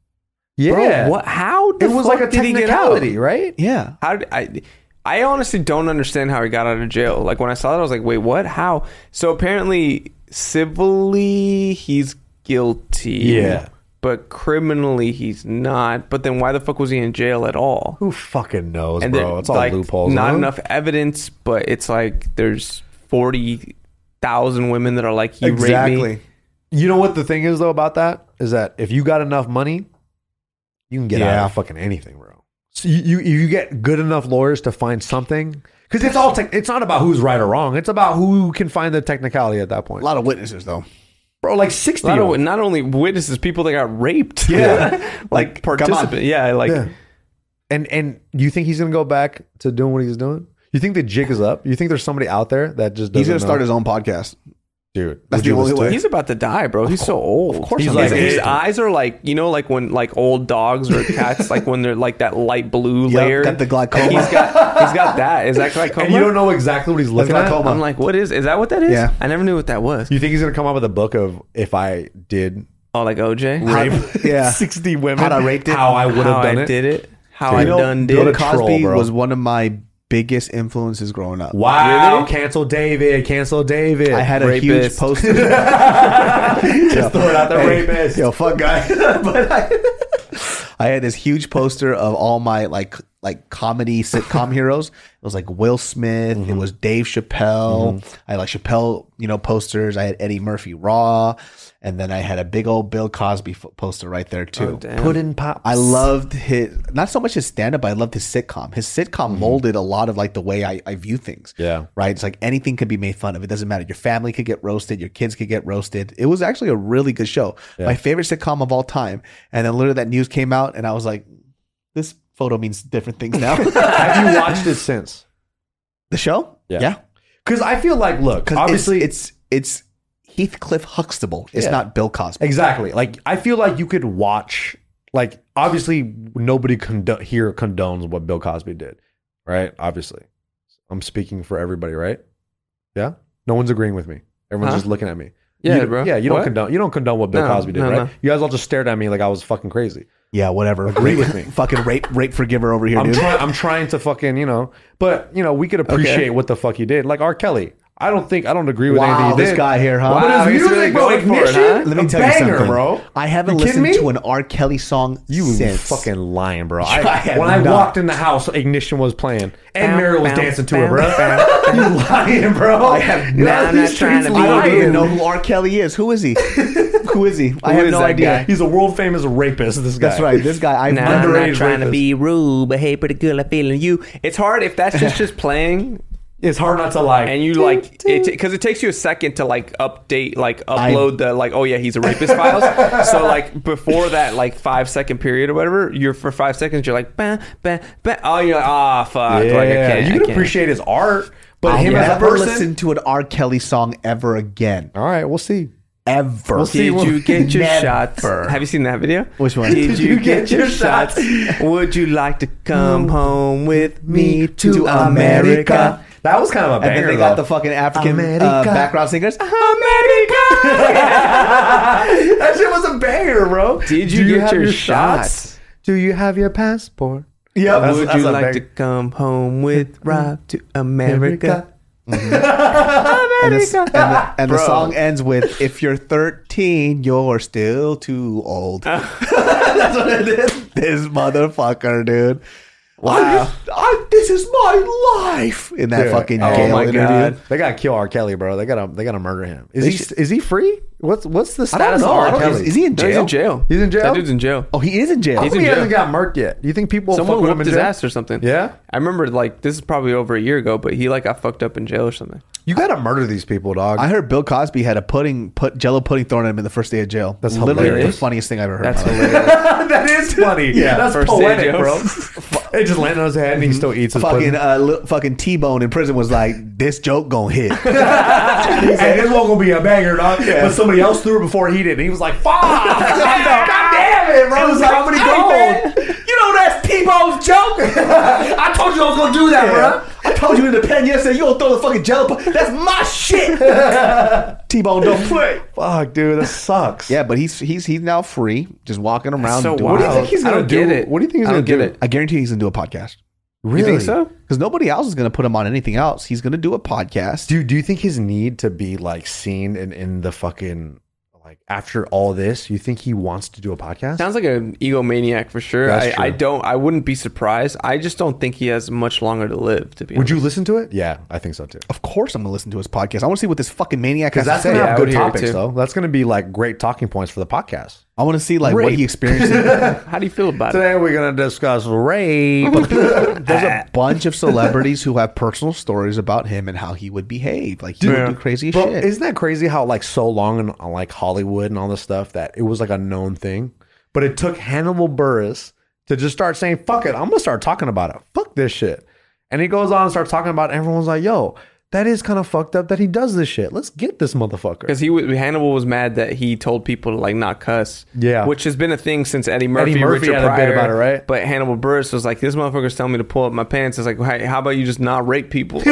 [SPEAKER 2] Yeah.
[SPEAKER 4] Bro, what? How? The
[SPEAKER 2] It was like a
[SPEAKER 4] did he get out?
[SPEAKER 2] technicality, right?
[SPEAKER 3] Yeah.
[SPEAKER 4] How did I? I honestly don't understand how he got out of jail. Like when I saw that, I was like, wait, what? How? So apparently, civilly he's guilty.
[SPEAKER 2] Yeah.
[SPEAKER 4] But criminally, he's not. But then, why the fuck was he in jail at all?
[SPEAKER 2] Who fucking knows,
[SPEAKER 4] and
[SPEAKER 2] bro?
[SPEAKER 4] there-
[SPEAKER 2] It's all
[SPEAKER 4] like,
[SPEAKER 2] loopholes.
[SPEAKER 4] Not
[SPEAKER 2] huh?
[SPEAKER 4] enough evidence, but it's like there's forty thousand women that are like you raped me.
[SPEAKER 2] You know what the thing is, though, about that? Is that if you got enough money, you can get
[SPEAKER 3] Yeah.
[SPEAKER 2] out of fucking anything, bro. So you, you, you get good enough lawyers to find something. Because it's all, tech it's not about who's right or wrong. It's about who can find the technicality at that point.
[SPEAKER 3] A lot of witnesses, though.
[SPEAKER 2] bro, like 60.
[SPEAKER 4] A lot of, not only witnesses, people that got raped.
[SPEAKER 2] Yeah.
[SPEAKER 4] like,
[SPEAKER 3] come on.
[SPEAKER 4] participant. Yeah, like
[SPEAKER 2] Yeah. And and you think he's gonna go back to doing what he's doing? You think the jig is up? You think there's somebody out there that just doesn't
[SPEAKER 3] He's going to
[SPEAKER 2] know?
[SPEAKER 3] start his own podcast.
[SPEAKER 2] dude?
[SPEAKER 3] That's
[SPEAKER 2] would you
[SPEAKER 3] the only
[SPEAKER 2] listen to
[SPEAKER 3] way.
[SPEAKER 4] He's about to die, bro. He's so old. Of course,
[SPEAKER 2] He's
[SPEAKER 4] his,
[SPEAKER 2] like,
[SPEAKER 4] his
[SPEAKER 2] "Hey."
[SPEAKER 4] eyes are like you know, like when like old dogs or cats, like when they're like that light blue
[SPEAKER 3] Yep,
[SPEAKER 4] layer.
[SPEAKER 3] got the
[SPEAKER 4] He's
[SPEAKER 3] glaucoma.
[SPEAKER 4] got he's got that. Is that
[SPEAKER 2] it?
[SPEAKER 4] glaucoma?
[SPEAKER 2] And you don't know exactly what he's looking
[SPEAKER 3] That's
[SPEAKER 2] at.
[SPEAKER 3] glaucoma.
[SPEAKER 4] I'm like, what is? Is that what that is?
[SPEAKER 3] Yeah.
[SPEAKER 4] I never knew what that was.
[SPEAKER 2] You think he's gonna come up with a book of if I did
[SPEAKER 4] Oh, like OJ. How,
[SPEAKER 2] rape
[SPEAKER 3] yeah.
[SPEAKER 2] sixty women,
[SPEAKER 3] How I raped it.
[SPEAKER 2] how I would have
[SPEAKER 4] I
[SPEAKER 2] done it?
[SPEAKER 4] did it. How
[SPEAKER 2] Dude.
[SPEAKER 4] I
[SPEAKER 2] You know,
[SPEAKER 4] done
[SPEAKER 2] Bill
[SPEAKER 4] did.
[SPEAKER 2] What
[SPEAKER 4] it.
[SPEAKER 2] a
[SPEAKER 3] Cosby
[SPEAKER 2] troll, bro.
[SPEAKER 3] was one of my biggest influences growing up.
[SPEAKER 2] Wow!
[SPEAKER 4] Really?
[SPEAKER 2] Cancel David. Cancel David.
[SPEAKER 3] I had a huge
[SPEAKER 4] Rapist.
[SPEAKER 3] poster.
[SPEAKER 2] just throw it out there.
[SPEAKER 3] Hey,
[SPEAKER 2] Rapist.
[SPEAKER 3] Yo, fuck guy. but I, I had this huge poster of all my like like comedy sitcom heroes. It was like Will Smith.
[SPEAKER 4] Mm-hmm.
[SPEAKER 3] It was Dave Chappelle. I had like Chappelle, you know, posters. I had Eddie Murphy Raw, and then I had a big old Bill Cosby fo- poster right there
[SPEAKER 2] Oh,
[SPEAKER 3] too.
[SPEAKER 2] Puddin pop.
[SPEAKER 3] I loved his not so much his stand up, but I loved his sitcom. His sitcom molded a lot of like the way I, I view things.
[SPEAKER 2] Mm-hmm. Yeah.
[SPEAKER 3] Right? It's like anything could be made fun of. It doesn't matter. Your family could get roasted, your kids could get roasted. It was actually a really good show. My favorite sitcom of all time. And then literally that news came out and I was like, This photo means different things now.
[SPEAKER 2] Have you watched it since?
[SPEAKER 3] the show?
[SPEAKER 2] Yeah. Because I feel like, look,
[SPEAKER 3] Because
[SPEAKER 2] obviously,
[SPEAKER 3] it's it's, it's Heathcliff Huxtable. It's
[SPEAKER 2] Yeah.
[SPEAKER 3] not Bill Cosby.
[SPEAKER 2] Exactly. Like I feel like you could watch. Like obviously nobody condo- here condones what Bill Cosby did, right? Obviously, I'm speaking for everybody, right? Yeah. No one's agreeing with me. Everyone's
[SPEAKER 4] Huh?
[SPEAKER 2] just looking at me.
[SPEAKER 4] Yeah,
[SPEAKER 2] You-
[SPEAKER 4] bro.
[SPEAKER 2] Yeah, you
[SPEAKER 4] What?
[SPEAKER 2] don't condone. You don't condone what Bill
[SPEAKER 4] No,
[SPEAKER 2] Cosby did,
[SPEAKER 4] no,
[SPEAKER 2] right?
[SPEAKER 4] no.
[SPEAKER 2] You guys all just stared at me like I was fucking crazy.
[SPEAKER 3] Yeah, whatever.
[SPEAKER 2] Agree
[SPEAKER 3] Rape-
[SPEAKER 2] with me.
[SPEAKER 3] Fucking rape rape forgiver over here,
[SPEAKER 2] I'm
[SPEAKER 3] dude.
[SPEAKER 2] trying. I'm trying to fucking you know, but you know we could appreciate what the fuck he did. Like R. Kelly. I don't think I don't agree with anything
[SPEAKER 3] wow,
[SPEAKER 2] he
[SPEAKER 3] this
[SPEAKER 2] did.
[SPEAKER 3] guy here, huh?
[SPEAKER 2] But
[SPEAKER 4] Wow,
[SPEAKER 2] his music,
[SPEAKER 4] he's really
[SPEAKER 2] bro,
[SPEAKER 4] going for it,
[SPEAKER 2] ignition.
[SPEAKER 4] huh?
[SPEAKER 3] Let me
[SPEAKER 2] a
[SPEAKER 3] tell you
[SPEAKER 2] banger,
[SPEAKER 3] something,
[SPEAKER 2] bro.
[SPEAKER 3] I haven't
[SPEAKER 2] You kidding
[SPEAKER 3] listened
[SPEAKER 2] me?
[SPEAKER 3] to an R. Kelly song
[SPEAKER 2] You
[SPEAKER 3] since.
[SPEAKER 2] fucking lying, bro. I,
[SPEAKER 3] I have
[SPEAKER 2] when I
[SPEAKER 3] not.
[SPEAKER 2] walked in the house, Ignition was playing. And Meryl was
[SPEAKER 4] bow,
[SPEAKER 2] dancing to
[SPEAKER 4] bow,
[SPEAKER 2] it, bro.
[SPEAKER 4] bow,
[SPEAKER 2] you lying, bro. I
[SPEAKER 3] have
[SPEAKER 4] not- not trying to be
[SPEAKER 3] I don't even
[SPEAKER 4] lying.
[SPEAKER 3] know who R. Kelly is. Who is he? who is he? I
[SPEAKER 4] Who
[SPEAKER 3] have
[SPEAKER 4] is
[SPEAKER 3] no
[SPEAKER 4] that
[SPEAKER 3] idea.
[SPEAKER 4] guy?
[SPEAKER 2] He's a world famous rapist, this guy.
[SPEAKER 3] That's right. This guy, I've
[SPEAKER 4] Nah, I'm
[SPEAKER 3] underrated.
[SPEAKER 4] not trying to be rude, but hey, pretty good. I'm feeling you. It's hard if that's just just playing
[SPEAKER 2] It's hard not to lie.
[SPEAKER 4] and you like it because it takes you a second to like update like
[SPEAKER 3] I-
[SPEAKER 4] upload the like oh yeah he's a rapist files so like before that like five second period or whatever you're for five seconds you're like bah, bah, bah. oh you're like ah fuck
[SPEAKER 2] yeah,
[SPEAKER 4] like I can't
[SPEAKER 2] you
[SPEAKER 4] I
[SPEAKER 2] can
[SPEAKER 4] can't.
[SPEAKER 2] appreciate his art, but
[SPEAKER 3] I'll
[SPEAKER 2] him as a
[SPEAKER 3] never
[SPEAKER 2] person.
[SPEAKER 3] listen to an R. Kelly song ever again.
[SPEAKER 2] All right, we'll see.
[SPEAKER 3] Ever.
[SPEAKER 2] see
[SPEAKER 4] did
[SPEAKER 2] what-
[SPEAKER 4] you get your
[SPEAKER 3] Never.
[SPEAKER 4] shots have you seen that video
[SPEAKER 3] Which one?
[SPEAKER 4] did you get your shots would you like to come home with me to,
[SPEAKER 3] to America.
[SPEAKER 2] That was kind of a
[SPEAKER 3] And
[SPEAKER 2] banger.
[SPEAKER 3] then they got
[SPEAKER 2] though.
[SPEAKER 3] the fucking African uh,
[SPEAKER 2] America.
[SPEAKER 3] background singers.
[SPEAKER 2] that shit was a banger, bro.
[SPEAKER 4] Did you
[SPEAKER 2] Do
[SPEAKER 4] get
[SPEAKER 2] have
[SPEAKER 4] your shots?
[SPEAKER 2] Do you have your passport?
[SPEAKER 3] Yeah, that's-
[SPEAKER 4] would
[SPEAKER 3] that's
[SPEAKER 4] you
[SPEAKER 3] a
[SPEAKER 4] like
[SPEAKER 3] banger.
[SPEAKER 4] to come home with Rob to America?
[SPEAKER 3] And, the, and, the, and the
[SPEAKER 4] Bro.
[SPEAKER 3] song ends with "If you're 13, you're still too old." That's what it is. This motherfucker, dude. Wow, this is my life in that
[SPEAKER 2] Dude.
[SPEAKER 3] fucking
[SPEAKER 2] Oh
[SPEAKER 3] Gale
[SPEAKER 4] my
[SPEAKER 3] interview.
[SPEAKER 4] God.
[SPEAKER 2] They gotta kill R. Kelly, bro. They gotta they gotta murder him. Is he is he free? What's what's the
[SPEAKER 3] I don't
[SPEAKER 2] status of
[SPEAKER 3] know. I
[SPEAKER 2] R.
[SPEAKER 3] don't-
[SPEAKER 2] Kelly?
[SPEAKER 3] Is, is he in
[SPEAKER 4] No,
[SPEAKER 3] jail?
[SPEAKER 4] He's
[SPEAKER 2] He's in
[SPEAKER 4] in jail.
[SPEAKER 2] jail?
[SPEAKER 4] That dude's in jail.
[SPEAKER 3] Oh, he is in jail.
[SPEAKER 4] He's in
[SPEAKER 2] He
[SPEAKER 4] jail.
[SPEAKER 2] hasn't got murked yet. Do you think people
[SPEAKER 4] Someone
[SPEAKER 2] fuck with him
[SPEAKER 4] whooped
[SPEAKER 2] in
[SPEAKER 4] his
[SPEAKER 2] jail?
[SPEAKER 4] ass or something.
[SPEAKER 2] Yeah?
[SPEAKER 4] I remember like this is probably over a year ago, but he like got fucked up in jail or something.
[SPEAKER 2] You gotta murder these people, dog.
[SPEAKER 3] I heard Bill Cosby had a pudding, put Jello pudding thrown at him in the first day of jail. That's literally
[SPEAKER 2] hilarious.
[SPEAKER 3] the funniest thing I've ever heard.
[SPEAKER 4] That's
[SPEAKER 3] in my life.
[SPEAKER 4] hilarious.
[SPEAKER 2] that is funny.
[SPEAKER 3] Yeah. Mm-hmm.
[SPEAKER 2] that's
[SPEAKER 4] First
[SPEAKER 2] poetic,
[SPEAKER 4] day,
[SPEAKER 2] bro.
[SPEAKER 4] Joe.
[SPEAKER 2] It just landed on his head and he still eats his
[SPEAKER 3] fucking
[SPEAKER 2] pudding.
[SPEAKER 3] uh, li- fucking T Bone in prison was like, this joke gonna hit.
[SPEAKER 2] He's like, this one gonna be a banger, dog. But somebody else threw it before he did, and he was like, "Fuck! God damn it, bro! It was like,
[SPEAKER 3] Comedy
[SPEAKER 2] "Hey, man, You know that's T-Bone's joke. I told you I was gonna do that,
[SPEAKER 3] Yeah. I told you in the pen yesterday, you don't throw the fucking jello. That's my shit. T Bone don't play.
[SPEAKER 2] Fuck, dude, that sucks.
[SPEAKER 3] Yeah, but he's he's he's now free, just walking around.
[SPEAKER 4] so
[SPEAKER 3] doing
[SPEAKER 4] wild.
[SPEAKER 3] what do you
[SPEAKER 2] think he's
[SPEAKER 4] I
[SPEAKER 2] gonna
[SPEAKER 4] don't get
[SPEAKER 2] do?
[SPEAKER 4] It.
[SPEAKER 2] What do you think he's
[SPEAKER 4] I
[SPEAKER 2] gonna
[SPEAKER 4] don't get
[SPEAKER 2] do?
[SPEAKER 4] It.
[SPEAKER 3] I guarantee he's gonna do a podcast
[SPEAKER 2] really?
[SPEAKER 4] You think so?
[SPEAKER 3] because nobody else is gonna put him on anything else. He's gonna do a podcast.
[SPEAKER 2] Dude, do you think his need to be like seen and in the fucking like after all this, you think he wants to do a podcast?
[SPEAKER 4] Sounds like an egomaniac for sure.
[SPEAKER 2] That's
[SPEAKER 4] I, I
[SPEAKER 2] true.
[SPEAKER 4] don't. I wouldn't be surprised. I just don't think he has much longer to live. To be
[SPEAKER 2] Would
[SPEAKER 4] honest.
[SPEAKER 2] you listen to it? Yeah, I think so too.
[SPEAKER 3] Of course, I'm gonna listen to his podcast. I want to see what this fucking maniac has
[SPEAKER 2] Because that's
[SPEAKER 3] to
[SPEAKER 2] gonna
[SPEAKER 3] say.
[SPEAKER 4] Yeah,
[SPEAKER 2] have
[SPEAKER 4] I would
[SPEAKER 2] good
[SPEAKER 4] hear it,
[SPEAKER 2] topics
[SPEAKER 4] too.
[SPEAKER 2] though. That's gonna be like great talking points for the podcast.
[SPEAKER 3] I want to see like what
[SPEAKER 2] Rape.
[SPEAKER 3] he experienced. There's
[SPEAKER 4] How do you feel about it?
[SPEAKER 2] Today we're gonna discuss rape.
[SPEAKER 3] a bunch of celebrities who have personal stories about him and how he would behave. Like he would do crazy
[SPEAKER 2] Bro,
[SPEAKER 3] shit.
[SPEAKER 2] isn't that crazy how like so long in on, like Hollywood and all this stuff that it was like a known thing, but it took Hannibal Burris to just start saying "fuck it," I'm gonna start talking about it. Fuck this shit, and he goes on and starts talking about. It, everyone's like, "Yo, that is kind of fucked up that he does this shit. Let's get this motherfucker."
[SPEAKER 4] Because he was, Hannibal was mad that he told people to like not cuss.
[SPEAKER 2] Yeah.
[SPEAKER 4] which has been a thing since Eddie Murphy.
[SPEAKER 2] Murphy
[SPEAKER 4] Richard
[SPEAKER 2] had a bit
[SPEAKER 4] Pryor,
[SPEAKER 2] about it, right?
[SPEAKER 4] But Hannibal Burris was like, "This motherfucker's telling me to pull up my pants." It's like, "Hey, how about you just not rape people?"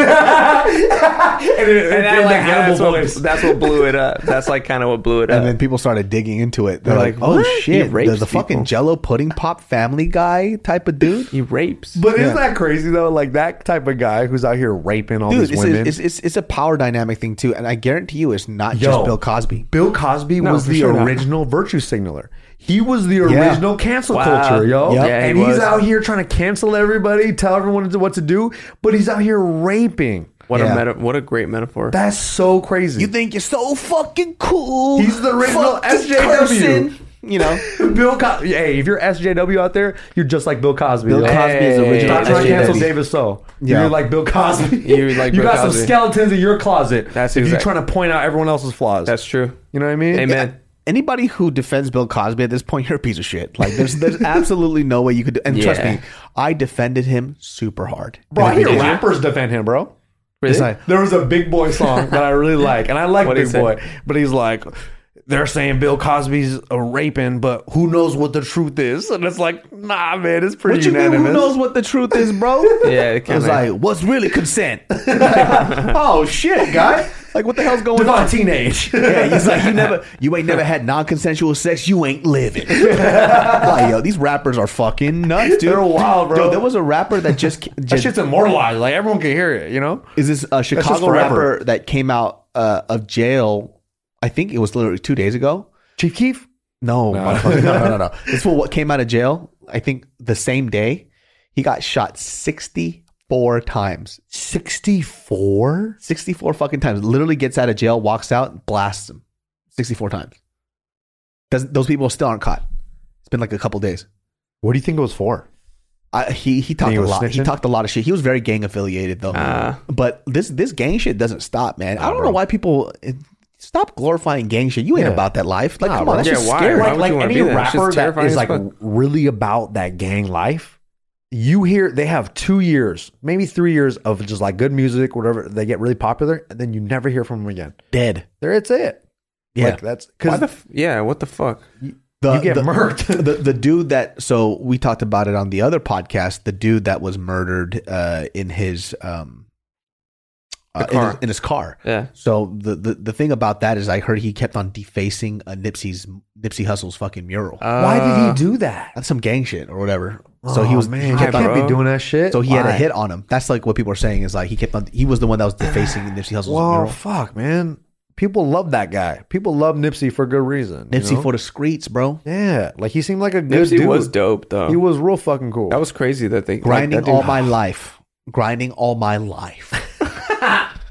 [SPEAKER 2] And, it-
[SPEAKER 4] And
[SPEAKER 2] it
[SPEAKER 4] I
[SPEAKER 2] did the
[SPEAKER 4] like that's
[SPEAKER 2] Hannibal
[SPEAKER 4] what,
[SPEAKER 2] voice.
[SPEAKER 4] that's what blew it up. That's like kind of what blew it up.
[SPEAKER 3] and then people started digging into it. They're,
[SPEAKER 4] They're
[SPEAKER 3] like,
[SPEAKER 4] like,
[SPEAKER 3] "Oh
[SPEAKER 4] "What? He
[SPEAKER 3] shit, the,
[SPEAKER 4] rapes
[SPEAKER 3] the fucking
[SPEAKER 4] people."
[SPEAKER 3] Jello pudding pop Family Guy type of dude."
[SPEAKER 4] he rapes.
[SPEAKER 2] But isn't that crazy though? Like that type of guy who's out here raping all
[SPEAKER 3] Dude,
[SPEAKER 2] these
[SPEAKER 3] it's
[SPEAKER 2] women.
[SPEAKER 3] a, it's, it's it's a power dynamic thing too, and I guarantee you, it's not
[SPEAKER 2] Yo.
[SPEAKER 3] just Bill Cosby.
[SPEAKER 2] Bill Cosby was
[SPEAKER 4] for
[SPEAKER 2] the
[SPEAKER 4] sure not.
[SPEAKER 2] original virtue signaler. He was the
[SPEAKER 3] Yeah.
[SPEAKER 2] original cancel
[SPEAKER 4] Wow.
[SPEAKER 2] culture, yo.
[SPEAKER 4] Yep. Yeah, he
[SPEAKER 2] and he's
[SPEAKER 4] was.
[SPEAKER 2] out here trying to cancel everybody, tell everyone what to do, but he's out here raping.
[SPEAKER 4] what
[SPEAKER 3] Yeah.
[SPEAKER 4] a meta- what a great metaphor.
[SPEAKER 2] That's so crazy.
[SPEAKER 3] think you're so fucking cool?
[SPEAKER 2] He's the original
[SPEAKER 3] Fuck this
[SPEAKER 2] SJW.
[SPEAKER 3] person. You know,
[SPEAKER 2] Bill Cosby? Hey, if you're SJW out there, you're just like Bill Cosby.
[SPEAKER 3] Bill
[SPEAKER 2] yo.
[SPEAKER 3] Cosby is
[SPEAKER 4] Hey.
[SPEAKER 3] original.
[SPEAKER 2] Stop trying to
[SPEAKER 4] SJW.
[SPEAKER 2] cancel
[SPEAKER 3] SJW.
[SPEAKER 2] David So.
[SPEAKER 3] Yeah.
[SPEAKER 2] You're like Bill Cosby.
[SPEAKER 4] You're like
[SPEAKER 2] you
[SPEAKER 4] Bill
[SPEAKER 2] got some
[SPEAKER 4] Cosby.
[SPEAKER 2] skeletons in your closet.
[SPEAKER 4] That's
[SPEAKER 2] if
[SPEAKER 4] exact-
[SPEAKER 2] you're trying to point out everyone else's flaws.
[SPEAKER 4] That's true.
[SPEAKER 2] you know what I mean.
[SPEAKER 4] Amen.
[SPEAKER 3] Anybody who defends Bill Cosby at this point, you're a piece of shit. Like, there's there's absolutely no way you could. Do, and trust
[SPEAKER 4] Yeah.
[SPEAKER 3] me, I defended him super hard.
[SPEAKER 2] Bro, I
[SPEAKER 3] And
[SPEAKER 2] hear
[SPEAKER 3] did.
[SPEAKER 2] rappers defend him, bro.
[SPEAKER 4] Really?
[SPEAKER 3] like-
[SPEAKER 2] There was a Big Boy song that I really like, and I like
[SPEAKER 4] What'd he
[SPEAKER 2] Big
[SPEAKER 4] say?
[SPEAKER 2] Boy, but he's like, they're saying Bill Cosby's a raping, but who knows what the truth is? And it's like, nah, man, it's pretty
[SPEAKER 3] What you mean?
[SPEAKER 2] unanimous.
[SPEAKER 3] Who knows what the truth is, bro?
[SPEAKER 4] Yeah, it
[SPEAKER 3] I was
[SPEAKER 4] kinda-
[SPEAKER 3] like, what's really consent? oh shit, guy! Like, what the hell's going on?
[SPEAKER 2] Devon teenage.
[SPEAKER 3] Yeah, he's like, you never, you ain't never had non-consensual sex. You ain't living. like, yo, these rappers are fucking nuts, dude.
[SPEAKER 2] They're wild, bro.
[SPEAKER 3] Yo, there was a rapper that just,
[SPEAKER 2] that
[SPEAKER 3] just
[SPEAKER 2] shit's immortalized. Like everyone can hear it, you know.
[SPEAKER 3] is this a Chicago
[SPEAKER 2] forever.
[SPEAKER 3] rapper that came out uh, of jail. I think it was literally two days ago.
[SPEAKER 2] Chief Keef.
[SPEAKER 3] No, motherfucker, no, no, no, no. This fool what came out of jail. I think the same day he got shot sixty-four times.
[SPEAKER 2] 64
[SPEAKER 3] Sixty-four fucking times. Literally gets out of jail, walks out, blasts him sixty-four times. Doesn't those people still aren't caught? It's been like a couple days.
[SPEAKER 2] what do you think it was for
[SPEAKER 3] I, he he talked
[SPEAKER 2] he
[SPEAKER 3] a
[SPEAKER 2] was
[SPEAKER 3] lot. He
[SPEAKER 2] snitching? Uh.
[SPEAKER 3] talked a lot of shit. He was very gang affiliated though.
[SPEAKER 4] Ah.
[SPEAKER 3] but this this gang shit doesn't stop, man. I don't know why people eh, stop glorifying gang shit. You ain't
[SPEAKER 2] Yeah.
[SPEAKER 3] about that life. Like,
[SPEAKER 2] Nah,
[SPEAKER 3] come on,
[SPEAKER 2] bro.
[SPEAKER 3] that's
[SPEAKER 4] Yeah,
[SPEAKER 3] just
[SPEAKER 4] why?
[SPEAKER 3] scary.
[SPEAKER 2] like,
[SPEAKER 4] Why would
[SPEAKER 2] like
[SPEAKER 4] you wanna
[SPEAKER 2] any
[SPEAKER 4] do that? It's just
[SPEAKER 2] rapper that
[SPEAKER 4] terrifying
[SPEAKER 2] is
[SPEAKER 4] as
[SPEAKER 2] like
[SPEAKER 4] fuck.
[SPEAKER 2] really about that gang life you hear they have two years maybe three years of just like good music whatever they get really popular and then you never hear from them again
[SPEAKER 3] Dead.
[SPEAKER 2] there it's it
[SPEAKER 3] Yeah.
[SPEAKER 2] like that's
[SPEAKER 4] Why
[SPEAKER 2] because
[SPEAKER 4] the f- yeah, what the fuck?
[SPEAKER 3] The,
[SPEAKER 2] you get
[SPEAKER 3] the,
[SPEAKER 2] murked
[SPEAKER 3] the the dude that so we talked about it on the other podcast. The dude that was murdered uh, in his um uh, in, his,
[SPEAKER 4] car.
[SPEAKER 3] in his car.
[SPEAKER 4] Yeah.
[SPEAKER 3] So the, the the thing about that is, I heard he kept on defacing uh, Nipsey's Nipsey Hussle's fucking mural.
[SPEAKER 2] why did he do that
[SPEAKER 3] That's some gang shit or whatever. So he was
[SPEAKER 2] Oh, man
[SPEAKER 3] He
[SPEAKER 2] i
[SPEAKER 3] kept
[SPEAKER 4] I
[SPEAKER 3] on,
[SPEAKER 2] can't
[SPEAKER 4] bro.
[SPEAKER 2] be doing that shit
[SPEAKER 3] so he had a
[SPEAKER 2] Why?
[SPEAKER 3] hit on him. That's like what people are saying is like he kept on. He was the one that was defacing Nipsey Hussle's
[SPEAKER 2] well
[SPEAKER 3] mural.
[SPEAKER 2] fuck man people love that guy people love nipsey for good reason you
[SPEAKER 3] Nipsey
[SPEAKER 2] know?
[SPEAKER 3] for the streets, bro.
[SPEAKER 2] yeah like he seemed like a good
[SPEAKER 4] Nipsey
[SPEAKER 2] dude
[SPEAKER 4] was dope though.
[SPEAKER 2] he was real fucking cool
[SPEAKER 4] that was crazy that they
[SPEAKER 3] Grinding
[SPEAKER 4] like, that
[SPEAKER 3] all
[SPEAKER 4] dude-
[SPEAKER 3] my life, grinding all my life.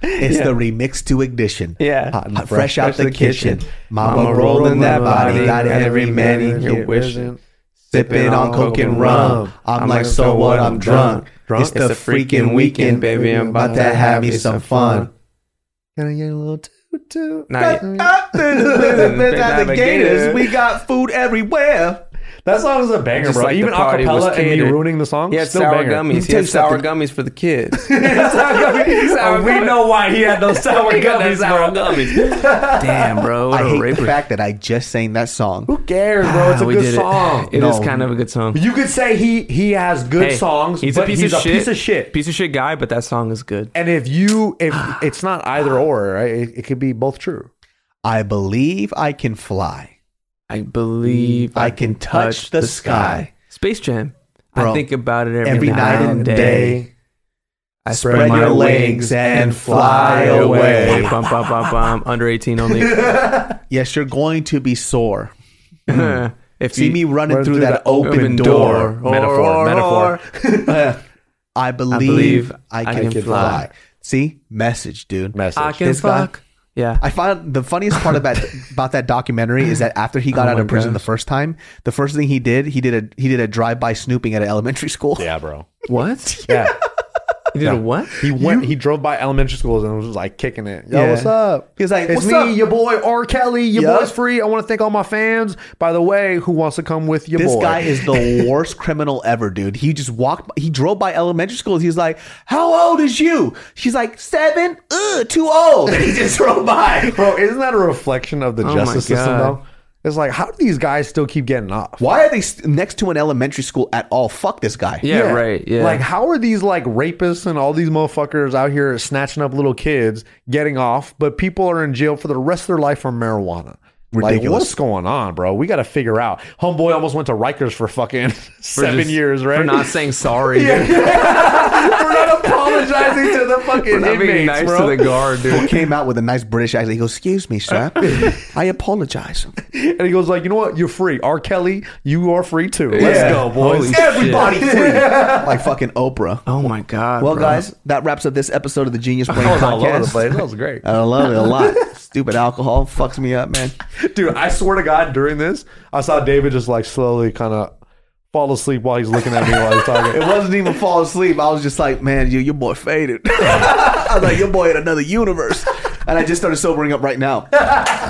[SPEAKER 3] it's the remix to ignition.
[SPEAKER 4] Yeah.
[SPEAKER 3] Hot and fresh, out the, kitchen. Mama,
[SPEAKER 4] Mama
[SPEAKER 3] rolling,
[SPEAKER 4] rolling
[SPEAKER 3] that
[SPEAKER 4] that
[SPEAKER 3] body,
[SPEAKER 4] body,
[SPEAKER 3] got every man in
[SPEAKER 4] here
[SPEAKER 3] here
[SPEAKER 4] wishing.
[SPEAKER 3] sipping on coke and rum. I'm, like, so what? I'm drunk. It's, the freaking weekend, baby. I'm about to have me some fun.
[SPEAKER 2] Can I get a little toot toot?
[SPEAKER 4] Nah,
[SPEAKER 2] Nah,
[SPEAKER 4] yeah.
[SPEAKER 3] At the Gators, we got food everywhere.
[SPEAKER 2] That song is a banger,
[SPEAKER 4] Just
[SPEAKER 2] bro.
[SPEAKER 4] like the
[SPEAKER 2] Even
[SPEAKER 4] party was
[SPEAKER 2] acapella and me
[SPEAKER 4] catered.
[SPEAKER 2] ruining the song.
[SPEAKER 4] He had
[SPEAKER 2] still
[SPEAKER 4] sour
[SPEAKER 2] banger.
[SPEAKER 4] gummies. He had
[SPEAKER 3] Tastes like
[SPEAKER 4] sour
[SPEAKER 3] the-
[SPEAKER 4] gummies for the kids.
[SPEAKER 2] And we know why he had those sour gummies, bro.
[SPEAKER 4] Damn, bro. What
[SPEAKER 3] I
[SPEAKER 4] a
[SPEAKER 3] hate
[SPEAKER 4] raper.
[SPEAKER 3] the fact that I just sang that song.
[SPEAKER 2] Who cares, bro?
[SPEAKER 3] Ah,
[SPEAKER 2] It's a
[SPEAKER 4] we
[SPEAKER 2] good
[SPEAKER 4] did it.
[SPEAKER 2] song.
[SPEAKER 4] It is
[SPEAKER 3] No.
[SPEAKER 4] kind of a good song.
[SPEAKER 2] You could say he he has good
[SPEAKER 4] Hey,
[SPEAKER 2] songs,
[SPEAKER 4] He's
[SPEAKER 2] but
[SPEAKER 4] a piece
[SPEAKER 2] he's
[SPEAKER 4] of
[SPEAKER 2] a
[SPEAKER 4] shit.
[SPEAKER 2] piece of shit.
[SPEAKER 4] Piece of shit guy, but that song is good.
[SPEAKER 2] And if you, if it's not either or, right? It, it could be both true.
[SPEAKER 3] I believe I can fly.
[SPEAKER 4] I believe
[SPEAKER 3] I can touch the sky.
[SPEAKER 4] Space Jam.
[SPEAKER 3] Bro,
[SPEAKER 4] I think about it every,
[SPEAKER 3] every
[SPEAKER 4] night, and day. I
[SPEAKER 3] Spread your legs and fly away.
[SPEAKER 4] Bum, bum, bum, bum. Under 18 only.
[SPEAKER 3] Yes, you're going to be sore.
[SPEAKER 4] if
[SPEAKER 3] See
[SPEAKER 4] you
[SPEAKER 3] me running
[SPEAKER 2] Run
[SPEAKER 3] through,
[SPEAKER 2] through that
[SPEAKER 3] that open,
[SPEAKER 4] open
[SPEAKER 3] door.
[SPEAKER 4] door. Metaphor, metaphor.
[SPEAKER 3] metaphor. I believe I,
[SPEAKER 4] believe I
[SPEAKER 3] can,
[SPEAKER 4] can
[SPEAKER 3] fly.
[SPEAKER 4] fly.
[SPEAKER 3] See, message, dude.
[SPEAKER 2] Message.
[SPEAKER 4] I can
[SPEAKER 3] This guy-
[SPEAKER 4] fuck. Yeah.
[SPEAKER 3] I found the funniest part about about that documentary is that after he got
[SPEAKER 4] Oh
[SPEAKER 3] out of
[SPEAKER 4] my
[SPEAKER 3] prison
[SPEAKER 4] gosh.
[SPEAKER 3] the first time, the first thing he did he did a he did a drive by snooping at an elementary school.
[SPEAKER 2] yeah, bro.
[SPEAKER 4] What?
[SPEAKER 2] Yeah.
[SPEAKER 4] You did a what?
[SPEAKER 2] He went. he drove by elementary schools and was like kicking it. Yo,
[SPEAKER 3] Yeah.
[SPEAKER 2] what's up?
[SPEAKER 3] He was like,
[SPEAKER 2] it's
[SPEAKER 3] "What's
[SPEAKER 2] me,
[SPEAKER 3] up?"
[SPEAKER 2] your boy R. Kelly. Your
[SPEAKER 3] Yeah.
[SPEAKER 2] boy's free. I want to thank all my fans. By the way, who wants to come with your
[SPEAKER 3] This
[SPEAKER 2] boy?
[SPEAKER 3] guy is the worst criminal ever, dude. He just walked, he drove by elementary schools. He's like, How old is you? She's like, Seven? Ugh, too old. And he just drove by.
[SPEAKER 2] bro. Isn't that a reflection of the
[SPEAKER 4] Oh my
[SPEAKER 2] justice system,
[SPEAKER 4] God.
[SPEAKER 2] though? It's like, how do these guys still keep getting off?
[SPEAKER 3] Why are they st- next to an elementary school at all? Fuck this guy.
[SPEAKER 4] Yeah, right. Yeah.
[SPEAKER 2] Like, how are these like rapists and all these motherfuckers out here snatching up little kids getting off, but people are in jail for the rest of their life for marijuana? Like,
[SPEAKER 3] Ridiculous.
[SPEAKER 2] what's going on, bro? We got to figure out. Homeboy almost went to Rikers for fucking seven
[SPEAKER 4] just-
[SPEAKER 2] years, right?
[SPEAKER 4] For not saying sorry.
[SPEAKER 2] We're not apologizing to the
[SPEAKER 4] For
[SPEAKER 2] fucking
[SPEAKER 4] not being
[SPEAKER 2] inmates,
[SPEAKER 4] nice
[SPEAKER 2] bro.
[SPEAKER 4] to the guard, dude.
[SPEAKER 3] He came out with a nice British accent. He goes, Excuse me, sir. I apologize.
[SPEAKER 2] and he goes like, you know what? You're free. R. Kelly, you are free too. Let's
[SPEAKER 4] Yeah.
[SPEAKER 2] go, boys.
[SPEAKER 4] Holy
[SPEAKER 3] Everybody free. Like fucking Oprah.
[SPEAKER 4] Oh my god.
[SPEAKER 3] Well,
[SPEAKER 4] bro.
[SPEAKER 3] guys, that wraps up this episode of the Genius Brain
[SPEAKER 2] I was all over the
[SPEAKER 3] Podcast.
[SPEAKER 2] place. That was great.
[SPEAKER 3] I love it a lot. Stupid alcohol fucks me up, man.
[SPEAKER 2] Dude, I swear to God, during this, I saw David just like slowly kind of fall asleep while he's looking at me while he's
[SPEAKER 3] It
[SPEAKER 2] talking.
[SPEAKER 3] wasn't even fall asleep. I was just like, man, you, your boy faded. I was like, your boy in another universe. And I just started sobering up right now.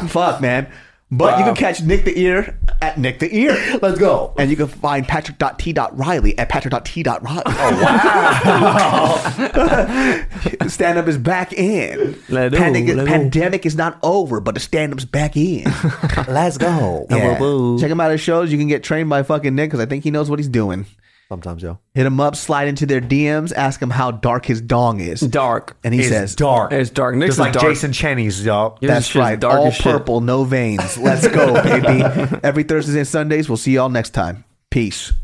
[SPEAKER 3] Fuck, man. But you can catch Nick the Ear at Nick the Ear.
[SPEAKER 2] Let's go.
[SPEAKER 3] And you can find Patrick.T.Riley at Patrick.T.Riley. Oh, wow. stand up is back in.
[SPEAKER 4] Let it
[SPEAKER 3] Panic-
[SPEAKER 4] go, let it go.
[SPEAKER 3] pandemic is not over, but the stand up's back in.
[SPEAKER 2] Let's go.
[SPEAKER 3] Yeah.
[SPEAKER 4] boo.
[SPEAKER 3] Check him out at shows. You can get trained by fucking Nick because I think he knows what he's doing.
[SPEAKER 2] Sometimes, yo.
[SPEAKER 3] Hit him up, slide into their DMs, ask him how dark his dong is.
[SPEAKER 4] dark.
[SPEAKER 3] And he says,
[SPEAKER 2] dark.
[SPEAKER 4] It's dark. Nick's
[SPEAKER 2] Just
[SPEAKER 4] is
[SPEAKER 2] like
[SPEAKER 4] dark.
[SPEAKER 2] Jason Cheney's, yo.
[SPEAKER 4] Yours is
[SPEAKER 3] That's
[SPEAKER 4] shit
[SPEAKER 3] right.
[SPEAKER 4] dark
[SPEAKER 3] All
[SPEAKER 4] as shit.
[SPEAKER 3] purple, no veins. Let's go, baby. Every Thursdays and Sundays. We'll see y'all next time. Peace.